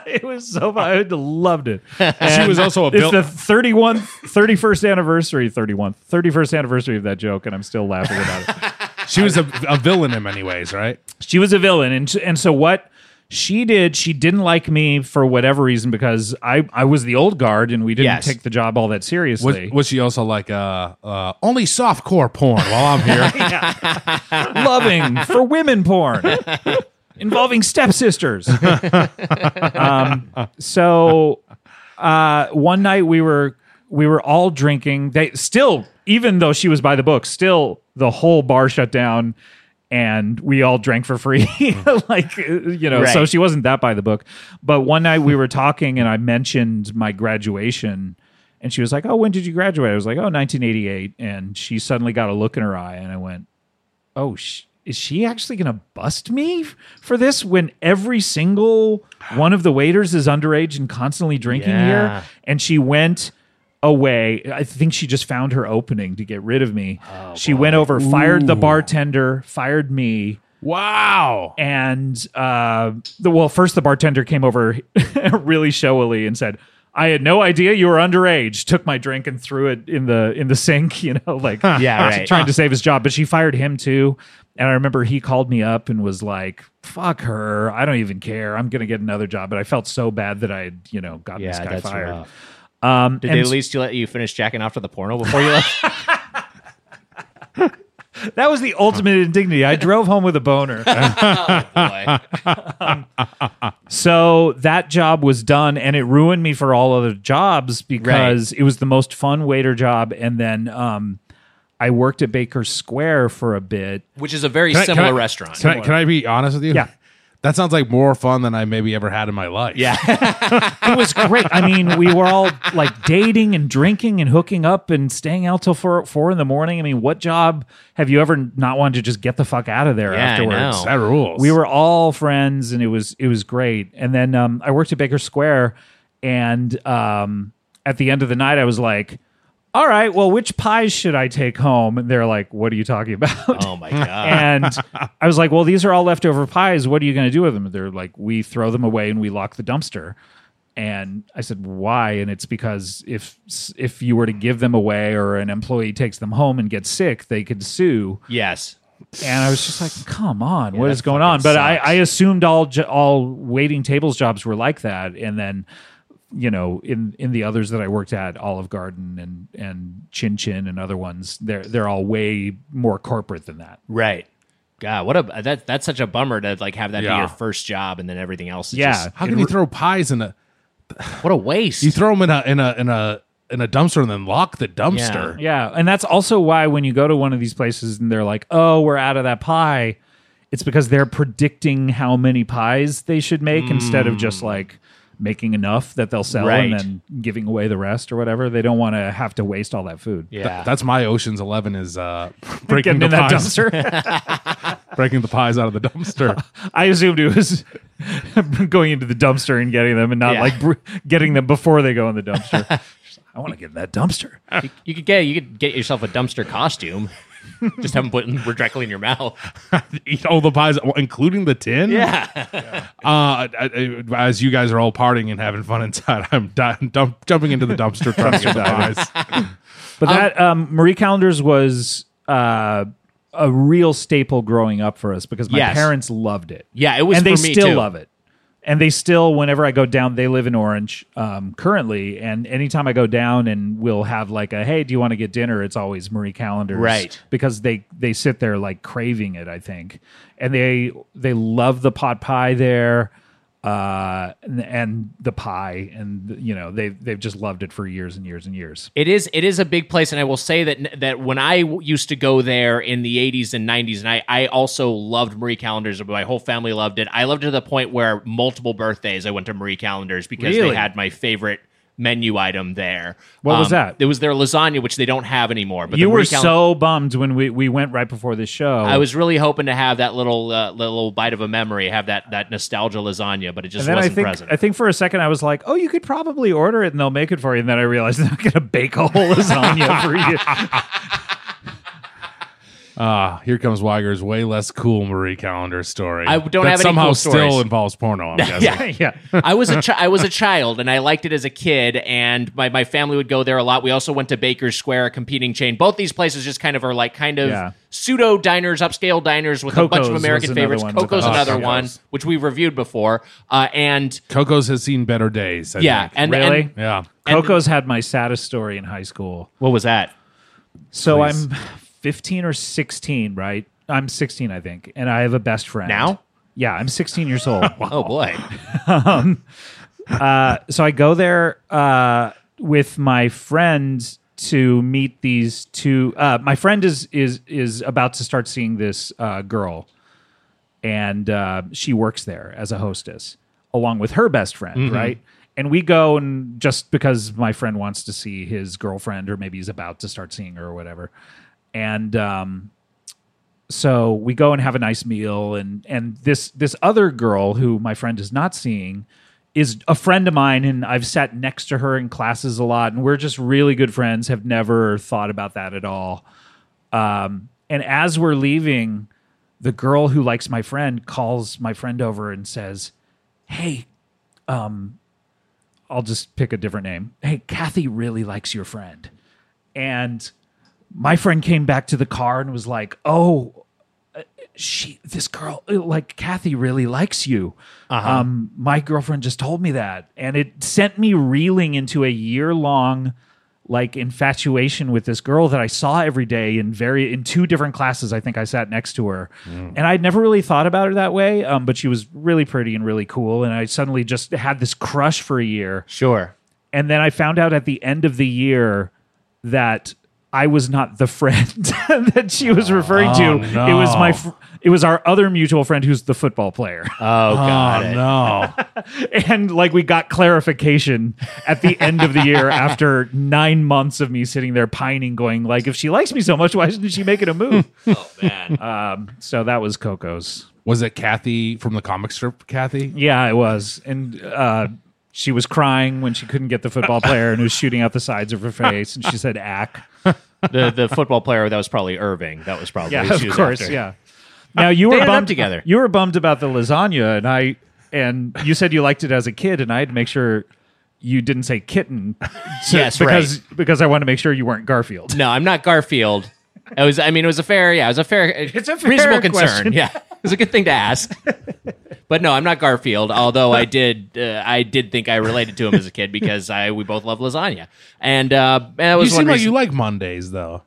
S6: it was so fun. I loved it.
S4: she was also a
S6: It's
S4: bill.
S6: the 31st, 31st anniversary, 31st, 31st anniversary of that joke, and I'm still laughing about it.
S4: she was a, a villain in many ways, right?
S6: She was a villain, and and so what She did. She didn't like me for whatever reason because I, I was the old guard and we didn't
S2: Yes.
S6: take the job all that
S4: Was,
S6: seriously.
S4: was she also like uh, uh only softcore porn while I'm here?
S6: loving for women porn involving stepsisters. um, so uh, one night we were we were all drinking. They still, even though she was by the book, still the whole bar shut down, and we all drank for free. like uh, you know, so
S2: Right.
S6: she wasn't that by the book. But one night we were talking, and I mentioned my graduation. And she was like, "Oh, when did you graduate?" I was like, "Oh, 1988." And she suddenly got a look in her eye, and I went, oh, sh- is she actually going to bust me f- for this when every single one of the waiters is underage and constantly drinking
S2: Yeah.
S6: here? And she went away. I think she just found her opening to get rid of me. she went over, fired the bartender, fired me.
S4: wow.
S6: And uh, the, well, first the bartender came over really showily and said, "I had no idea you were underage." Took my drink and threw it in the in the sink. You know, like
S2: Yeah, right.
S6: trying to save his job. But she fired him too. And I remember he called me up and was like, "Fuck her! I don't even care. I'm gonna get another job." But I felt so bad that I, had, you know, gotten this
S2: Yeah,
S6: guy
S2: that's
S6: fired.
S2: rough.
S6: Um,
S2: Did
S6: and
S2: they at least let you finish jacking off to the porno before you left?
S6: that was the ultimate indignity. I drove home with a boner.
S2: Boy.
S6: So that job was done, and it ruined me for all other jobs because it was the most fun waiter job. And then um, I worked at Baker Square for a bit.
S2: Which is a very
S4: Can I- can
S2: similar
S4: I-
S2: restaurant.
S4: Can I, can I be honest with you?
S6: Yeah.
S4: That sounds like more fun than I maybe ever had in my life.
S2: Yeah.
S6: It was great. I mean, we were all like dating and drinking and hooking up and staying out till four four in the morning. I mean, what job have you ever not wanted to just get the fuck out of there
S2: Yeah, I
S6: afterwards?
S2: know.
S4: That rules.
S6: we were all friends and it was it was great and then um, i worked at baker square and um, at the end of the night i was like all right well which pies should i take home and they're like what are you talking about
S2: oh my god.
S6: and i was like well these are all leftover pies what are you going to do with them And they're like we throw them away and we lock the dumpster and i said why and it's because if if you were to give them away or an employee takes them home and gets sick they could sue
S2: Yes.
S6: and I was just like, "Come on, what
S2: that
S6: is going
S2: fucking
S6: on?" But I,
S2: sucks.
S6: I assumed all jo- all waiting tables jobs were like that, and then you know, in in the others that I worked at, Olive Garden and and Chin Chin and other ones, they're they're all way more corporate than that.
S2: Right. God, what a that that's such a bummer to like have that be
S4: Yeah.
S2: your first job and then everything else. is
S6: Yeah.
S2: just-
S4: How can you throw pies in a?
S2: what a waste.
S4: You throw them in a in a in a in a dumpster and then lock the dumpster.
S6: Yeah, and that's also why when you go to one of these places and they're like, "Oh, we're out of that pie," it's because they're predicting how many pies they should make instead of just like making enough that they'll sell
S2: Right.
S6: and then giving away the rest or whatever. They don't want to have to waste all that food.
S2: yeah.
S4: Th- that's my Ocean's Eleven is uh, breaking
S6: Getting
S4: the
S6: in that
S4: pies,
S6: dumpster.
S4: breaking the pies out of the dumpster.
S6: I assumed it was going into the dumpster and getting them, and not
S2: Yeah.
S6: like br- getting them before they go in the dumpster. I want to get in that dumpster.
S2: you, you could get you could get yourself a dumpster costume. just have them put in, directly in your mouth.
S4: Eat all the pies, including the tin.
S2: Yeah.
S4: Uh, I- I- as you guys are all partying and having fun inside, I'm di- dump, jumping into the dumpster trying to get the pies.
S6: But that um, Marie Callender's was uh, a real staple growing up for us because my
S2: Yes.
S6: parents loved it.
S2: Yeah, it was
S6: and they
S2: for me,
S6: still
S2: too.
S6: love it. And they still, whenever I go down, they live in Orange um, currently. And anytime I go down and we'll have like a, hey, do you want to get dinner? It's always Marie Callender's,
S2: Right.
S6: Because they they sit there like craving it, I think, and they they love the pot pie there, uh, and, and the pie, and you know they they've just loved it for years and years and years.
S2: It is it is a big place, and I will say that that when I w- used to go there in the '80s and '90s, and I, I also loved Marie Callender's. My whole family loved it. I loved it to the point where multiple birthdays I went to Marie Callender's because
S6: Really?
S2: they had my favorite menu item there. Um,
S6: What was that?
S2: It was their lasagna, which they don't have anymore. But the
S6: you were
S2: Marie Callen-
S6: so bummed when we, we went right before this show.
S2: I was really hoping to have that little uh, little bite of a memory, have that that nostalgia lasagna, but it
S6: and
S2: just
S6: then
S2: wasn't
S6: I think
S2: present.
S6: I think for a second I was like, "Oh, you could probably order it and they'll make it for you." And then I realized they're not going to bake a whole lasagna for you.
S4: Ah, here comes Weiger's way less cool Marie Calendar story.
S2: I don't
S4: that
S2: have any
S4: somehow
S2: cool
S4: still
S2: stories.
S4: involves porno. I'm guessing.
S6: yeah.
S2: I was a chi- I was a child and I liked it as a kid and my, my family would go there a lot. We also went to Baker's Square, a competing chain. Both these places just kind of are like kind of
S6: Yeah.
S2: pseudo diners, upscale diners with a bunch
S6: Coco's
S2: of
S6: was
S2: American
S6: another
S2: favorites.
S6: one.
S2: Coco's
S6: Oh,
S2: another
S6: Coco's.
S2: one, which we've reviewed before. Uh, and
S4: Coco's has seen better days. I
S2: yeah,
S4: think.
S2: and
S6: Really?
S2: and-
S4: yeah.
S6: Coco's had my saddest story in high school.
S2: what was that?
S6: So I'm 15 or 16, right? I'm 16, I think, and I have a best friend
S2: Now?
S6: Yeah, I'm 16 years old.
S2: Oh boy,
S6: Um, uh, so I go there uh, with my friend to meet these two. Uh, my friend is is is about to start seeing this uh, girl, and uh, she works there as a hostess along with her best friend, right? And we go and just because my friend wants to see his girlfriend, or maybe he's about to start seeing her or whatever, and um, so we go and have a nice meal and and this this other girl who my friend is not seeing is a friend of mine and I've sat next to her in classes a lot and we're just really good friends have never thought about that at all um and as we're leaving the girl who likes my friend calls my friend over and says hey um I'll just pick a different name hey Kathy really likes your friend and my friend came back to the car and was like, "Oh, uh, she, this girl, uh, like Kathy, really likes you." Um, my girlfriend just told me that, and it sent me reeling into a year-long like infatuation with this girl that I saw every day in very in two different classes. I think I sat next to her, and I'd never really thought about her that way. Um, but she was really pretty and really cool, and I suddenly just had this crush for a year.
S2: sure.
S6: And then I found out at the end of the year that I was not the friend that she
S2: Oh,
S6: was referring to. It was my fr- it was our other mutual friend who's the football player.
S2: Oh god,
S4: Oh no!
S6: and like we got clarification at the end of the year after 9 months of me sitting there pining going like if she likes me so much why isn't she making a move? Um,
S2: oh man.
S6: so that was Coco's.
S4: Was it Kathy from the comic strip? Kathy?
S6: Yeah, it was. And uh she was crying when she couldn't get the football player and was shooting out the sides of her face and she said ack.
S2: the the football player that was probably Irving. That was probably
S6: Yeah,
S2: she
S6: of
S2: was
S6: course.
S2: after.
S6: Yeah. Now you were
S2: ended up
S6: bummed
S2: together.
S6: You were bummed about the lasagna, and I and you said you liked it as a kid, and I had to make sure you didn't say kitten. so-
S2: Yes,
S6: because because I want to make sure you weren't Garfield.
S2: No, I'm not Garfield. It was. I mean, it was a fair. Yeah, it was a fair. It's
S6: a fair
S2: reasonable concern.
S6: question.
S2: Yeah, it was a good thing to ask. but no, I'm not Garfield. Although I did, uh, I did think I related to him as a kid because I we both love lasagna, and uh, and that
S4: You
S2: was
S4: seem
S2: one
S4: like
S2: reason- Uh,
S4: you like Mondays though.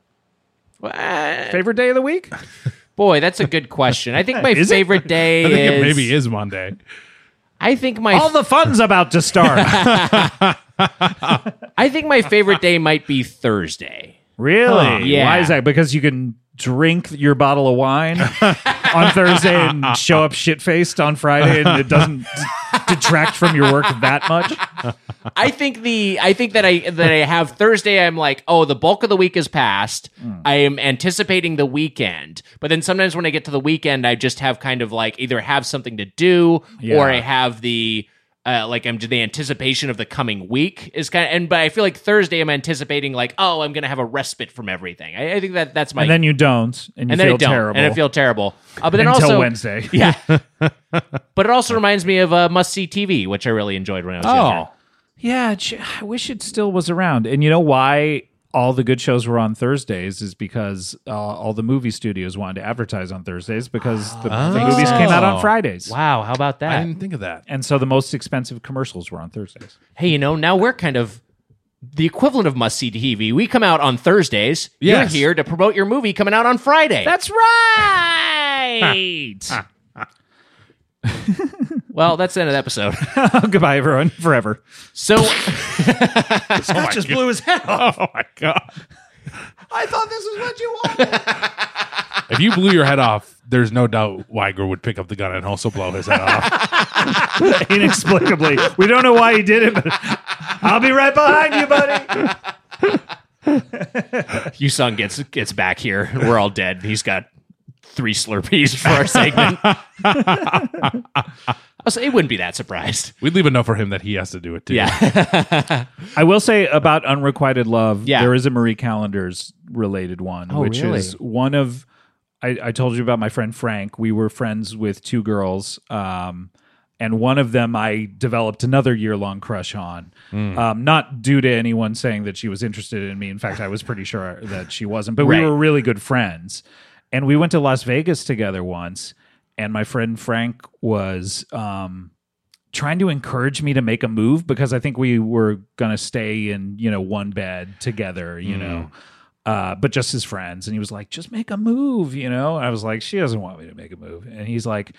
S6: Favorite day of the week?
S2: boy, that's a good question. I think my
S6: Is it?
S2: favorite day
S4: I think
S2: is.
S4: it maybe is Monday.
S2: I think my
S6: All the fun's about to start.
S2: I think my favorite day might be Thursday.
S6: really?
S2: Yeah.
S6: Why is that? Because you can drink your bottle of wine on Thursday and show up shit faced on Friday, and it doesn't detract from your work that much.
S2: I think the I think that I that I have Thursday. I'm like, oh, the bulk of the week is past.
S6: Hmm.
S2: I am anticipating the weekend, but then sometimes when I get to the weekend, I just have kind of like either have something to do or I have the. Uh, like I'm the anticipation of the coming week is kind of, and but I feel like Thursday I'm anticipating like oh I'm gonna have a respite from everything. I, I think that that's my
S6: And then you don't, and you
S2: and then
S6: feel
S2: I don't
S6: terrible.
S2: and I feel terrible. Uh, but then
S6: until
S2: also
S6: Wednesday.
S2: yeah. but it also reminds me of uh, must see TV, which I really enjoyed when I was
S6: Oh.
S2: younger.
S6: Yeah, ch- I wish it still was around. And you know why all the good shows were on Thursdays is because uh, all the movie studios wanted to advertise on Thursdays because the, the movies came out on Fridays.
S2: Wow, how about that?
S4: I didn't think of that.
S6: And so the most expensive commercials were on Thursdays.
S2: hey, you know, now we're kind of the equivalent of must see TV. We come out on Thursdays.
S4: Yes.
S2: You're here to promote your movie coming out on Friday.
S6: That's right.
S2: well, that's the end of the episode.
S6: Goodbye, everyone, forever.
S2: So
S6: Scott just blew his head off.
S4: Oh my god!
S6: I thought this was what you wanted.
S4: If you blew your head off, there's no doubt Weiger would pick up the gun and also blow his head off.
S6: Inexplicably, we don't know why he did it, but I'll be right behind you, buddy.
S2: Yusung gets gets back here. We're all dead. He's got three Slurpees for our segment. Also, it wouldn't be that surprised.
S4: We'd leave enough for him that he has to do it too.
S2: Yeah.
S6: I will say about unrequited love,
S2: Yeah. Oh,
S6: there is a Marie Callender's related one, which
S2: really?
S6: is one of I, I told you about my friend Frank. We were friends with two girls, um, and one of them I developed another year long crush on. Um, not due to anyone saying that she was interested in me. In fact, I was pretty sure that she wasn't, but
S2: Right.
S6: we were really good friends. And we went to Las Vegas together once, and my friend Frank was. Um, trying to encourage me to make a move because I think we were gonna stay in you know one bed together, you know, uh, but just as friends. And he was like, "Just make a move," you know. I was like, "She doesn't want me to make a move," and he's like,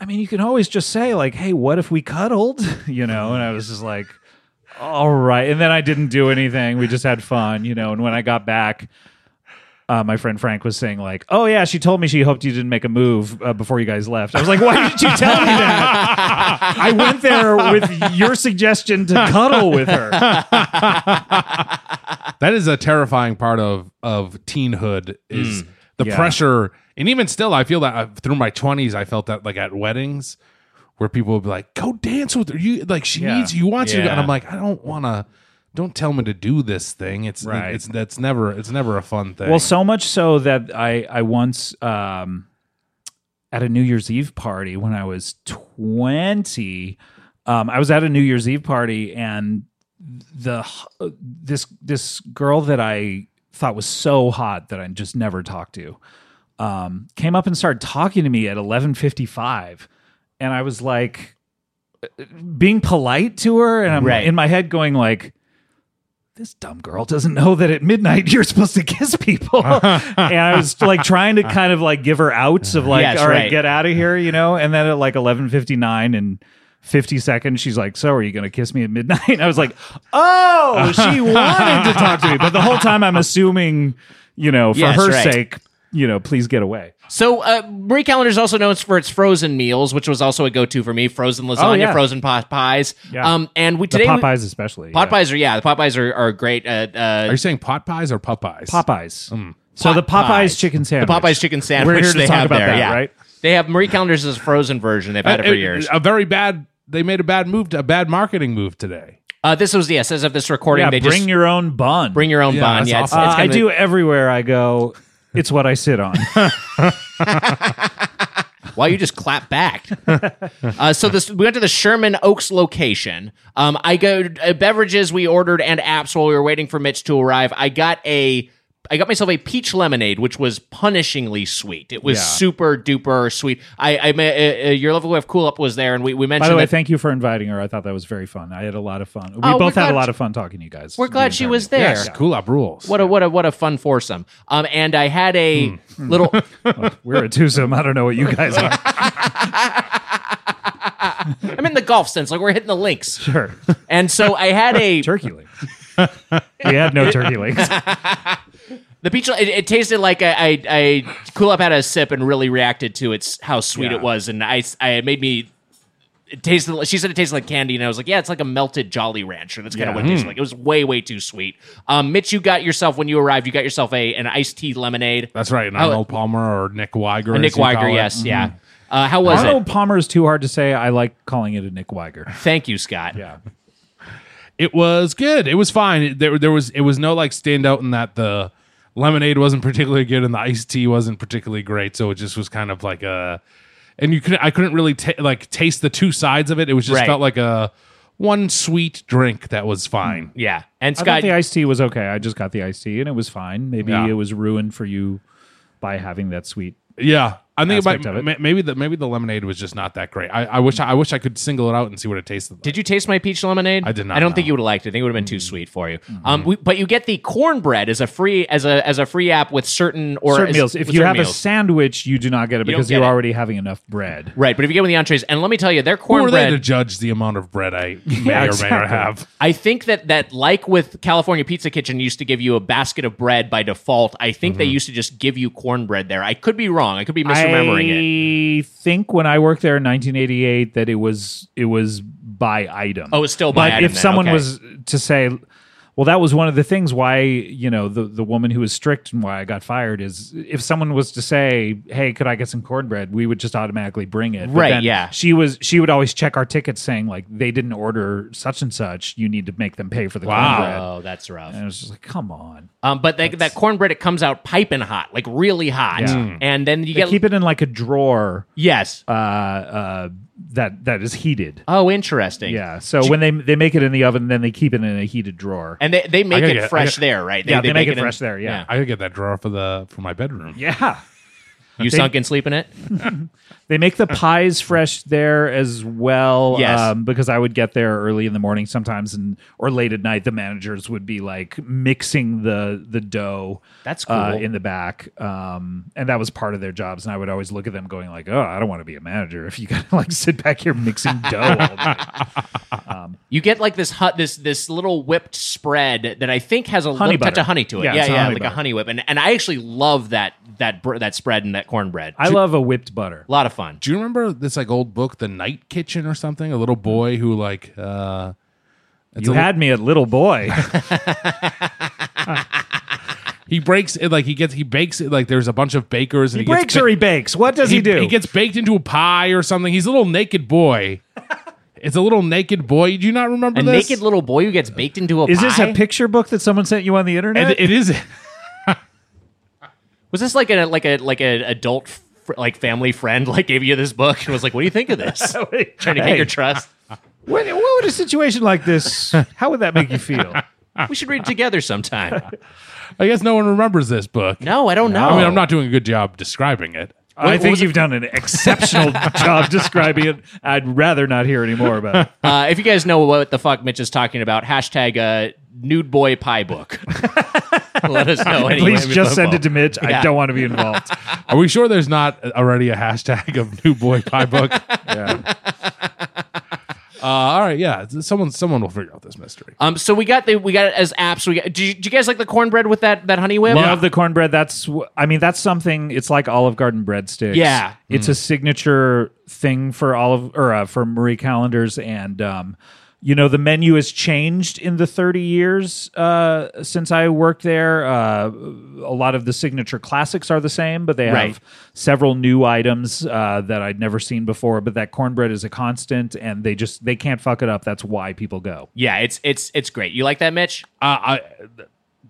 S6: "I mean, you can always just say like, hey, what if we cuddled?" you know. And I was just like. All right. And then I didn't do anything. We just had fun, you know. And when I got back, uh, my friend Frank was saying, like, oh, yeah, she told me she hoped you didn't make a move uh, before you guys left. I was like, why didn't you tell me that? I went there with your suggestion to cuddle with her.
S4: That is a terrifying part of of teenhood is
S2: Mm,
S4: the
S6: Yeah.
S4: pressure, and even still, I feel that uh, through my twenties, I felt that like at weddings where people would be like, "Go dance with her," you like she
S6: Yeah.
S4: needs you, wants you, to-" and
S2: Yeah.
S4: I'm like, I don't want to. Don't tell me to do this thing. It's
S6: Right.
S4: it's that's never it's never a fun thing.
S6: Well, so much so that I, I once, um, at a New Year's Eve party when I was 20, um, I was at a New Year's Eve party and the uh, this this girl that I thought was so hot that I just never talked to um, came up and started talking to me at 11:55 and I was like uh, being polite to her and I'm
S2: Right.
S6: in my head going like this dumb girl doesn't know that at midnight you're supposed to kiss people and I was like trying to kind of like give her outs of like
S2: Yes,
S6: all right,
S2: right.
S6: get out of here you know and then at like 11:59 and 50 seconds she's like so are you going to kiss me at midnight and i was like oh she wanted to talk to me but the whole time i'm assuming you know for
S2: Yes,
S6: her
S2: right.
S6: sake you know please get away
S2: So, uh, Marie Callender's is also known for its frozen meals, which was also a go-to for me: frozen lasagna,
S6: Oh, yeah.
S2: frozen pot pies.
S6: Yeah.
S2: Um, and we
S6: the
S2: today we-
S6: popeyes especially
S2: pot pies are yeah, the pot pies are, are great. Uh, uh,
S4: Are you saying pot pies or Popeyes?
S6: yeah. popeyes so the popeyes
S2: pies.
S6: chicken
S2: the
S6: sandwich
S2: Popeyes chicken sandwich
S6: We're here to
S2: they
S6: talk
S2: have
S6: about
S2: there,
S6: that,
S2: yeah.
S6: right?
S2: They have Marie Callender's is a frozen version. They've had
S6: Uh,
S2: it for
S4: Uh, It-
S2: years.
S4: A very bad. They made a bad move, to, a bad marketing move today.
S2: Uh, this was yes, as of this recording,
S6: yeah
S2: they
S6: bring
S2: just
S6: your own bun
S2: bring your own
S4: Yeah,
S2: bun.
S4: that's
S2: Yeah, it's,
S4: awful.
S6: uh,
S2: it's
S6: i
S2: kind of-
S6: do everywhere i go it's what i sit on
S2: Why you just clap back? uh, so this we went to the Sherman Oaks location. Um, I go uh, beverages we ordered and apps while we were waiting for Mitch to arrive. I got a I got myself a peach lemonade, which was punishingly sweet. It was
S4: Yeah.
S2: super duper sweet. I, I ma- uh, uh, your level of cool up was there, and we, we mentioned
S6: By the way,
S2: that
S6: thank you for inviting her. I thought that was very fun. I had a lot of fun. We
S2: Oh, we're
S6: both had
S2: glad-
S6: a lot of fun talking to you guys.
S2: we're glad she was there.
S4: Yes, cool up rules.
S2: What a what a what a fun foursome. Um, and I had a
S6: Hmm.
S2: little.
S6: We're a twosome. I don't know what you guys are.
S2: I'm in the golf sense, like we're hitting the links.
S6: Sure.
S2: And so I had a
S6: Turkey legs. we had no turkey legs.
S2: The peach, it, it tasted like I, I, I cool up had a sip and really reacted to its how sweet it was, and I, I it made me. It tasted. like- She said it tasted like candy, and I was like, "Yeah, it's like a melted Jolly Rancher." That's kind of what it tasted like. It was way, way too sweet. Um, Mitch, you got yourself when you arrived. You got yourself a an iced tea lemonade.
S4: That's right. And
S2: How-
S4: Arnold Palmer or Nick Weiger.
S2: a
S4: as
S2: Nick
S4: you call
S2: Weiger,
S4: it.
S2: yes, yeah. Uh, how was
S6: Arnold
S2: it?
S6: Palmer is too hard to say. I like calling it a Nick Weiger.
S2: Thank you, Scott.
S6: Yeah.
S4: It was good. It was fine. It- there, there was. It was no like standout in that the lemonade wasn't particularly good and the iced tea wasn't particularly great. So it just was kind of like a. And you couldn't. I couldn't really ta like taste the two sides of it. It was just
S2: Right.
S4: felt like a one sweet drink that was fine.
S2: Yeah. and
S6: I thought
S2: Scott,
S6: the iced tea was okay. I just got the iced tea and it was fine. Maybe
S4: Yeah.
S6: it was ruined for you by having that sweet.
S4: Yeah. I think
S6: Aspect
S4: about
S6: of it.
S4: ma- maybe the maybe the lemonade was just not that great. I, I wish I, wish I could single it out and see what it tasted like.
S2: Did you taste my peach lemonade?
S4: I did not,
S2: I don't
S4: no.
S2: think you would have liked it. I think it would have
S6: Mm.
S2: been too sweet for you.
S6: Mm-hmm.
S2: Um, we, but you get the cornbread as a free as a as a free app with certain or
S6: certain
S2: as-
S6: meals. If
S2: with
S6: you
S2: certain
S6: have a
S2: meals.
S6: sandwich, you do not get it
S2: You don't
S6: because
S2: get
S6: you're
S2: it.
S6: already having enough bread.
S2: right, but if you get one of the entrees, and let me tell you, their
S4: Who are they to
S2: cornbread.
S4: judge the amount of bread I may or may
S6: exactly.
S4: not have?
S2: I think that that like with California Pizza Kitchen used to give you a basket of bread by default. I think
S6: Mm-hmm.
S2: they used to just give you cornbread there. I could be wrong. I could be misremembering it.
S6: I think when I worked there in 1988 that it was it was by item.
S2: Oh, it's still by
S6: like
S2: item
S6: if
S2: then,
S6: someone
S2: okay.
S6: was to say, Well, that was one of the things why you know the the woman who was strict and why I got fired is if someone was to say, "Hey, could I get some cornbread?" We would just automatically bring it. But
S2: Right,
S6: then
S2: yeah.
S6: She was she would always check our tickets, saying like they didn't order such and such. You need to make them pay for the cornbread.
S2: Oh, that's rough.
S6: And I was just like, come on.
S2: Um, but that, that cornbread, it comes out piping hot, like really hot.
S6: Yeah.
S2: And then you
S6: They
S2: get
S6: keep it in like a drawer
S2: yes.
S6: uh, uh, that that is heated.
S2: oh, interesting.
S6: Yeah. So when they they make it in the oven, then they keep it in a heated drawer.
S2: And they, they make
S4: gotta
S2: it
S4: get- I
S2: fresh
S4: gotta-
S2: there, right?
S6: yeah, they, make, it
S2: in-
S6: fresh there. Yeah.
S4: I could get that drawer for the for my bedroom.
S6: Yeah.
S2: You sunk in sleep in it?
S6: They make the pies fresh there as well. um,
S2: Yes.
S6: because I would get there early in the morning sometimes and or late at night. The managers would be like mixing the the dough.
S2: That's
S6: uh,
S2: cool.
S6: in the back. Um, and that was part of their jobs. And I would always look at them going like, "Oh, I don't want to be a manager if you gotta like sit back here mixing dough." all day."
S2: You get like this hut, this this little whipped spread that I think has a little touch
S6: butter.
S2: of honey to it. Yeah,
S6: Yeah,
S2: yeah,
S6: it's a honey
S2: like a
S6: butter.
S2: honey whip. And and I actually love that that br- that spread and that cornbread.
S6: I love a whipped butter.
S2: a lot of fun.
S4: Do you remember this like old book, The Night Kitchen or something? A little boy who like uh it's
S6: you
S4: a-
S6: had me at little boy.
S4: he breaks it like he gets he bakes it like there's a bunch of bakers and
S6: he
S4: he, gets
S6: breaks
S4: ba-
S6: or he bakes. What does he, do?
S4: He gets baked into a pie or something. He's a little naked boy. it's a little naked boy. Do you not remember
S2: A
S4: this?
S2: naked little boy who gets baked into a
S6: Is
S2: pie.
S6: this a picture book that someone sent you on the internet?
S4: And it is
S2: was this like a like a like an adult fr- like family friend like gave you this book and was like, "What do you think of this?" Trying to get
S6: Hey.
S2: your trust.
S6: What, what would a situation like this? How would that make you feel?
S2: We should read it together sometime.
S4: I guess no one remembers this book.
S2: No, I don't know.
S4: I mean, I'm not doing a good job describing it.
S6: I think you've done an exceptional job describing it. I'd rather not hear any more about it.
S2: Uh, if you guys know what the fuck Mitch is talking about, hashtag uh, nude boy pie book. Let us know. anyway.
S6: Please just send it to Mitch. I
S2: Yeah.
S6: don't want to be involved.
S4: Are we sure there's not already a hashtag of new boy pie book?
S6: Yeah.
S4: Uh, all right, yeah. Someone someone will figure out this mystery.
S2: Um, so we got the we got it as apps. We got. Do you, do you guys like the cornbread with that that honey whip?
S6: Love the cornbread. That's wh- I mean that's something. It's like Olive Garden breadsticks.
S2: Yeah. Mm.
S6: it's a signature thing for Olive or uh, for Marie Callender's, and um, you know the menu has changed in the thirty years uh, since I worked there. Uh, a lot of the signature classics are the same, but they have
S2: Right.
S6: several new items uh, that I'd never seen before. But that cornbread is a constant, and they just they can't fuck it up. That's why people go.
S2: Yeah, it's it's it's great. You like that, Mitch?
S4: Uh, I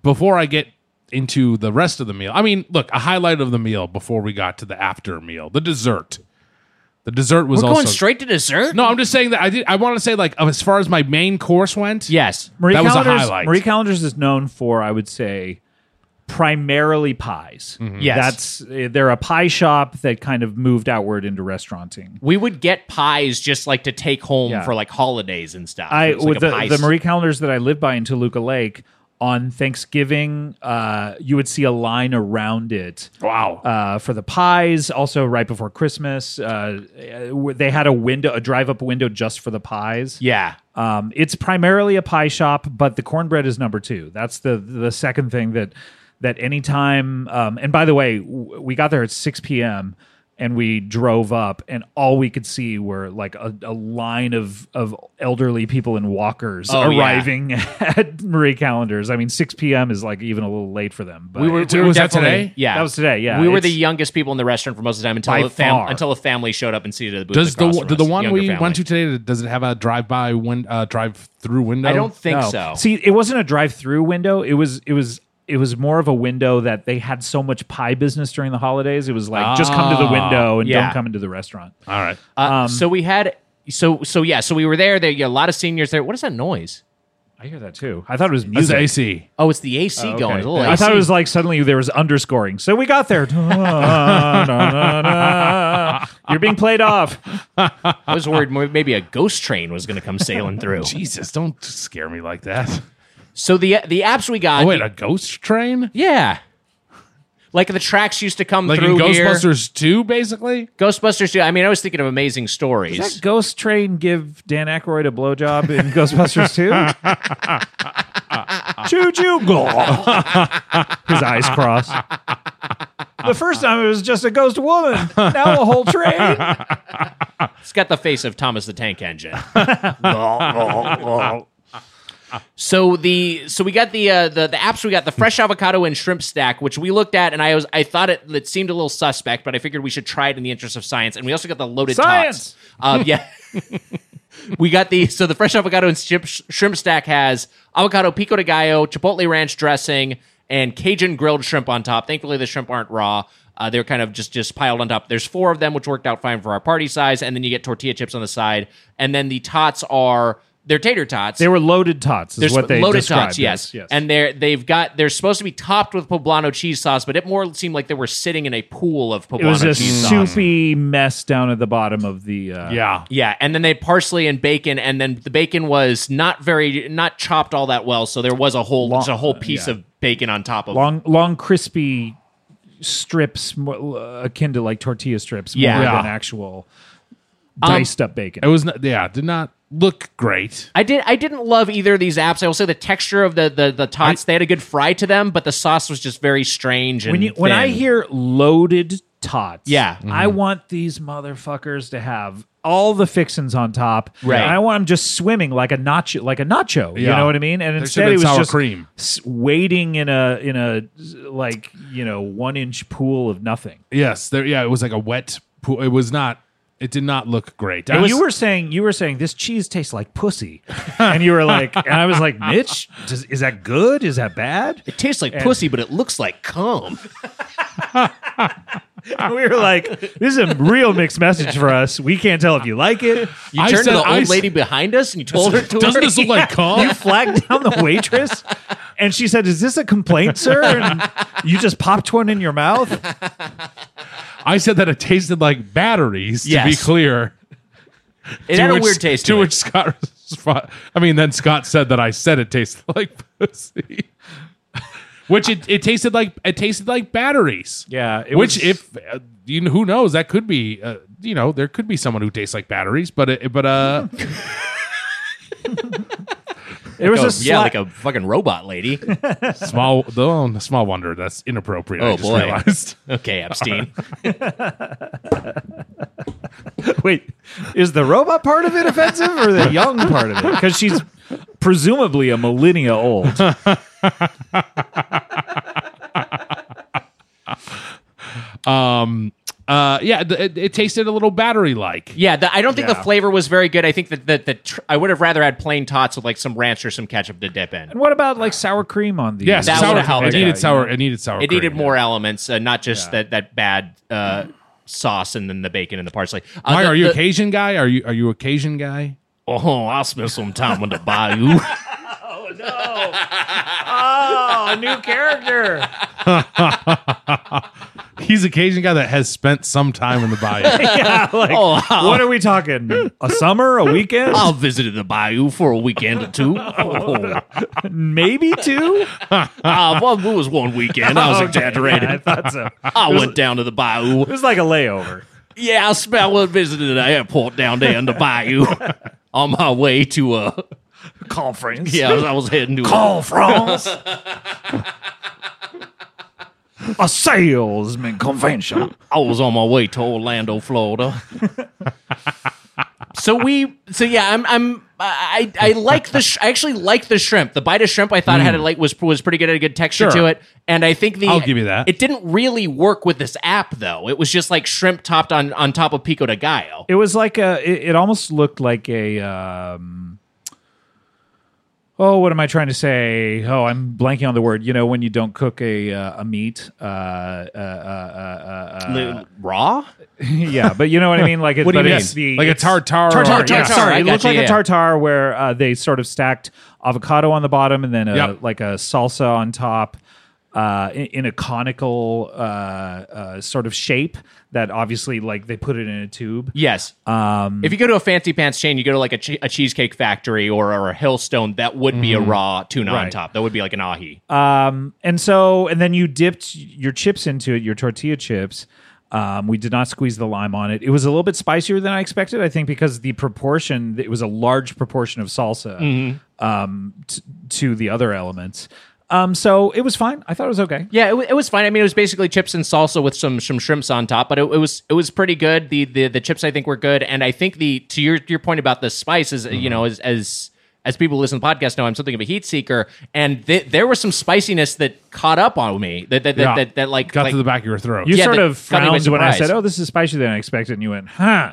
S4: before I get into the rest of the meal. I mean, look, a highlight of the meal before we got to the after meal, the dessert. The dessert was
S2: We're
S4: also
S2: going straight to dessert.
S4: No, I'm just saying that I did. I want to say like as far as my main course went.
S2: Yes.
S6: Marie
S4: That was a
S6: Callender's,
S4: highlight.
S6: Marie Callender's is known for, I would say, primarily pies.
S4: Mm-hmm.
S2: Yes.
S6: That's uh, they're a pie shop that kind of moved outward into restauranting.
S2: We would get pies just like to take home
S6: Yeah.
S2: for like holidays and stuff.
S6: I
S2: It was like
S6: with
S2: a
S6: the,
S2: pie
S6: the
S2: s-
S6: Marie Callender's that I live by in Toluca Lake on Thanksgiving, uh, you would see a line around it.
S4: Wow.
S6: uh, for the pies. Also, right before Christmas, uh, uh, they had a window, a drive-up window just for the pies.
S2: Yeah.
S6: Um, it's primarily a pie shop, but the cornbread is number two. That's the the second thing that that anytime. Um, and by the way, w- we got there at six p.m. and we drove up, and all we could see were like a, a line of of elderly people in walkers
S2: Oh, yeah.
S6: arriving at Marie Callender's. I mean, six p.m. is like even a little late for them. But
S4: were- we were Was that
S2: definitely-
S4: today?
S2: Yeah,
S6: That was today, yeah.
S2: we were the
S6: It's-
S2: youngest people in the restaurant for most of the time until
S6: By
S2: a fam-
S6: far.
S2: until a family showed up and seated at the booth.
S4: Does the
S2: across
S4: the,
S2: from
S4: the
S2: us,
S4: one
S2: younger
S4: we
S2: family.
S4: went to today does it have a drive by win, uh, drive through window?
S2: I don't think
S6: No.
S2: so.
S6: Oh, See, it wasn't a drive-through window. It was it was it was more of a window that they had so much pie business during the holidays. It was like just come to the window
S2: Ah,
S6: and
S2: yeah.
S6: don't come into the restaurant.
S4: All right.
S2: Uh, so we had so so yeah. So we were there. There you a lot of seniors there. What is that noise?
S6: I hear that too. I thought it was
S4: That's
S6: music.
S4: AC.
S2: Oh, it's the AC
S6: Okay.
S2: going. It's a little
S6: I
S2: AC.
S6: thought it was like suddenly there was underscoring. So we got there. You're being played off.
S2: I was worried more- maybe a ghost train was going to come sailing through.
S4: Jesus, don't scare me like that.
S2: so the the apps we got.
S4: Oh wait, a ghost train?
S2: yeah. Like the tracks used to come
S4: Like
S2: through
S4: in
S2: here.
S4: Ghostbusters 2 basically?
S2: Ghostbusters. yeah, I mean, I was thinking of amazing stories.
S6: Did that Ghost Train give Dan Aykroyd a blowjob in Ghostbusters 2? Choo choo. His eyes crossed. The first time it was just a ghost woman. Now a whole train.
S2: it's got the face of Thomas the Tank Engine. So the so we got the uh, the the apps we got the fresh avocado and shrimp stack, which we looked at, and I was I thought it, it seemed a little suspect, but I figured we should try it in the interest of science. And we also got the loaded
S6: Science!
S2: tots. Um, yeah. We got the so the fresh avocado and shrimp, shrimp stack has avocado pico de gallo, chipotle ranch dressing, and Cajun grilled shrimp on top. Thankfully, the shrimp aren't raw; uh, they're kind of just just piled on top. There's four of them, which worked out fine for our party size, and then you get tortilla chips on the side, and then the tots are they're tater tots.
S6: They were loaded tots. Is
S2: There's
S6: what they
S2: loaded
S6: described
S2: tots,
S6: as.
S2: yes. And they're they've got they're supposed to be topped with poblano cheese sauce, but it more seemed like they were sitting in a pool of poblano
S6: it was a
S2: cheese sauce.
S6: soupy mess down at the bottom of the. Uh,
S4: Yeah.
S2: Yeah, and then they parsley and bacon, and then the bacon was not very not chopped all that well, so there was a whole
S6: Long- uh,
S2: just a whole piece
S6: yeah.
S2: of bacon on top of.
S6: long, long, crispy strips mo- uh, akin to like tortilla strips,
S2: Yeah. Um,
S6: more
S4: Yeah.
S6: than actual diced up bacon.
S4: It was not, yeah, did not look great.
S2: I did. I didn't love either of these apps. I will say the texture of the the, the tots they had a good fry to them, but the sauce was just very strange. And
S6: when you, when I
S2: thin.
S6: hear loaded tots,
S2: Yeah.
S6: I
S4: Mm-hmm.
S6: want these motherfuckers to have all the fixins on top.
S2: Right.
S6: And I want them just swimming like a nacho, like a nacho. You
S4: Yeah.
S6: know what I mean? And
S4: There
S6: instead,
S4: should've
S6: it
S4: been
S6: was
S4: sour
S6: just
S4: cream.
S6: s- waiting in a in a like you know one inch pool of nothing.
S4: Yes, there. Yeah, it was like a wet pool. It was not. It did not look great. I
S6: And
S4: was-
S6: you were saying you were saying this cheese tastes like pussy, and you were like, and I was like, Mitch, does, is that good? Is that bad?
S2: it tastes like pussy, but it looks like cum.
S6: And we were like, this is a real mixed message for us. We can't tell if you like it.
S2: You
S4: I
S2: turned
S4: said-
S2: to the
S4: I
S2: old
S4: s-
S2: lady behind us and you told her to.
S4: Doesn't
S2: her-
S4: this look like cum?
S6: you flagged down the waitress and she said is this a complaint sir and you just popped one in your mouth
S4: I said that it tasted like batteries. To be
S2: Yes.
S4: clear,
S2: It
S4: To
S2: had a
S4: which-
S2: weird taste.
S4: To
S2: To
S4: which
S2: it.
S4: Scott, respond- I mean, then Scott said that I said it tasted like pussy, which it, it tasted like it tasted like batteries.
S6: Yeah, it
S4: which
S6: was-
S4: if uh, you know, who knows that could be uh, you know there could be someone who tastes like batteries, but it, but uh
S6: there was a slight,
S2: yeah, like a fucking robot lady.
S4: small though small wonder that's inappropriate. I
S2: Oh,
S4: just
S2: boy.
S4: realized.
S2: Okay, Epstein.
S6: wait is the robot part of it offensive or the young part of it because she's presumably a millennia old
S4: Um, uh, yeah, th- it, it tasted a little battery like.
S2: Yeah, the, I don't think the flavor was very good. I think that that the tr- I would have rather had plain tots with like some ranch or some ketchup to dip in.
S6: and what about like sour cream on the
S4: Yes,
S2: That
S4: sour.
S2: would've helped
S4: It needed
S2: it.
S4: sour. It needed sour.
S2: It needed
S4: cream.
S2: more elements, uh, not just that that bad uh, sauce and then the bacon and the parsley. Uh,
S4: Why
S2: the-
S4: are you
S2: the-
S4: a Cajun guy? Are you are you a Cajun guy?
S2: Oh, I'll spend some time on the bayou.
S6: oh new character
S4: He's a Cajun guy that has spent some time in the bayou.
S6: yeah like
S2: oh, I'll,
S6: what are we talking a summer a weekend
S2: I'll visit the bayou for a weekend or two. Oh,
S6: maybe two
S2: uh, well, it was one weekend. I was
S6: Okay,
S2: exaggerating.
S6: yeah, i thought so
S2: I went down to the bayou.
S6: it was like a layover
S2: Yeah, I spent I was visiting the airport down there in the bayou on my way to uh
S6: conference
S2: yeah, I was, I was heading to a-
S6: Call France. a salesman convention.
S2: I was on my way to Orlando, Florida. so we, so yeah, I'm, I'm, I, I I like the, sh- I actually like the shrimp. The bite of shrimp I thought had a like was was pretty good, had a good texture
S4: Sure.
S2: to it, and I think the
S4: I'll give you that.
S2: It didn't really work with this app though. It was just like shrimp topped on on top of pico de gallo.
S6: It was like a. It, it almost looked like a. Um, oh, what am I trying to say? Oh, I'm blanking on the word. You know, when you don't cook a uh, a meat. Uh, uh, uh, uh, uh, uh,
S2: Li- Raw?
S6: yeah, but you know what I mean. Like, it,
S4: What do you
S6: but
S4: mean?
S6: it's the-
S4: Like a
S6: it's-
S4: tartare
S6: Tartar,
S4: or-
S6: tartar,
S4: Yeah.
S6: tartar.
S2: I
S6: It looked
S2: gotcha,
S6: like
S2: yeah.
S6: a tartar where uh, they sort of stacked avocado on the bottom and then a,
S4: Yep.
S6: like a salsa on top. Uh, in, in a conical uh, uh, sort of shape that obviously like they put it in a tube
S2: Yes. Um, if you go to a fancy pants chain, you go to like a, che- a cheesecake factory or, or a Hillstone, that would be a raw tuna on
S6: Right.
S2: top. That would be like an ahi.
S6: and so and then you dipped your chips into it your tortilla chips um, we did not squeeze the lime on it it was a little bit spicier than i expected i think because the proportion it was a large proportion of salsa
S2: Mm-hmm.
S6: um, t- to the other elements um, so it was fine i thought it was okay
S2: Yeah, it, wa- it was fine. I mean, it was basically chips and salsa with some some shrimps on top, but it, it was it was pretty good.
S6: Mm-hmm.
S2: The, the the chips I think were good, and I think the to your your point about the spice is you know as as as people who listen to the podcast know, I'm something of a heat seeker, and th- there was some spiciness that caught up on me. That that that,
S4: Yeah.
S2: that, that, like
S4: got
S2: like,
S4: to the back of your throat.
S6: You
S2: Yeah,
S6: sort
S2: that
S6: of
S2: caught me by
S6: frowned when I
S2: surprise.
S6: said, "Oh, this is spicier than I expected," and you went, "Huh."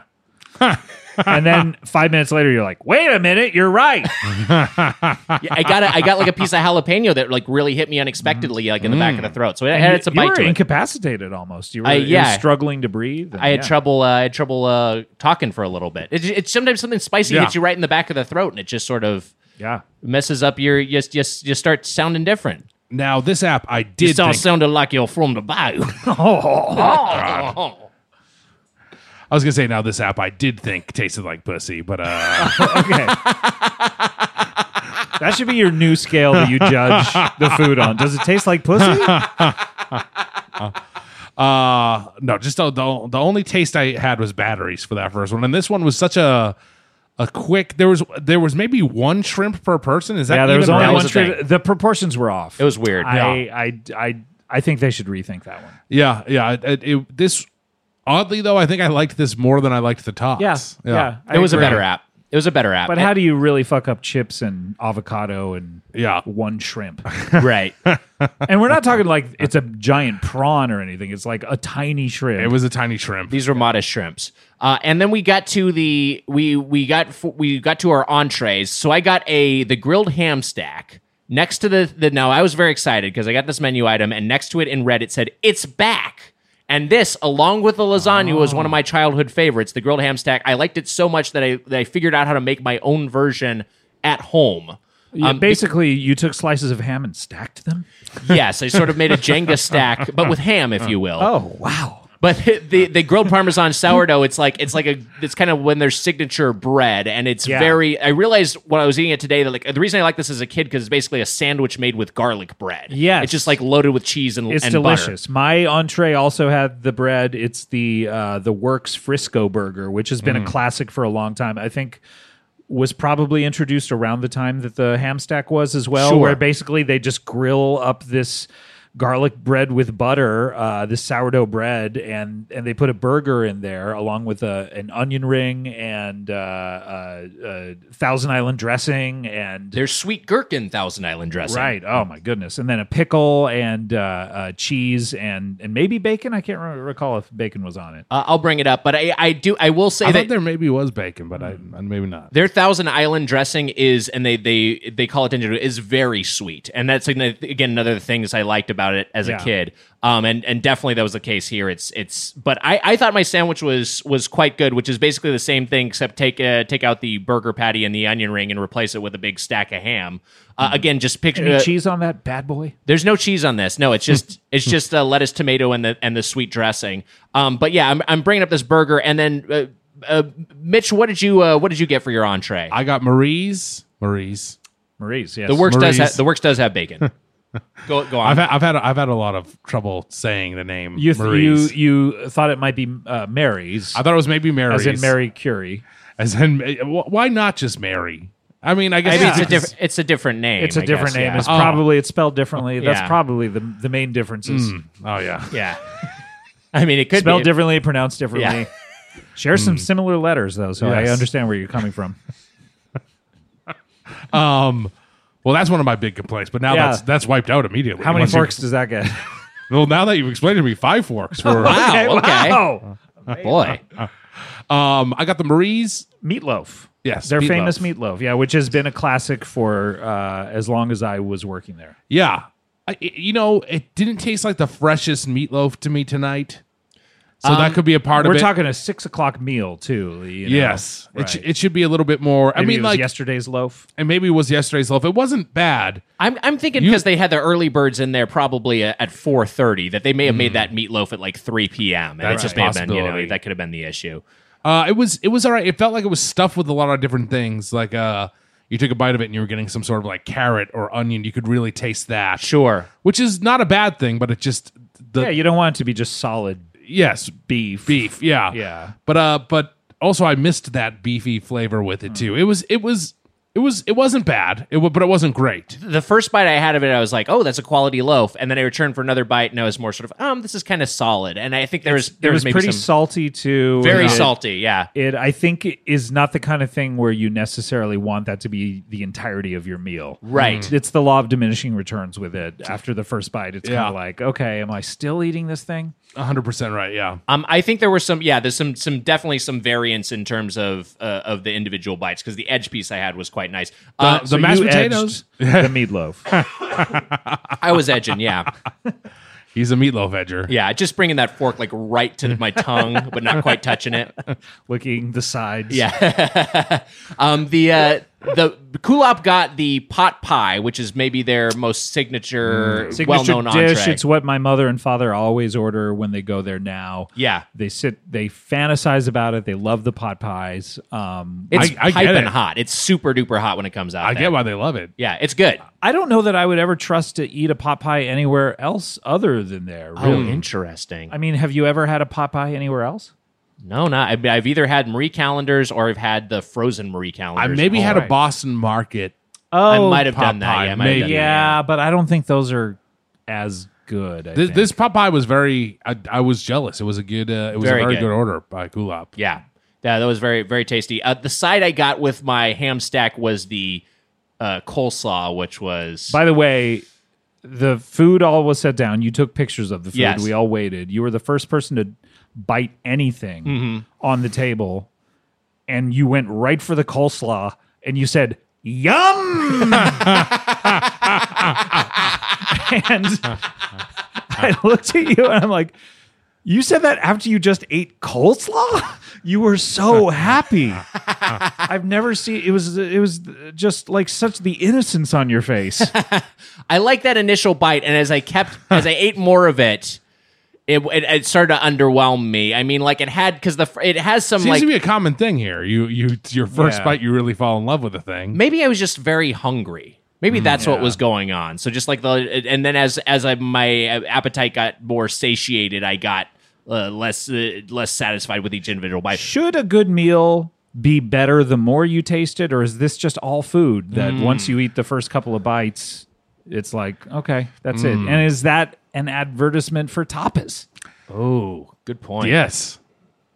S6: and then five minutes later, you're like, "Wait a minute, you're right."
S2: Yeah, I got a, I got like a piece of jalapeno that like really hit me unexpectedly, like in the back of the throat. So it
S6: Mm-hmm. Mm. And you-
S2: had it's a
S6: you
S2: bite
S6: were
S2: to it.
S6: incapacitated almost. You were,
S2: I-
S6: you were
S2: yeah.
S6: struggling to breathe. and
S2: I had
S6: yeah.
S2: trouble. Uh, I had trouble uh, talking for a little bit. It's, it's sometimes something spicy
S4: Yeah.
S2: hits you right in the back of the throat, and it just sort of
S6: Yeah.
S2: messes up your. You just, just, you start sounding different.
S4: Now this app I
S2: You
S4: did
S2: start
S4: think-
S2: sounding like you're from the bayou.
S4: I was gonna say now this app I did think tasted like pussy, but uh
S6: Okay. that should be your new scale that you judge the food on. Does it taste like pussy?
S4: uh no, just the, the the only taste I had was batteries for that first one. And this one was such a a quick there was there was maybe one shrimp per person. Is that
S6: Yeah, there was
S4: even
S6: only
S4: right?
S6: one.
S2: was the
S6: The, the proportions were off.
S2: It was weird.
S6: I, I, I, I think they should rethink that one.
S4: Yeah, yeah. It, it, it- this oddly though, I think I liked this more than I liked the tots.
S6: yeah. I
S2: it was
S6: agree.
S2: a better app. It was a better app.
S6: But how do you really fuck up chips and avocado and
S4: Yeah.
S6: one shrimp?
S2: right?
S6: and we're not talking like it's a giant prawn or anything. It's like a tiny shrimp.
S4: It was a tiny shrimp.
S2: These were modest shrimps. Uh, and then we got to the we we got f- we got to our entrees. So I got a the grilled ham stack next to the the. Now I was very excited because I got this menu item, and next to it in red it said it's back. And this, along with the lasagna, was one of my childhood favorites. The grilled ham stack. I liked it so much that I that I figured out how to make my own version at home.
S6: Yeah, basically, you took slices of ham and stacked them.
S2: yes, I sort of made a Jenga stack, but with ham, if you will.
S6: Oh wow!
S2: But the the grilled parmesan sourdough, it's like it's like a it's kind of when their signature bread, and it's
S6: Yeah.
S2: very. I realized when I was eating it today that like the reason I like this as a kid because it's basically a sandwich made with garlic bread.
S6: Yes.
S2: it's just like loaded with cheese and
S6: It's
S2: and
S6: delicious. My entree also had the bread. It's the uh, the Works Frisco burger, which has
S2: Mm.
S6: been a classic for a long time. I think was probably introduced around the time that the ham stack was as well,
S2: Sure.
S6: where basically they just grill up this garlic bread with butter, uh, this sourdough bread, and and they put a burger in there along with a, an onion ring and uh, uh, uh, Thousand Island dressing and
S2: There's sweet gherkin Thousand Island dressing.
S6: Right. Oh my goodness. And then a pickle and uh, uh, cheese and and maybe bacon. I can't re- recall if bacon was on it.
S2: Uh, I'll bring it up, but I I do I will say
S4: I
S2: that
S4: thought there maybe was bacon, but I,
S6: Mm.
S4: I maybe not.
S2: Their Thousand Island dressing is, and they they they call it ginger, is very sweet, and that's again another of the things I liked about it as
S6: Yeah.
S2: a kid. Um, and and definitely that was the case here. It's it's, but I, I thought my sandwich was was quite good, which is basically the same thing except take uh, take out the burger patty and the onion ring and replace it with a big stack of ham. Uh, Again, just picture
S6: Mm-hmm. Any
S2: uh,
S6: cheese on that bad boy?
S2: there's no cheese on this. No, it's just it's just uh, lettuce, tomato, and the and the sweet dressing. Um, but yeah, I'm I'm bringing up this burger, and then uh, uh, Mitch, what did you uh, what did you get for your entree?
S4: I got Marie's. Marie's.
S6: Maurice. Yes.
S2: The works does
S4: Maurice.
S2: ha- the works does have bacon. go go on.
S4: I've had, I've had I've had a lot of trouble saying the name
S6: You th- you
S4: Marie's.
S6: you thought it might be uh, Mary's,
S4: I thought it was maybe Mary's.
S6: as in Mary Curie.
S4: As in, eh, wh- why not just Mary? I mean, I guess
S2: I mean,
S4: yeah.
S2: it's a different it's a different name.
S6: It's a
S2: I
S6: different
S2: guess,
S6: name.
S2: yeah.
S4: Oh.
S6: It's probably it's spelled differently. That's
S2: Yeah.
S6: probably the the main differences.
S4: Oh yeah,
S2: yeah. I mean, it could
S6: Spelled
S2: be
S6: differently, pronounced differently.
S2: Yeah.
S6: Share
S4: Mm.
S6: some similar letters though, so
S4: Yes.
S6: I understand where you're coming from.
S4: Um, well, that's one of my big complaints. But now
S6: Yeah.
S4: that's that's wiped out immediately.
S6: How many
S4: Once you-
S6: forks does that get?
S4: Well, now that you've explained to me, five forks. Were,
S2: Wow. Okay.
S6: Wow.
S3: uh,
S2: Boy.
S4: um, I got the Marie's.
S6: Meatloaf.
S4: Yes,
S6: their
S4: meatloaf.
S6: famous meatloaf. Yeah, which has been a classic for uh, as long as I was working there.
S4: Yeah, I, it- you know, it didn't taste like the freshest meatloaf to me tonight. So that could be a part of
S6: Um, We're
S4: it.
S6: talking a six o'clock meal too. you know.
S4: Yes,
S6: right.
S4: it, sh- it should be a little bit more. I
S6: Maybe
S4: mean,
S6: it was
S4: like,
S6: yesterday's loaf.
S4: and maybe it was yesterday's loaf. It wasn't bad.
S2: I'm I'm thinking
S4: You-
S2: because they had the early birds in there probably uh, at 4:30 that they may have made that meatloaf at like 3 p.m. and
S4: That's
S2: it just
S4: a
S2: may have been you know
S4: possibility.
S2: that could have been the issue.
S4: Uh, it was it was all right. It felt like it was stuffed with a lot of different things. Like uh, you took a bite of it and you were getting some sort of like carrot or onion. You could really taste that.
S2: Sure.
S4: which is not a bad thing, but it just the
S6: Yeah, you don't want it to be just solid
S4: yes
S6: beef.
S4: beef. Yeah,
S6: Yeah.
S4: But uh, but also I missed that beefy flavor with it too. It was it was It was. It wasn't bad. It wa- but it wasn't great.
S2: the first bite I had of it, I was like, "Oh, that's a quality loaf," and then I returned for another bite, and I was more sort of, "Um, this is kind of solid." And I think there was
S6: It
S2: there
S6: was
S2: maybe
S6: pretty
S2: some
S6: salty too.
S2: very
S6: It-
S2: salty, yeah.
S6: It, I think, it is not the kind of thing where you necessarily want that to be the entirety of your meal.
S2: Right. Mm.
S6: It's the law of diminishing returns with it. After the first bite, it's kind
S4: Yeah.
S6: of like, okay, am I still eating this thing?
S4: hundred percent right. Yeah.
S2: Um, I think there were some, yeah, there's some, some definitely some variance in terms of uh, of the individual bites because the edge piece I had was quite nice. Uh,
S4: the mashed
S6: you edged
S4: potatoes.
S6: the meatloaf.
S2: I was edging, yeah,
S4: He's a meatloaf edger.
S2: yeah, just bringing that fork like right to my tongue, but not quite touching it.
S6: Looking the sides.
S2: Yeah. um, the uh, the Kulop got the pot pie, which is maybe their most signature,
S4: Mm.
S6: Signature
S2: well-known
S6: dish.
S2: entree.
S6: It's what my mother and father always order when they go there now.
S2: yeah,
S6: They sit, they fantasize about it. They love the pot pies. Um,
S2: it's
S4: I- I get
S2: piping
S4: it.
S2: hot. It's super duper hot when it comes out.
S4: I
S2: there.
S4: get why they love it.
S2: Yeah, it's good.
S6: I don't know that I would ever trust to eat a pot pie anywhere else other than there. Really.
S2: Oh, interesting.
S6: I mean, have you ever had a pot pie anywhere else?
S2: no, no. I've, I've either had Marie calendars or I've had the frozen Marie
S4: I
S2: calendars.
S4: maybe had a
S2: Alright.
S4: Boston market.
S2: I might have
S4: Oh, pot
S2: done that.
S4: pie,
S2: Yeah, I might have done
S4: maybe.
S2: that.
S6: Yeah, but I don't think those are as good. I
S4: This,
S6: think.
S4: this Popeye was very. I, I was jealous. It was a good. Uh, it was
S2: Very
S4: a very
S2: good.
S4: good. order by Kulop.
S2: Yeah. Yeah, that was very, very tasty. Uh, the side I got with my ham stack was the uh, coleslaw, which was
S6: By the way, the food all was set down. You took pictures of the food.
S2: Yes.
S6: We all waited. You were the first person to bite anything on the table, and you went right for the coleslaw, and you said, "Yum!" and I looked at you, and I'm like. You said that after you just ate coleslaw? You were so happy. I've never seen it was it was just like such the innocence on your face.
S2: I like that initial bite, and as I kept as I ate more of it, it it, it started to underwhelm me. I mean, like it had because the fr- it has some
S4: Seems
S2: like
S4: to be a common thing here. You you your first
S6: Yeah.
S4: bite, you really fall in love with the thing.
S2: maybe I was just very hungry. Maybe
S4: Mm-hmm.
S2: that's what was going on. So just like the and then as as I, my uh, appetite got more satiated, I got uh, less uh, less satisfied with each individual bite.
S6: Should a good meal be better the more you taste it, or is this just all food that once you eat the first couple of bites, it's like okay, that's it? And is that an advertisement for tapas?
S2: Oh, good point.
S4: Yes,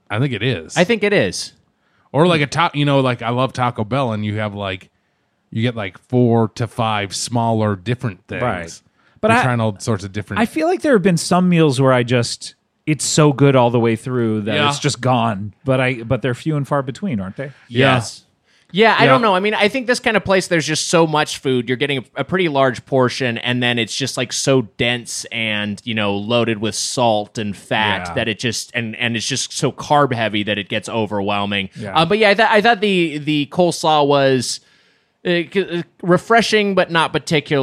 S4: I think it is.
S2: I think it is.
S4: or like a top. You know, like I love Taco Bell, and you have like you get like four to five smaller different things.
S6: Right. But
S4: But You're
S6: I-
S4: trying all sorts of different.
S6: I feel like there have been some meals where I just it's so good all the way through that
S4: Yeah.
S6: it's just gone. But I but they're few and far between, aren't they?
S4: Yeah.
S2: Yes. Yeah, I
S4: Yeah.
S2: don't know. I mean, I think this kind of place, there's just so much food. You're getting a, a pretty large portion, and then it's just like so dense and you know loaded with salt and fat
S6: Yeah.
S2: that it just and and it's just so carb heavy that it gets overwhelming.
S6: Yeah.
S2: Uh, but yeah, I, th- I thought the the coleslaw was uh, c- uh, refreshing, but not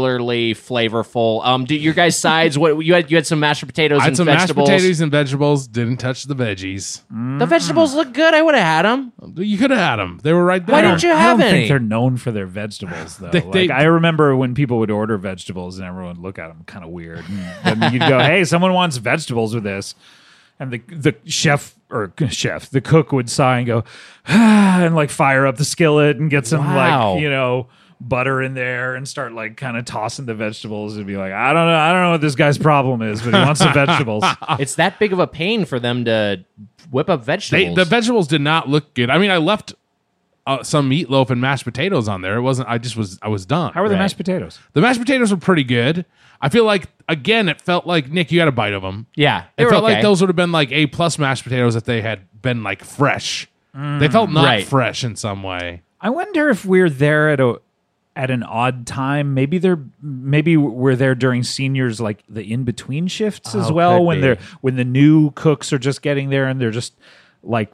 S2: particularly flavorful. Um, do your guys' sides? what you had? You had some mashed potatoes
S4: I
S2: and
S4: had some
S2: vegetables.
S4: mashed potatoes Mm. and vegetables. Didn't touch the veggies.
S2: The vegetables look good. I would have had them.
S4: You could have had them. They were right there.
S2: Why didn't you
S6: I
S2: have
S6: don't
S2: any?
S6: think they're known for their vegetables though.
S4: They-
S6: like
S4: they-
S6: I remember when people would order vegetables and everyone would look at them kind of weird. And then you'd go, "Hey, someone wants vegetables with this," and the the chef or chef the cook would sigh and go, ah, and like fire up the skillet and get some
S2: Wow.
S6: like you know butter in there and start like kind of tossing the vegetables and be like, "I don't know, I don't know what this guy's problem is, but he wants the vegetables."
S2: it's that big of a pain for them to whip up
S4: They,
S2: vegetables.
S4: the vegetables did not look good. I mean, I left uh, some meatloaf and mashed potatoes on there. It wasn't. I just was. I was done.
S6: How are the mashed potatoes?
S4: The mashed potatoes were pretty good. I feel like again, it felt like Nick, you had a bite of them.
S2: yeah, they
S4: It
S2: were
S4: felt
S2: okay.
S4: like those would have been like a plus mashed potatoes if they had been like fresh. they felt not
S2: right.
S4: fresh in some way.
S6: I wonder if we're there at a at an odd time. Maybe they're maybe we're there during seniors like the in between shifts
S4: Oh,
S6: as well
S2: could
S6: when
S2: be.
S6: they're when the new cooks are just getting there and they're just like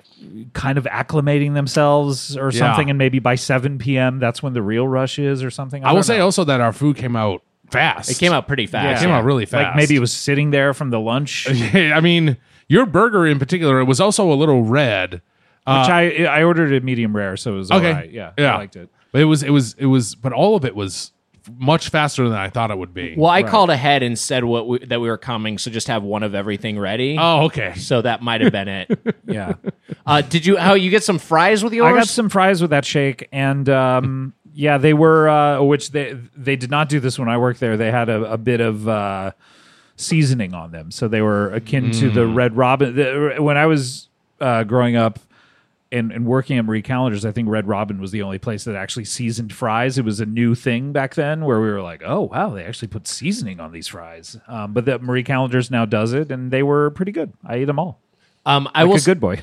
S6: kind of acclimating themselves or
S4: Yeah.
S6: something and maybe by 7 p.m that's when the real rush is or something
S4: I,
S6: don't
S4: will say
S6: know.
S4: also that our food came out fast.
S2: It came out pretty
S4: It
S2: fast.
S4: came out really
S6: like
S4: fast.
S6: maybe it was sitting there from the lunch which
S4: I mean, your burger in particular, it was also a little red.
S6: i i ordered a medium rare so it was
S4: Uh, okay.
S6: all right yeah, i liked it
S4: But it was it was it was but all of it was f- much faster than I thought it would be.
S2: Well, I called ahead and said what we, that we were coming, so just have one of everything ready.
S4: Oh, okay.
S2: So that might have been it.
S6: yeah
S2: uh, did you? How you get some fries with yours?
S6: I got some fries with that shake, and um, Yeah, they were, uh, which they they did not do this when I worked there. They had a, a bit of uh, seasoning on them, so they were akin to the Red Robin. The, when I was uh, growing up and, and working at Marie Callender's, I think Red Robin was the only place that actually seasoned fries. It was a new thing back then, where we were like, "Oh wow, they actually put seasoning on these fries." Um, but that Marie Callender's now does it, and they were pretty good. I ate them all.
S2: Um, I
S6: Like
S2: will
S6: a good boy.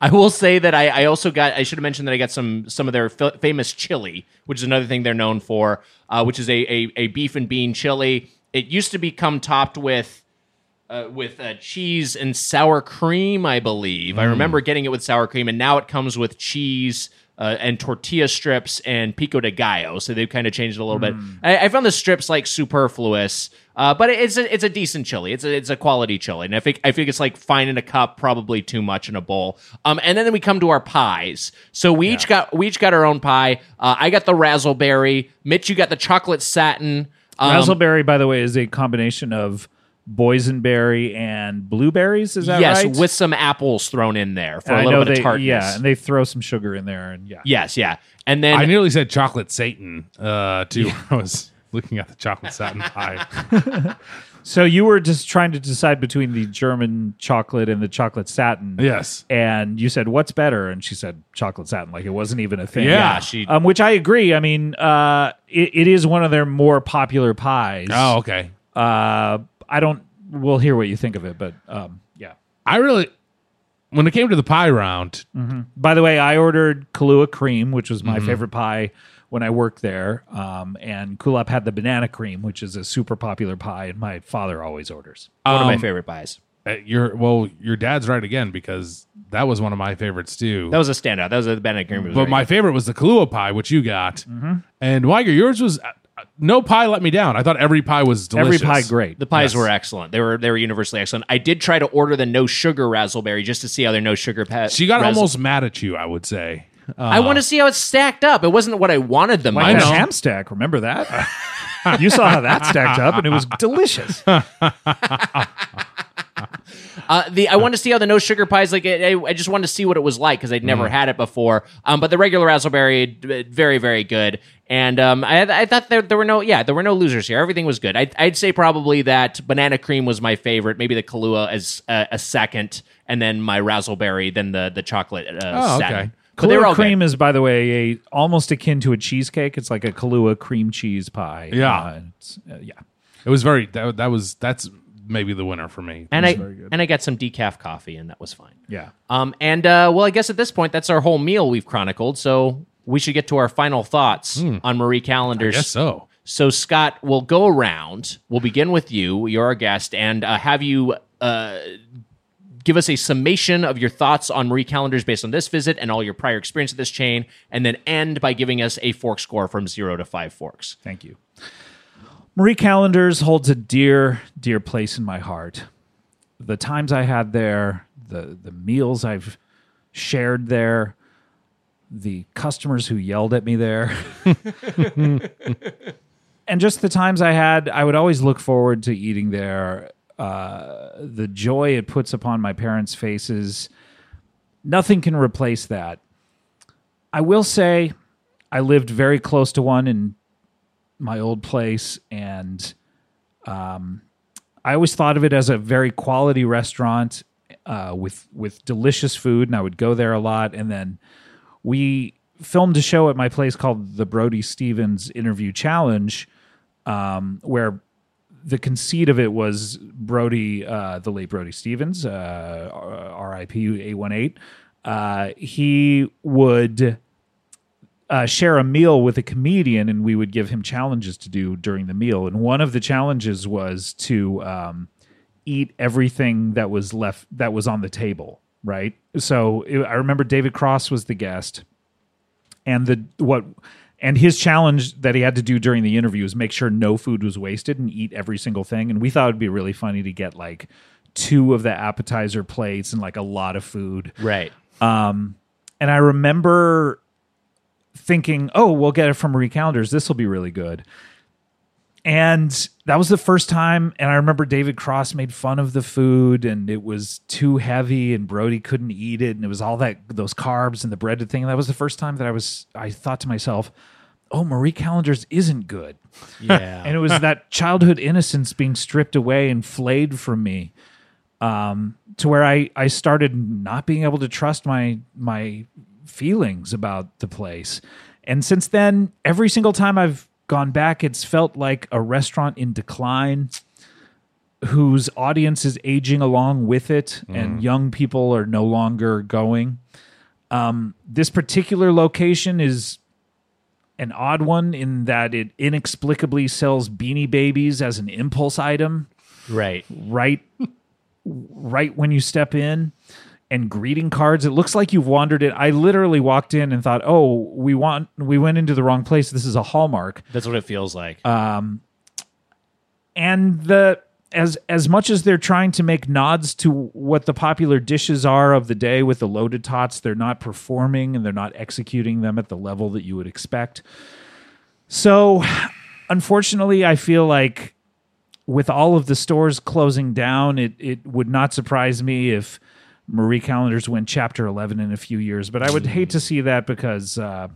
S2: I will say that I, I also got. I should have mentioned that I got some some of their fa- famous chili, which is another thing they're known for, uh, which is a, a a beef and bean chili. It used to become topped with uh, with uh, cheese and sour cream, I believe. I remember getting it with sour cream, and now it comes with cheese. Uh, and tortilla strips and pico de gallo, so they've kind of changed it a little bit. I, I found the strips like superfluous, uh, but it's a it's a decent chili. It's a it's a quality chili, and I think I think it's like fine in a cup, probably too much in a bowl. Um, and then we come to our pies. So we each got we each got our own pie. Uh, I got the razzleberry. Mitch, you got the chocolate satin. Um,
S6: Razzleberry, by the way, is a combination of boysenberry and blueberries. Is that
S2: yes,
S6: right?
S2: with some apples thrown in there for
S6: And
S2: a
S6: I
S2: little
S6: know
S2: bit
S6: they,
S2: of tartness.
S6: Yeah, and they throw some sugar in there, and yeah,
S2: yes, yeah. And then
S4: I nearly said chocolate Satan uh, too. when I was looking at the chocolate satin pie.
S6: So you were just trying to decide between the German chocolate and the chocolate satin.
S4: Yes.
S6: And you said, "What's better?" And she said, "Chocolate satin." Like it wasn't even a thing.
S4: Yeah. Yeah,
S2: she-
S6: Um, which I agree. I mean, uh, it, it is one of their more popular pies.
S4: Oh, okay.
S6: Uh, I don't. We'll hear what you think of it, but um, yeah.
S4: I really, when it came to the pie round,
S6: By the way, I ordered Kahlua cream, which was
S2: Mm-hmm.
S6: my favorite pie when I worked there. Um, and Kulap had the banana cream, which is a super popular pie, and my father always orders.
S2: one of my favorite pies.
S4: uh, your well, your dad's right again because that was one of my favorites too.
S2: That was a standout. That was a banana cream. was
S4: but
S2: very Mm-hmm.
S4: my favorite was the Kahlua pie, which you got, and Weiger, yours was uh, uh, no pie let me down. I thought every pie was delicious.
S6: Every pie, great.
S2: The pies were excellent. They were they were universally excellent. I did try to order the no sugar razzleberry just to see how their no sugar pet.
S4: She got almost mad at you, I would say.
S2: I want to see how it's stacked up. It wasn't what I wanted them.
S6: Like
S2: to
S6: a
S2: be.
S4: know.
S6: ham stack, remember that? you saw how that stacked up, and it was delicious.
S2: Uh, the I wanted to see how the no sugar pies like. I, I- I just wanted to see what it was like because I'd never had it before. Um, but the regular razzleberry, d- very very good. And um, I, I thought there there were no yeah there were no losers here. Everything was good. I, I'd say probably that banana cream was my favorite. Maybe the Kahlua as uh, a second, and then my razzleberry, then the the chocolate. Uh,
S4: Oh, okay.
S2: satin. But they were
S6: Kahlua
S2: all good.
S6: cream is, by the way, a almost akin to a cheesecake. It's like a Kahlua cream cheese pie.
S4: Yeah.
S6: Uh, and it's- uh, yeah.
S4: It was very that, that was that's maybe the winner for me.
S2: and I and I got some decaf coffee, and that was fine.
S6: Yeah.
S2: Um, and uh, well, I guess at this point, that's our whole meal we've chronicled. So we should get to our final thoughts on Marie Callender's.
S4: Yes, so
S2: So Scott, we'll go around. We'll begin with you. You're our guest, and uh, have you uh, give us a summation of your thoughts on Marie Callender's based on this visit and all your prior experience at this chain, and then end by giving us a fork score from zero to five forks.
S6: Thank you. Marie Callender's holds a dear, dear place in my heart. The times I had there, the the meals I've shared there, the customers who yelled at me there. and just the times I had, I would always look forward to eating there. Uh, the joy it puts upon my parents' faces, nothing can replace that. I will say, I lived very close to one in my old place and um, i always thought of it as a very quality restaurant uh, with with delicious food and i would go there a lot and then we filmed a show at my place called the brody stevens interview challenge um, where the conceit of it was Brody, uh, the late Brody Stevens, uh, R- RIP 818. Uh, he would uh, share a meal with a comedian, and we would give him challenges to do during the meal. And one of the challenges was to um, eat everything that was left that was on the table. Right. So it, I remember David Cross was the guest, and the what and his challenge that he had to do during the interview was make sure no food was wasted and eat every single thing. And we thought it'd be really funny to get like two of the appetizer plates and like a lot of food.
S2: Right.
S6: And I remember thinking, oh, we'll get it from Recalenders. This will be really good. and that was the first time and i remember david cross made fun of the food and it was too heavy and brody couldn't eat it and it was all that those carbs and the breaded thing and that was the first time that i was i thought to myself oh marie callender's isn't good
S2: Yeah.
S6: and it was that childhood innocence being stripped away and flayed from me um, to where I, I started not being able to trust my my feelings about the place and since then every single time i've gone back it's felt like a restaurant in decline whose audience is aging along with it and young people are no longer going um, this particular location is an odd one in that it inexplicably sells beanie babies as an impulse item
S2: right.
S6: right right when you step in and greeting cards it looks like you've wandered in i literally walked in and thought oh we want we went into the wrong place this is a hallmark
S2: That's what it feels like.
S6: and the as as much as they're trying to make nods to what the popular dishes are of the day with the loaded tots, they're not performing and they're not executing them at the level that you would expect. So, unfortunately, I feel like with all of the stores closing down, it it would not surprise me if Marie Callender's win Chapter Eleven in a few years. But I would hate to see that because. Uh,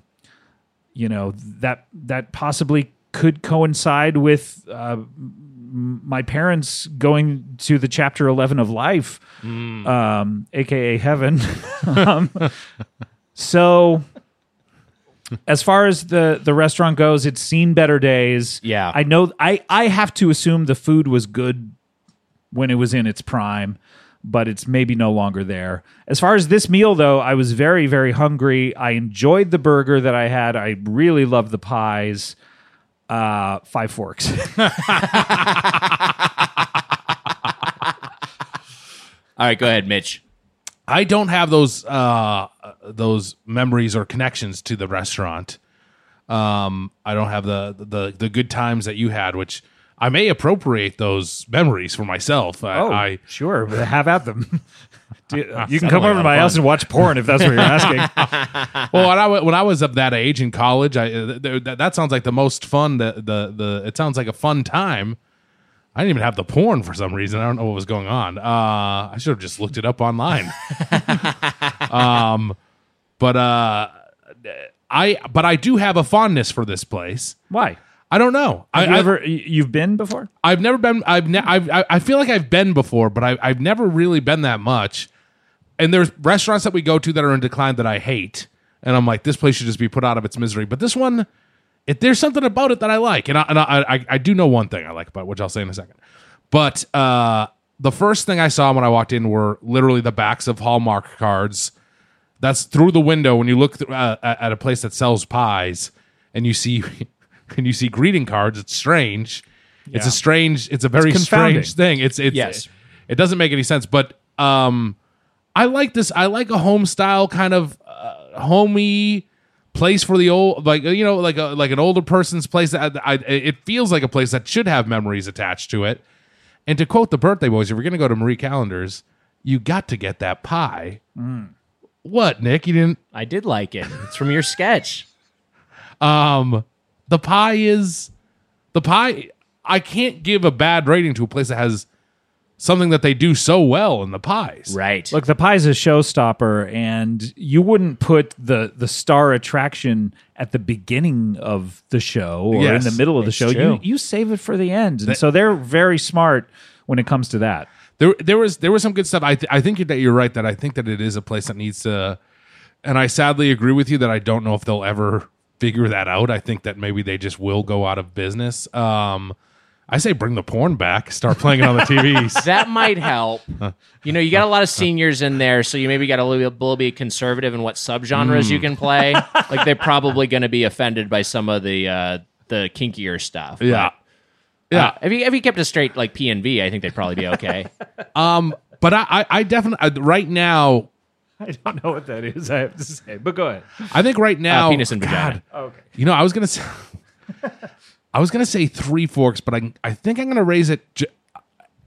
S6: you know that that possibly could coincide with uh, m- my parents going to the chapter 11 of life um, aka heaven um, so as far as the the restaurant goes it's seen better days
S2: Yeah.
S6: i know i i have to assume the food was good when it was in its prime, but it's maybe no longer there. As far as this meal, though, I was very, very hungry. I enjoyed the burger that I had. I really loved the pies. Uh, five forks.
S2: All right, go ahead, Mitch.
S4: I don't have those uh, those memories or connections to the restaurant. Um, I don't have the, the the good times that you had, which I may appropriate those memories for myself.
S6: Oh.
S4: I, I
S6: sure. but Have at them. Do- you can
S4: Sounds like
S6: come
S4: a lot
S6: over to
S4: of
S6: my
S4: fun.
S6: house and watch porn if that's what you're asking.
S4: well, when I, wa- when I was of that age in college, I uh, th- th- that sounds like the most fun. The, the the it sounds like a fun time. I didn't even have the porn for some reason. I don't know what was going on. Uh, I should have just looked it up online. um, but uh, I but I do have a fondness for this place.
S6: Why?
S4: I don't know. I,
S6: Have you
S4: I-
S6: ever? you- You've been before?
S4: I've never been. I've. Ne- I've I I feel like I've been before, but I, I've never really been that much. And there's restaurants that we go to that are in decline that I hate, and I'm like, this place should just be put out of its misery. But this one, it, there's something about it that I like, and I, and I, I I do know one thing I like about, it, which I'll say in a second. But uh, the first thing I saw when I walked in were literally the backs of Hallmark cards. That's through the window when you look th- uh, at at a place that sells pies, and you see and you see greeting cards. It's strange. It's a strange. It's a very
S6: confounding.
S4: strange thing. It's it's
S2: Yes.
S4: It doesn't make any sense, but um, I like this. I like a home style kind of uh, homey place for the old, like you know, like a like an older person's place. That I, I, it feels like a place that should have memories attached to it. And to quote the birthday boys, if we're going to go to Marie Callender's, you got to get that pie. What, Nick? You didn't?
S2: I did like it. It's from your sketch.
S4: Um, the pie is the pie. I can't give a bad rating to a place that has something that they do so well in the pies.
S2: Right.
S6: Look, the pie's a showstopper, and you wouldn't put the the star attraction at the beginning of the show or
S4: Yes,
S6: in the middle of the
S2: it's
S6: show.
S2: true.
S6: You you save it for the end, and so they're very smart when it comes to that.
S4: there there was there was some good stuff. I th- I think that you're right that I think that it is a place that needs to, and I sadly agree with you that I don't know if they'll ever figure that out. I think that maybe they just will go out of business. Um, I say bring the porn back, start playing it on the TVs.
S2: that might help. You know, you got a lot of seniors in there, so you maybe got a little, little bit conservative in what subgenres
S4: Mm.
S2: you can play. like they're probably going to be offended by some of the uh, the kinkier stuff. but,
S4: yeah,
S2: uh,
S4: yeah.
S2: if you if you kept a straight like P and V, I think they'd probably be okay.
S4: Um, but I I, I definitely right now
S6: I don't know what that is. I have to say, but go ahead.
S4: I think right now
S2: Uh, penis and vagina.
S6: Okay.
S4: You know, I was gonna say, I was gonna say three forks, but I I think I'm gonna raise it, j-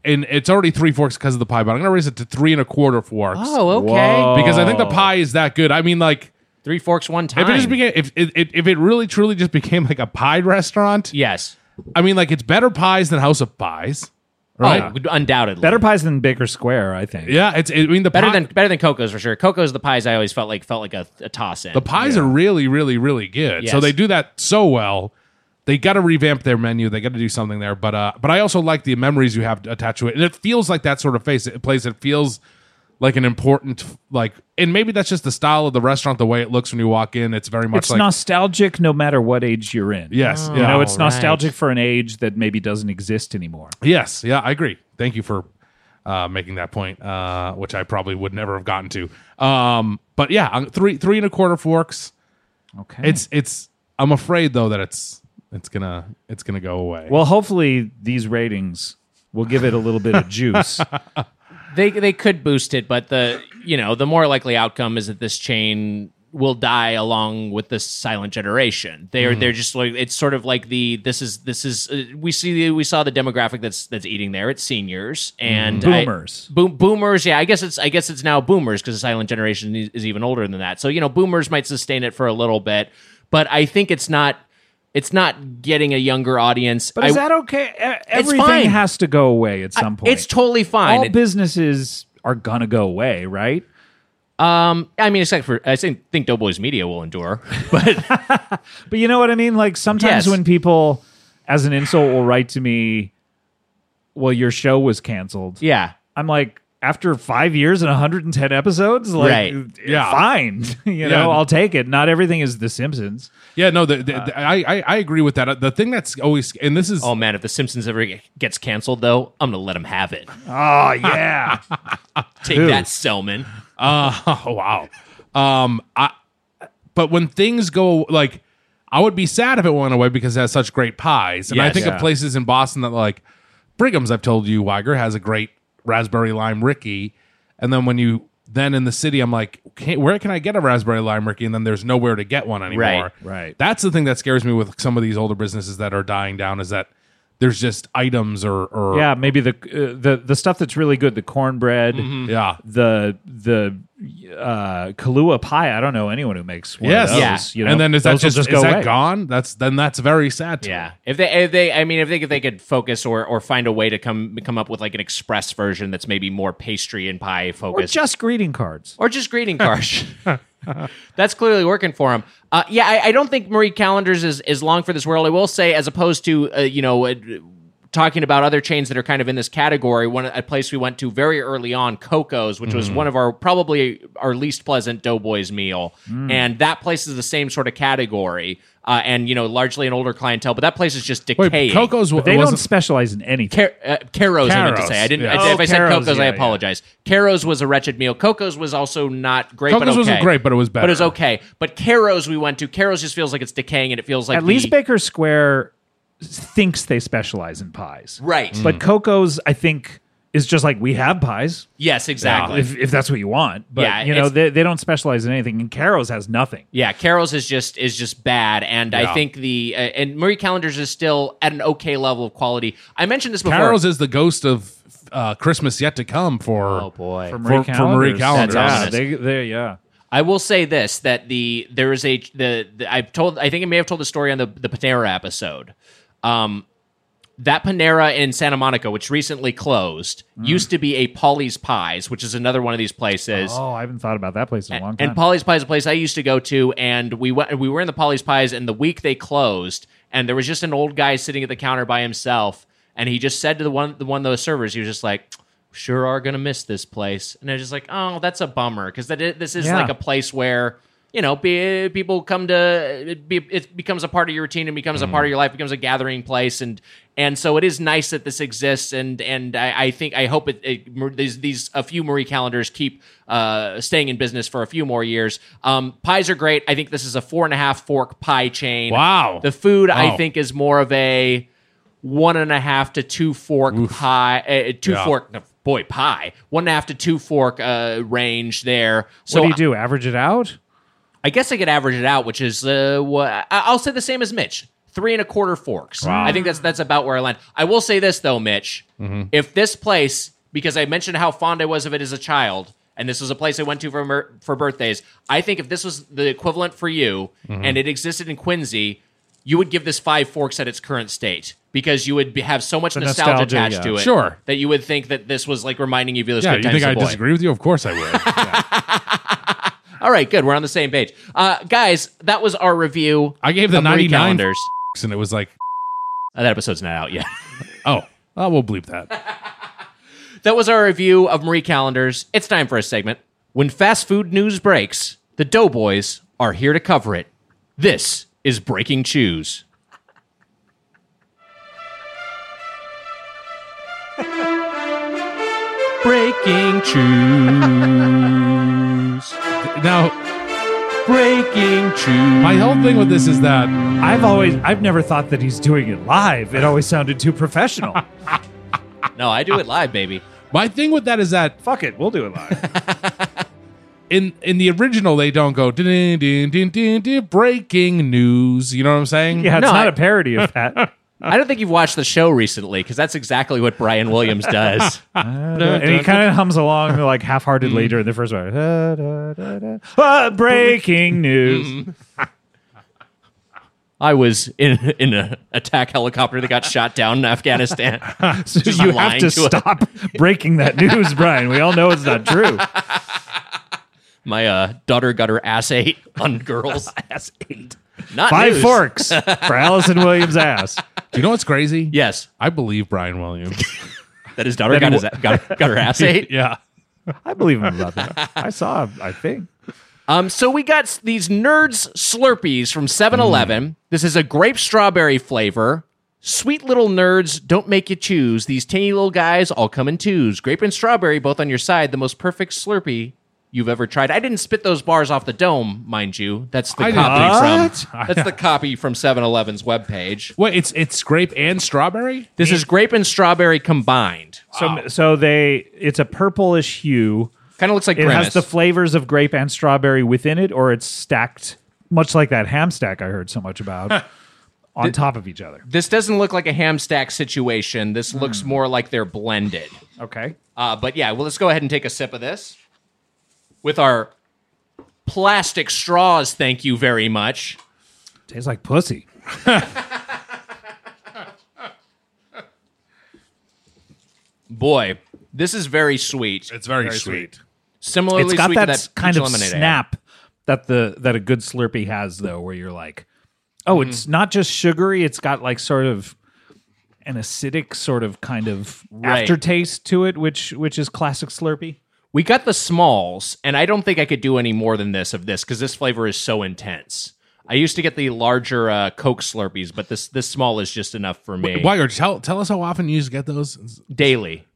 S4: and it's already three forks because of the pie. But I'm gonna raise it to three and a quarter forks.
S2: oh, okay.
S4: because I think the pie is that good. I mean, like
S2: Three forks, one time.
S4: if it just became if it, it if it really truly just became like a pie restaurant,
S2: yes,
S4: I mean, like it's better pies than House of Pies, right?
S8: Oh, undoubtedly.
S6: Better pies than Baker Square, I think.
S4: Yeah, it's. I mean, the
S8: Better
S4: pie-
S8: than better than Coco's for sure. Coco's the pies I always felt like felt like a, a toss in.
S4: the pies are really, really, really good. So
S8: Yes.
S4: they do that so well. They got to revamp their menu. They got to do something there. But uh, but I also like the memories you have attached to it, and it feels like that sort of face it place. It feels like an important like, and maybe that's just the style of the restaurant, the way it looks when you walk in. It's very much
S6: It's
S4: like
S6: nostalgic no matter what age you're in.
S4: yes,
S6: You
S4: yeah.
S6: know, it's
S8: right.
S6: nostalgic for an age that maybe doesn't exist anymore.
S4: Yes, yeah, I agree. Thank you for uh, making that point, uh, which I probably would never have gotten to. Um, but yeah, I'm- three three and a quarter forks.
S6: Okay.
S4: It's it's. I'm afraid though that it's it's gonna it's gonna go away.
S6: well, hopefully these ratings will give it a little bit of juice.
S8: they they could boost it, but the you know the more likely outcome is that this chain will die along with the silent generation. They're
S2: Hmm.
S8: they're just like it's sort of like the this is this is uh, we see we saw the demographic that's that's eating there. It's seniors and
S2: Hmm.
S8: I-
S6: Boomers.
S8: boom, boomers. Yeah, I guess it's I guess it's now boomers because the silent generation is, is even older than that. So you know boomers might sustain it for a little bit, but I think it's not it's not getting a younger audience.
S6: But is
S8: I-
S6: that okay? E- Everything
S8: fine.
S6: has to go away at some point.
S8: it's totally fine.
S6: all
S8: It-
S6: businesses are gonna go away, right?
S8: Um, I mean, except for I think, think Doughboys Media will endure, but
S6: But you know what I mean? Like sometimes
S8: Yes.
S6: when people, as an insult, will write to me, "Well, your show was canceled."
S8: yeah,
S6: I'm like, after five years and 110 episodes, like,
S8: Right.
S4: Yeah.
S6: fine. you know, I'll take it. Not everything is The Simpsons.
S4: yeah, no, the, the, the- I, I I agree with that. Uh, The thing that's always and this is
S8: oh man, if The Simpsons ever g- gets canceled, though, I'm gonna let them have it.
S6: Oh yeah,
S8: Take that, Selman.
S4: Uh, oh, wow. Um, I, but when things go like, I would be sad if it went away because it has such great pies. And I
S8: Yes.
S4: think
S6: Yeah.
S4: of places in Boston that like Brigham's. I've told you, Weiger has a great raspberry lime Ricky. And then when you then in the city, I'm like, can where can I get a raspberry lime Ricky? And then there's nowhere to get one anymore.
S8: Right,
S6: right.
S4: That's the thing that scares me with some of these older businesses that are dying down is that there's just items or or
S6: yeah. Maybe the uh, the the stuff that's really good, the cornbread,
S4: yeah.
S6: the the uh, Kahlua pie. I don't know anyone who makes one
S4: Yes.
S6: of
S8: Yeah.
S6: those. You know,
S4: and then is that
S6: Those will
S4: just,
S6: go
S4: is that
S6: away.
S4: gone? That's then that's very sad. To me.
S8: Yeah, if they, if they, I mean, if they, if they could focus or or find a way to come come up with like an express version that's maybe more pastry and pie
S6: Or
S8: focused,
S6: just greeting cards.
S8: or just greeting cards. That's clearly working for him. Uh, yeah, I, I don't think Marie Callender's is, is long for this world. I will say, as opposed to uh, you know. Uh, Talking about other chains that are kind of in this category, one a place we went to very early on, Coco's, which
S4: Mm.
S8: was one of our probably our least pleasant Doughboys meal,
S4: Mm.
S8: and that place is the same sort of category, uh, and you know largely an older clientele, but that place is just
S4: Wait,
S8: decaying.
S4: Coco's
S6: But they don't
S4: wasn't
S6: specialize in anything.
S8: Car- uh, Caro's, I meant to
S4: Caro's,
S8: say. I didn't.
S4: yeah.
S8: I, if
S6: Oh,
S8: I said
S6: Caro's,
S8: Coco's, I
S6: yeah, yeah.
S8: apologize. Caro's was a wretched meal. Coco's was also not great. but
S4: Coco's
S8: okay.
S4: wasn't great, but it was
S8: But it was
S4: better.
S8: okay. But Caro's we went to. Caro's just feels like it's decaying, and it feels like
S6: At least
S8: the-
S6: Baker Square thinks they specialize in pies.
S8: Right.
S4: Mm.
S6: But Coco's, I think, is just like we have pies
S8: yes, exactly. Yeah.
S6: if, if that's what you want. But
S8: Yeah,
S6: you know,
S8: it's-
S6: they, they don't specialize in anything. And Caro's has nothing.
S8: Caro's is just is just bad, and
S4: Yeah.
S8: I think the uh, and Murray Callender's is still at an okay level of quality. I mentioned this before.
S4: Carol's is the ghost of uh, Christmas yet to come for.
S8: oh boy,
S6: For
S4: Marie Callender's.
S8: That's
S6: Yeah,
S8: ominous.
S6: they, they, yeah.
S8: I will say this that the there is a the, the I've told I think I may have told the story on the the Panera episode. Um, that Panera in Santa Monica, which recently closed,
S6: Mm.
S8: used to be a Polly's Pies, which is another one of these places.
S6: Oh, I haven't thought about that place in a long time.
S8: And Polly's Pie is a place I used to go to, and we went. We were in the Polly's Pies, and the week they closed, and there was just an old guy sitting at the counter by himself, and he just said to the one, the one of the servers, he was just like, "Sure are gonna miss this place," and I was just like, "Oh, that's a bummer," because that is, this is
S6: Yeah.
S8: like a place where. You know, be, people come to it, be, it becomes a part of your routine and becomes a part of your life, becomes a gathering place, and and so it is nice that this exists, and and I, I think I hope it, it Mar- these these a few Marie calendars keep uh, staying in business for a few more years. Um, pies are great. I think this is a four and a half fork pie chain.
S4: Wow.
S8: The food I
S4: Wow.
S8: think is more of a one and a half to two fork pie, uh, two
S4: Yeah.
S8: fork no, boy pie, one and a half to two fork uh, range there. So
S6: what do you do? Average it out?
S8: I guess I could average it out, which is uh, what I- I'll say the same as Mitch. Three and a quarter forks. I think that's that's about where I land. I will say this though, Mitch.
S4: Mm-hmm.
S8: If this place, because I mentioned how fond I was of it as a child, and this was a place I went to for mer-
S4: Mm-hmm.
S8: for birthdays, I think if this was the equivalent for you and it existed in Quincy, you would give this five forks at its current state because you would be, have so much nostalgia,
S6: nostalgia,
S8: attached
S6: yeah.
S8: to it.
S4: Sure.
S8: That you would think that this was like reminding you of those
S4: Yeah,
S8: good
S4: you
S8: times
S4: think
S8: as a
S4: I
S8: boy.
S4: disagree with you? Of course I would. Yeah.
S8: All right, good. We're on the same page. Uh, guys, that was our review.
S4: I gave the
S8: of Marie
S4: 99
S8: calendars.
S4: and it was like,
S8: Uh, that episode's not out yet.
S4: oh, oh, we'll bleep that.
S8: that was our review of Marie Calendars. It's time for a segment. When fast food news breaks, the Doughboys are here to cover it. This is Breaking Chews. Breaking Chews.
S4: Now,
S8: Breaking Chews.
S4: my whole thing with this is that
S6: I've always, I've never thought that he's doing it live. It always sounded too professional.
S8: No, I do it live, baby.
S4: my thing with that is that
S6: Fuck it, we'll do it live.
S4: in in the original they don't go "Dun, dun, dun, dun, dun, breaking news. You know what I'm saying?
S6: Yeah, it's
S8: No,
S6: not
S8: I-
S6: a parody of that.
S8: I don't think you've watched the show recently because that's exactly what Brian Williams does.
S6: and he kind of hums along like half-hearted
S8: Mm.
S6: later in the first one. Da, da, da, da. Ah,
S8: Mm.
S6: breaking news.
S8: I was in in an attack helicopter that got shot down in Afghanistan.
S6: So
S8: Just
S6: you
S8: lying
S6: have to,
S8: to us.
S6: stop breaking that news, Brian. We all know it's not true.
S8: My uh, daughter got her ass ate on girls.
S6: That's eight.
S8: Not
S6: Five
S8: news.
S6: forks for Allison Williams' ass.
S4: Do you know what's crazy?
S8: Yes,
S4: I believe Brian Williams.
S8: that his daughter got, his, got, got her ass ate.
S4: yeah.
S6: I believe him about that. I saw him, I think.
S8: Um, so we got s- these nerds Slurpees from 7-Eleven.
S6: Mm.
S8: This is a grape strawberry flavor. Sweet little nerds, don't make you choose. These tiny little guys all come in twos. Grape and strawberry both on your side. The most perfect Slurpee you've ever tried. I didn't spit those bars off the dome, mind you. That's the
S4: I didn't
S8: copy
S4: think so.
S8: from That's the copy from 7-Eleven's webpage.
S4: Wait, it's it's grape and strawberry?
S8: This is grape and strawberry combined.
S6: So, so they, it's a purplish hue.
S8: Kind of looks like
S6: It
S8: Grimace.
S6: has the flavors of grape and strawberry within it, or it's stacked much like that ham stack I heard so much about on top of each other.
S8: this doesn't look like a ham stack situation. This looks
S6: Mm.
S8: more like they're blended.
S6: Okay.
S8: Uh, but yeah, well, let's go ahead and take a sip of this with our plastic straws. Thank you very much.
S6: Tastes like pussy.
S8: Boy, this is very sweet.
S4: It's very, sweet.
S8: Similarly
S6: it's got
S8: sweet
S6: that,
S8: to
S6: s-
S8: that
S6: kind
S8: peach
S6: of
S8: lemonade I had.
S6: snap that the that a good Slurpee has though, where you're like, oh,
S8: Mm-hmm.
S6: it's not just sugary; it's got like sort of an acidic sort of kind of
S8: Right.
S6: aftertaste to it, which which is classic Slurpee.
S8: We got the smalls, and I don't think I could do any more than this of this because this flavor is so intense. I used to get the larger uh, Coke Slurpees, but this this small is just enough for me
S4: Wire, tell tell us how often you used to get those.
S8: daily.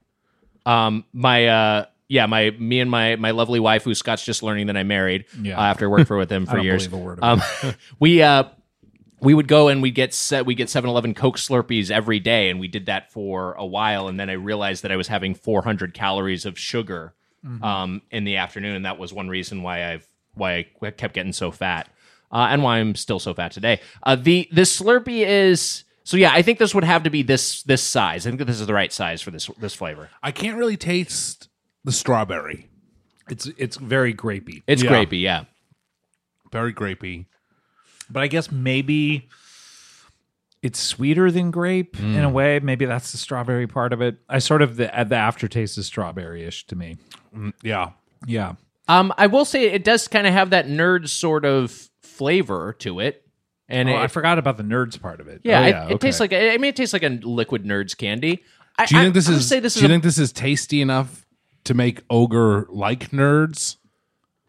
S8: Um, my uh, yeah, my me and my my lovely wife, who Scott's just learning that I married uh, after I worked for with him for
S6: don't
S8: years.
S6: believe a word of
S8: um, we uh, we would go and we'd get set we get 7-Eleven Coke Slurpees every day, and we did that for a while, and then I realized that I was having four hundred calories of sugar
S6: Mm-hmm.
S8: um, in the afternoon, and that was one reason why I've why I kept getting so fat. Uh, and why I'm still so fat today. Uh, the this Slurpee is so yeah. I think this would have to be this this size. I think that this is the right size for this this flavor.
S4: I can't really taste the strawberry.
S6: It's it's very grapey,
S8: It's
S4: Yeah.
S8: grapey, yeah.
S4: Very grapey.
S6: but I guess maybe it's sweeter than grape in a way. Maybe that's the strawberry part of it. I sort of the the aftertaste is strawberry ish to me.
S4: Yeah.
S6: Yeah.
S8: Um, I will say it does kind of have that nerd sort of flavor to it, and
S6: Oh,
S8: it,
S6: I forgot about the nerds part of it.
S8: yeah,
S6: Oh,
S8: it- it,
S6: okay.
S8: tastes like I mean, it tastes like a liquid nerd's candy. I,
S4: Do you think
S8: I,
S4: this
S8: I would
S4: is
S8: say this
S4: Do
S8: is
S4: you
S8: a,
S4: think this is tasty enough to make ogre like nerds?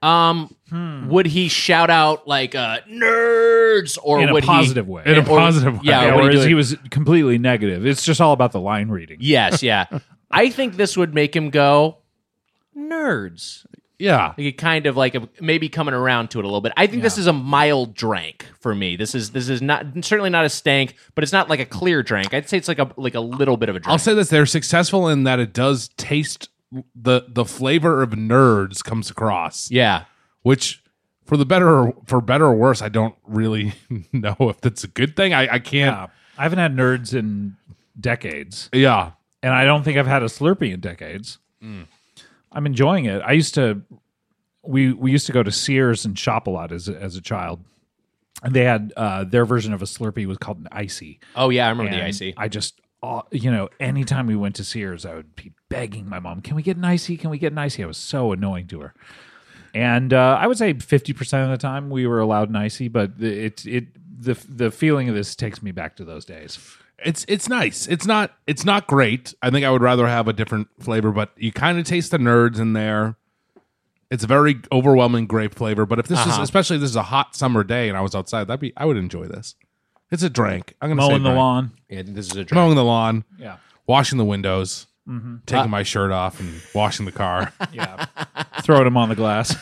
S8: um?
S4: Hmm.
S8: Would he shout out like uh, nerds or
S6: in a
S8: would
S6: positive
S8: he,
S6: way.
S4: In a
S8: Or-
S4: positive way.
S8: yeah,
S6: Yeah,
S8: what are you
S6: whereas
S8: doing?
S6: he was completely negative. It's just all about the line reading.
S8: Yes, yeah. I think this would make him go nerds.
S4: Yeah.
S8: Like it kind of like a, maybe coming around to it a little bit. I think this is a mild drank for me. This is this is not certainly not a stank, but it's not like a clear drink. I'd say it's like a like a little bit of a drink.
S4: I'll say this: they're successful in that it does taste the the flavor of nerds comes across,
S8: yeah.
S4: which for the better or for better or worse, I don't really know if that's a good thing. I, I
S6: Yeah.
S4: can't.
S6: I haven't had nerds in decades,
S4: Yeah.
S6: and I don't think I've had a Slurpee in decades. I'm enjoying it. I used to we we used to go to Sears and shop a lot as a, as a child. they had uh, their version of a Slurpee was called an icy.
S8: Oh yeah, I remember the
S6: And
S8: icy.
S6: I just, uh, you know, anytime we went to Sears, I would be begging my mom, "Can we get an icy? Can we get an icy?" I was so annoying to her. And uh, I would say fifty percent of the time we were allowed an icy, but the- it it the the feeling of this takes me back to those days.
S4: It's it's nice. It's not it's not great. I think I would rather have a different flavor, but you kind of taste the nerds in there. It's a very overwhelming grape flavor, but if this
S6: Uh-huh.
S4: is especially if this is a hot summer day and I was outside, that'd be I would enjoy this. It's a drink. I'm gonna say
S6: Mowing the
S4: drink.
S6: lawn,
S8: Yeah, this is a drink.
S4: mowing the lawn,
S6: yeah,
S4: washing the windows,
S6: Mm-hmm. Uh,
S4: taking my shirt off, and washing the car.
S6: yeah, throwing them on the glass.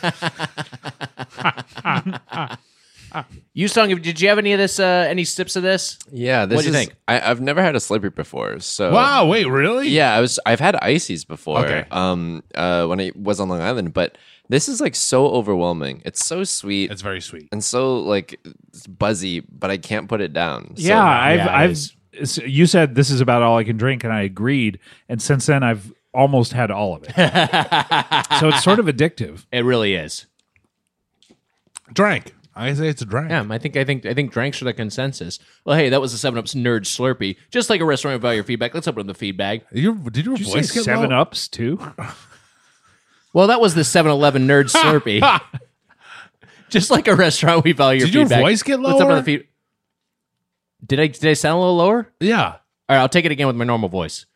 S8: You song, did you have any of this? Uh, any sips of this?
S3: Yeah, this
S8: What'd you
S3: is.
S8: think?
S3: I, I've never had a Slurpee before, so
S4: wow! Wait, really?
S3: Yeah, I was. I've had ices before.
S4: Okay.
S3: Um. Uh. When I was on Long Island, but this is like so overwhelming. It's so sweet
S4: it's very sweet.
S3: and so like it's buzzy, but I can't put it down. So-
S6: yeah, I've
S8: yeah, it
S6: I've
S8: is.
S6: s- you said this is about all I can drink, and I agreed. And since then, I've almost had all of it. so it's sort of addictive.
S8: It really is.
S4: Drank. I say it's a drink.
S8: Yeah, I think I think I think drinks are the consensus. Well, hey, that was the Seven Ups Nerd Slurpee. Just like a restaurant value feedback, let's open up the feedback.
S4: Did, you, did your
S6: Did you
S4: voice
S6: say
S4: get
S6: seven
S4: low?
S6: ups too?
S8: Well, that was the 7-Eleven Nerd Slurpee. Just like a restaurant, we value
S4: Did
S8: your
S4: your
S8: feedback.
S4: voice get
S8: Let's open
S4: lower?
S8: up the feed- did I did I sound a little lower?
S4: Yeah.
S8: All right, I'll take it again with my normal voice.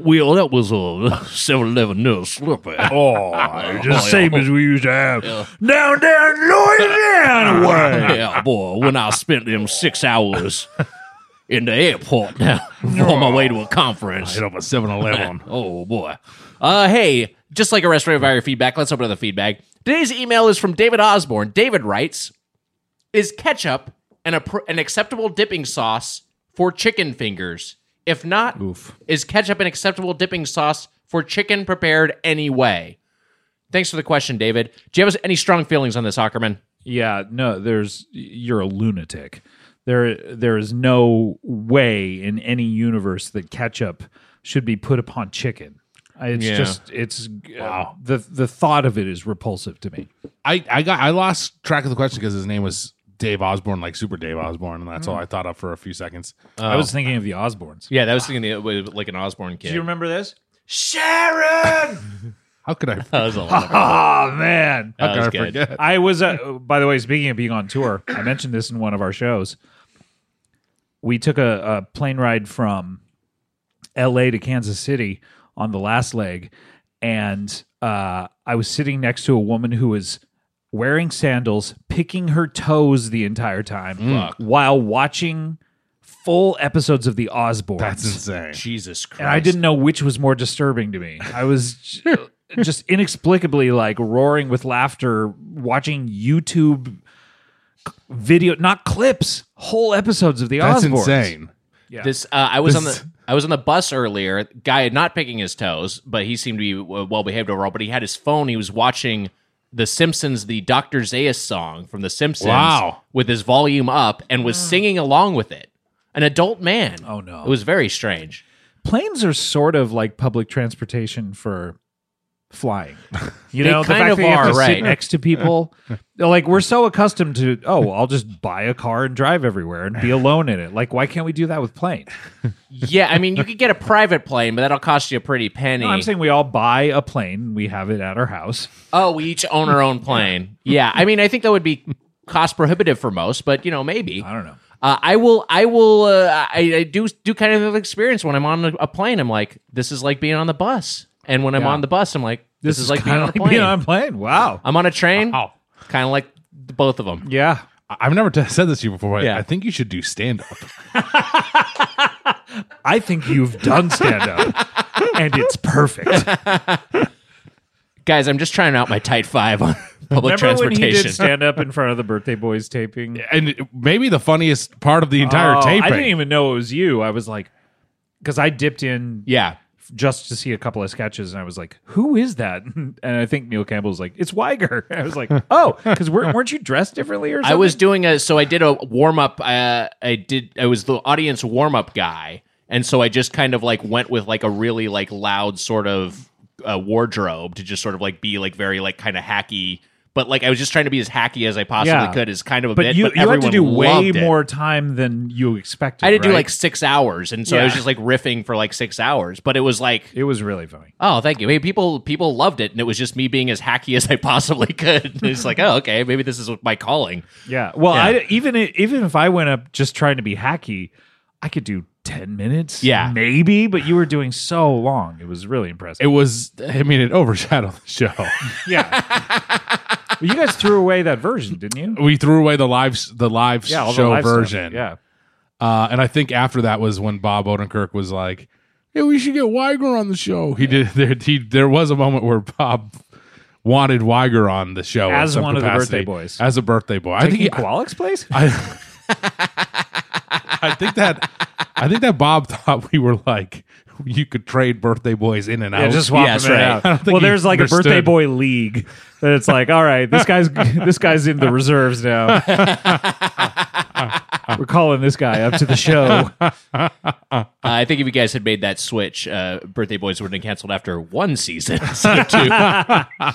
S8: Well, that was a 7-Eleven Nerd Slurpee.
S6: Oh, the same as we used to have down down Louisiana way.
S8: yeah, boy, when I spent them six hours in the airport now on my way to a conference.
S4: Hit up a 7 Eleven.
S8: Oh boy. Uh, hey, just like a restaurant of your feedback, let's open up the feedback. Today's email is from David Osborne. David writes, "Is ketchup an appro- an acceptable dipping sauce for chicken fingers? If not, is ketchup an acceptable dipping sauce for chicken prepared anyway?" Thanks for the question, David. Do you have any strong feelings on this, Ackerman?
S6: Yeah, no, there's you're a lunatic. There there is no way in any universe that ketchup should be put upon chicken. It's just it's wow. the the thought of it is repulsive to me.
S4: I, I got I lost track of the question because his name was Dave Osborne, like Super Dave Osborne, and that's all I thought of for a few seconds.
S6: I was thinking of the Osbournes.
S8: Yeah, that was thinking like an Osborne kid.
S6: Oh. Do you remember this?
S4: How could I?
S8: That was a lot of-
S6: Oh man.
S4: How could
S8: was
S4: I
S8: good.
S4: forget?
S6: I was, uh, by the way, speaking of being on tour, I mentioned this in one of our shows. We took a, a plane ride from L.A. to Kansas City on the last leg, and uh, I was sitting next to a woman who was wearing sandals, picking her toes the entire time while watching full episodes of the Osbournes.
S4: That's insane.
S8: Jesus Christ!
S6: and I didn't know which was more disturbing to me. I was j- just inexplicably like roaring with laughter watching YouTube c- video, not clips, whole episodes of the
S4: That's
S6: Osbournes.
S4: insane.
S8: This uh, I was on
S4: This-
S8: the I was on the bus earlier. Guy had not picking his toes, but he seemed to be well behaved overall. But he had his phone. He was watching The Simpsons, the Dr. Zayas song from The Simpsons,
S4: Wow.
S8: with his volume up and was singing along with it. An adult man.
S6: Mm. Oh, no.
S8: it was very strange.
S6: Planes are sort of like public transportation for flying. You
S8: They
S6: know, the
S8: kind
S6: fact
S8: of
S6: that you have
S8: are,
S6: to
S8: right.
S6: sit next to people, like we're so accustomed to, oh, I'll just buy a car and drive everywhere and be alone in it. Like, why can't we do that with planes?
S8: Yeah, I mean, you could get a private plane, but that'll cost you a pretty penny.
S6: No, I'm saying we all buy a plane, we have it at our house.
S8: oh, we each own our own plane. yeah, I mean, I think that would be cost prohibitive for most, but you know, maybe
S6: I don't know.
S8: Uh, I will. I will. Uh, I, I do do kind of have experience when I'm on a, a plane. I'm like, this is like being on the bus. And when I'm on the bus, I'm like, this, is, like being
S6: kinda
S8: on a plane.
S6: being on a plane. Wow.
S8: I'm on a train.
S4: Wow.
S8: Kind of like the both of them.
S6: Yeah.
S4: I- I've never t- said this to you before. But
S8: Yeah.
S4: I think you should do stand up.
S6: I think you've done stand up and it's perfect.
S8: Guys, I'm just trying out my tight five on public
S6: Remember when he did
S8: transportation.
S6: stand up in front of the Birthday Boys taping?
S4: and it- maybe the funniest part of the entire
S6: Oh,
S4: taping.
S6: I didn't even know it was you. I was like, because I dipped in
S8: yeah.
S6: just to see a couple of sketches and I was like, who is that? And I think Neil Campbell was like, it's Weiger. I was like, oh, because weren't you dressed differently or something?
S8: I was doing a so I did a warm up. Uh, I did. I was the audience warm up guy, and so I just kind of like went with like a really like loud sort of uh, wardrobe to just sort of like be like very like kind of hacky But like I was just trying to be as hacky as I possibly
S6: Yeah.
S8: could. Is kind of a
S6: But
S8: bit.
S6: you
S8: but
S6: you had to
S8: everyone
S6: do way
S8: loved it.
S6: more time than you expected.
S8: I did do
S6: right?
S8: like six hours, and so I was
S6: Yeah.
S8: just like riffing for like six hours. But it was like,
S6: it was really funny.
S8: oh, thank you. Hey, people, people loved it, and it was just me being as hacky as I possibly could. it's like, oh, okay, maybe this is my calling.
S6: Yeah. Well,
S8: Yeah.
S6: I even i- even if I went up just trying to be hacky, I could do ten minutes.
S8: Yeah.
S6: maybe. But you were doing so long; it was really impressive.
S4: It was. I mean, it overshadowed the show.
S6: yeah. Well, you guys threw away that version, didn't you?
S4: we threw away the live s- the live
S6: Yeah, all the
S4: show
S6: live stuff.
S4: version.
S6: Yeah.
S4: Uh, and I think after that was when Bob Odenkirk was like, "Hey, we should get Weiger on the show." He did. There, he, there was a moment where Bob wanted Weiger on the show in
S6: As
S4: some
S6: one of the
S4: capacity,
S6: birthday boys.
S4: as a birthday boy. I
S6: Taking
S4: think. He,
S6: Qualic's place?
S4: I, I think that. I think that Bob thought we were like you could trade birthday boys in and out.
S6: Yeah, just swap
S8: Yes,
S6: them in and
S8: right.
S6: out.
S4: I don't think
S6: Well,
S4: he
S6: there's like
S4: understood.
S6: a birthday boy league that it's like, all right, this guy's this guy's in the reserves now. We're calling this guy up to the show.
S8: Uh, I think if you guys had made that switch, uh, Birthday Boys would have been canceled after one season. instead of two. I,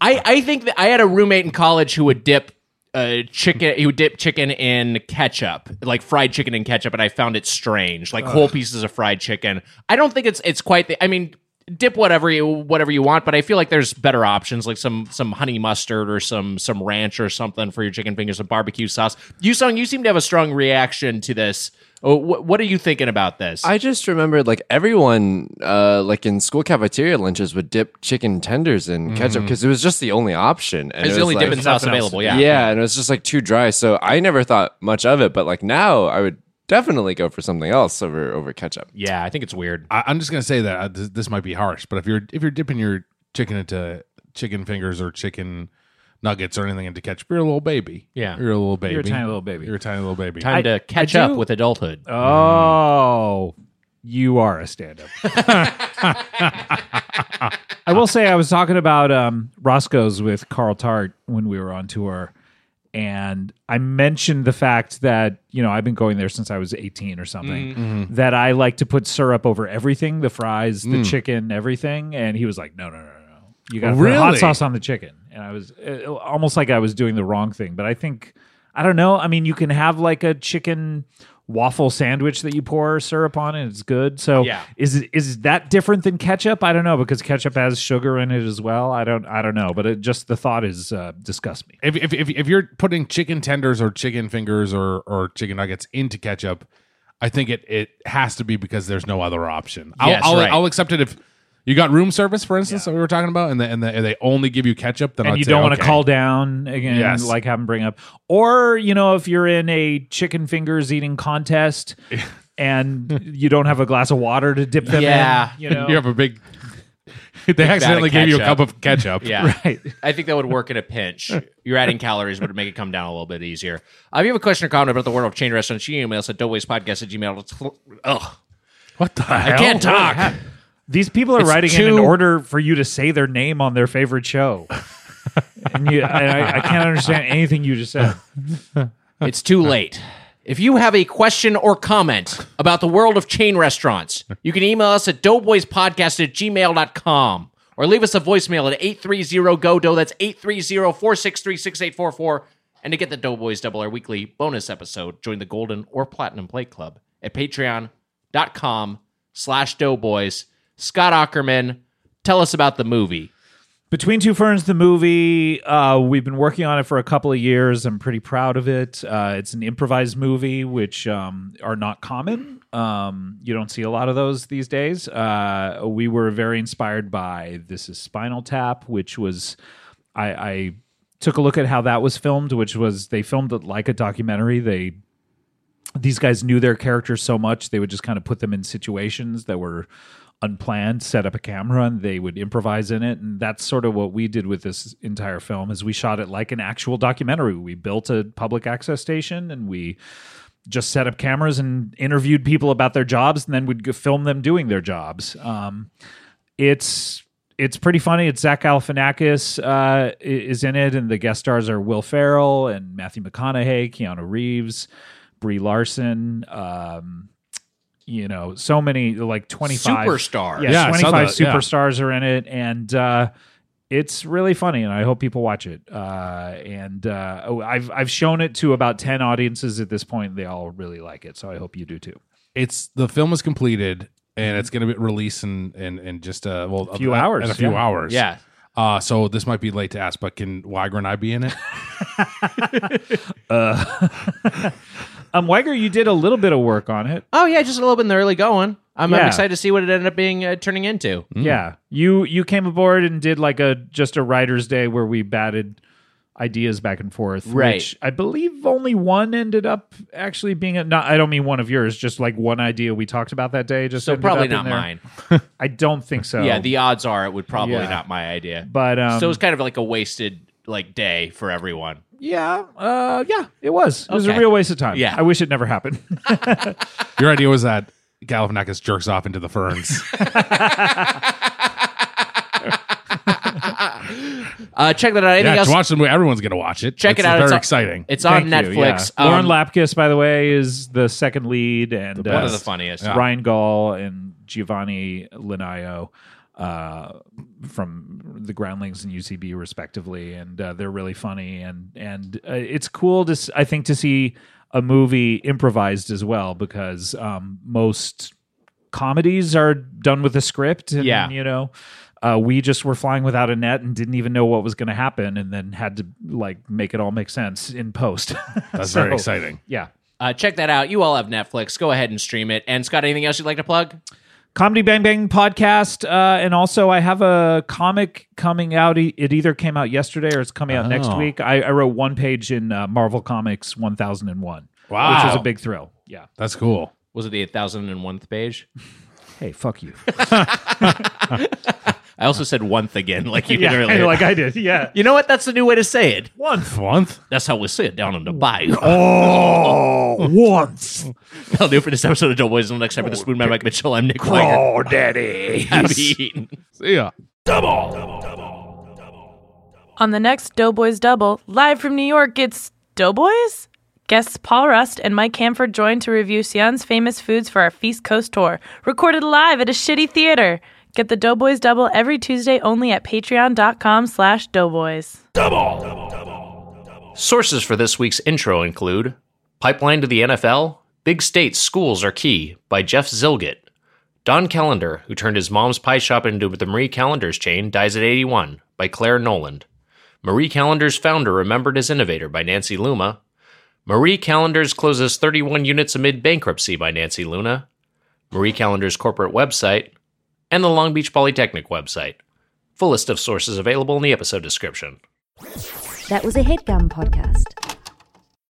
S8: I think that I had a roommate in college who would dip uh, chicken. He would dip chicken in ketchup, like fried chicken in ketchup, and I found it strange. Like whole pieces of fried chicken. I don't think it's it's quite. The, I mean. Dip whatever you whatever you want, but I feel like there's better options, like some some honey mustard or some some ranch or something for your chicken fingers, some barbecue sauce. You song, you seem to have a strong reaction to this. Oh, wh- what are you thinking about this?
S3: I just remembered like everyone, uh, like in school cafeteria lunches, would dip chicken tenders in ketchup because it was just the only option. And it
S8: it's Mm-hmm. the only
S3: was,
S8: dip
S3: like-
S8: and sauce available. Yeah.
S3: yeah. and it was just like too dry. So I never thought much of it, but like now I would definitely go for something else over over ketchup.
S8: Yeah, I think it's weird.
S4: I, I'm just gonna say that uh, this, this might be harsh, but if you're if you're dipping your chicken into chicken fingers or chicken nuggets or anything into ketchup, you're a little baby.
S8: Yeah.
S4: you're a little baby.
S6: You're a tiny little baby.
S4: You're a tiny little baby.
S8: Time
S6: I-
S8: to catch
S6: I
S8: up
S6: do- Uh,
S8: with adulthood.
S6: Oh, you are a stand up. I will say, I was talking about um, Roscoe's with Carl Tart when we were on tour, and I mentioned the fact that, you know, I've been going there since I was 18 or something, that I like to put syrup over everything the fries, the chicken, everything. And he was like, no, no, no, no. no. You got to put hot
S4: Really?
S6: sauce on the chicken. And I was uh, almost like I was doing the wrong thing, but I think I don't know. I mean, you can have like a chicken waffle sandwich that you pour syrup on and it's good. So
S8: Yeah.
S6: is it- is that different than ketchup? I don't know because ketchup has sugar in it as well. I don't I don't know, but it just the thought is uh, disgusts me.
S4: if, if, if, if you're putting chicken tenders or chicken fingers or, or chicken nuggets into ketchup, I think it, it has to be because there's no other option. I'll,
S8: Yes,
S4: I'll,
S8: right.
S4: I'll accept it if you got room service, for instance, that we were talking about, and, the, and, the, and they only give you ketchup. Then
S6: and
S4: I'd
S6: you
S4: say,
S6: don't want to
S4: okay.
S6: call down again,
S4: Yes.
S6: like have them bring up. Or you know, if you're in a chicken fingers eating contest and you don't have a glass of water to dip them
S8: Yeah.
S6: in, you know,
S4: You have a big. they accidentally gave you a
S8: ketchup.
S4: cup of ketchup.
S8: Yeah.
S6: right.
S8: I think that would work in a pinch. You're adding calories, but it'd make it come down a little bit easier. Uh, if you have a question or comment about the world of chain restaurants, you email us at doughwastepodcast at gmail. Ugh.
S4: What the hell?
S8: I can't talk.
S6: These people are
S8: It's
S6: writing in an
S8: too-
S6: order for you to say their name on their favorite show. and you, I, I- I can't understand anything you just said.
S8: It's too late. If you have a question or comment about the world of chain restaurants, you can email us at doughboyspodcast at gmail.com or leave us a voicemail at 830-GO-DOUGH. That's 830-463-6844. And to get the Doughboys Double Our Weekly bonus episode, join the Golden or Platinum Plate Club at patreon.com slash doughboys. Scott Ackerman, tell us about the movie.
S6: Between Two Ferns, the movie, uh, we've been working on it for a couple of years. I'm pretty proud of it. Uh, it's an improvised movie, which um, are not common. Um, you don't see a lot of those these days. Uh, we were very inspired by This is Spinal Tap, which was, I, I took a look at how that was filmed, which was they filmed it like a documentary. They these guys knew their characters so much they would just kind of put them in situations that were unplanned set up a camera and they would improvise in it and that's sort of what we did with this entire film is we shot it like an actual documentary we built a public access station and we just set up cameras and interviewed people about their jobs and then would go film them doing their jobs um, it's it's pretty funny. It's Zach Galifianakis uh, i- is in it, and the guest stars are Will Ferrell and Matthew McConaughey, Keanu Reeves, Brie Larson. Um, you know, so many like twenty five
S8: Superstar.
S6: Yeah,
S4: Yeah, I saw
S6: twenty five
S4: that, yeah.
S6: superstars are in it, and uh, it's really funny, and I hope people watch it. Uh, and uh, oh, I've I've shown it to about ten audiences at this point. They all really like it, so I hope you do too.
S4: it's the film is completed and it's going to be released in in, in just a well,
S6: Few
S4: a-
S6: hours,
S4: in a few
S6: yeah.
S4: hours.
S2: Yeah.
S4: Uh, so this might be late to ask, but can Weiger and I be in it?
S6: Um, Weiger, you did a little bit of work on it.
S2: Oh yeah, just a little bit in the early going. I'm, I'm
S6: Yeah.
S2: excited to see what it ended up being uh, turning into.
S6: Yeah, you you came aboard and did like a just a writer's day where we batted ideas back and forth.
S2: Right.
S6: Which I believe only one ended up actually being a. Not, I don't mean one of yours. Just like one idea we talked about that day. Just
S2: So
S6: ended
S2: probably not
S6: up in there.
S2: mine.
S6: I don't think so.
S2: Yeah, the odds are it would probably
S6: Yeah.
S2: not my idea.
S6: but um,
S2: so it was kind of like a wasted like day for everyone.
S6: yeah, uh, yeah, it was. It was
S2: Okay.
S6: a real waste of time.
S2: Yeah.
S6: I wish it never happened.
S4: Your idea was that Galifianakis jerks off into the ferns.
S2: Uh, check that out. Anything
S4: yeah,
S2: else?
S4: to watch the movie, everyone's going to watch it.
S2: check
S4: It's
S2: it out.
S4: Very
S2: it's on-
S4: exciting.
S2: It's
S6: Thank
S2: on
S6: you,
S2: Netflix.
S6: yeah.
S2: Um,
S6: Lauren Lapkus, by the way, is the second lead, and uh,
S2: one of the funniest.
S6: It's Ryan Gall and Giovanni Linaio uh, from the Groundlings and UCB respectively, and uh, they're really funny. And and uh, it's cool to s- I think to see a movie improvised as well because um, most comedies are done with a script. And,
S2: Yeah.
S6: you know. Uh, we just were flying without a net and didn't even know what was going to happen, and then had to like make it all make sense in post.
S4: That's
S6: So,
S4: very exciting.
S6: Yeah,
S2: Uh, check that out. You all have Netflix. Go ahead and stream it. And Scott, anything else you'd like to plug?
S6: Comedy Bang Bang podcast, uh, and also I have a comic coming out. E- It either came out yesterday or it's coming out next week. I, I wrote one page in uh, Marvel Comics 1001,
S4: Wow.
S6: which was a big thrill. Yeah.
S4: That's cool.
S2: Was it the 1001th page?
S6: Hey, fuck you.
S2: I also said oneth again, like you
S6: yeah,
S2: did earlier.
S6: like I did. Yeah.
S2: you know what? That's the new way to say it.
S6: Once.
S4: Month?
S2: That's how we say it down in the bayou.
S6: Oh, once.
S2: I'll do it for this episode of Doughboys Until Next Time for the Spoon Man, Mike Mitchell. I'm Nick Weiger.
S6: Oh, daddy.
S2: Happy eating.
S4: See ya.
S9: On the next Doughboys Double, live from New York, it's Doughboys? Guests Paul Rust and Mike Camford join to review Sion's famous foods for our Feast Coast tour, recorded live at a shitty theater. Get the Doughboys Double every Tuesday only at patreon.com slash doughboys.
S8: Sources for this week's intro include Pipeline to the NFL, Big State Schools Are Key by Jeff Zilgit. Don Callender, who turned his mom's pie shop into the Marie Callender's chain, dies at 81 by Claire Noland. Marie Callender's founder remembered as innovator by Nancy Luma. Marie Callender's closes 31 units amid bankruptcy by Nancy Luna. Marie Callender's corporate website and the Long Beach Polytechnic website. Full list of sources available in the episode description.
S10: That was a headgum podcast.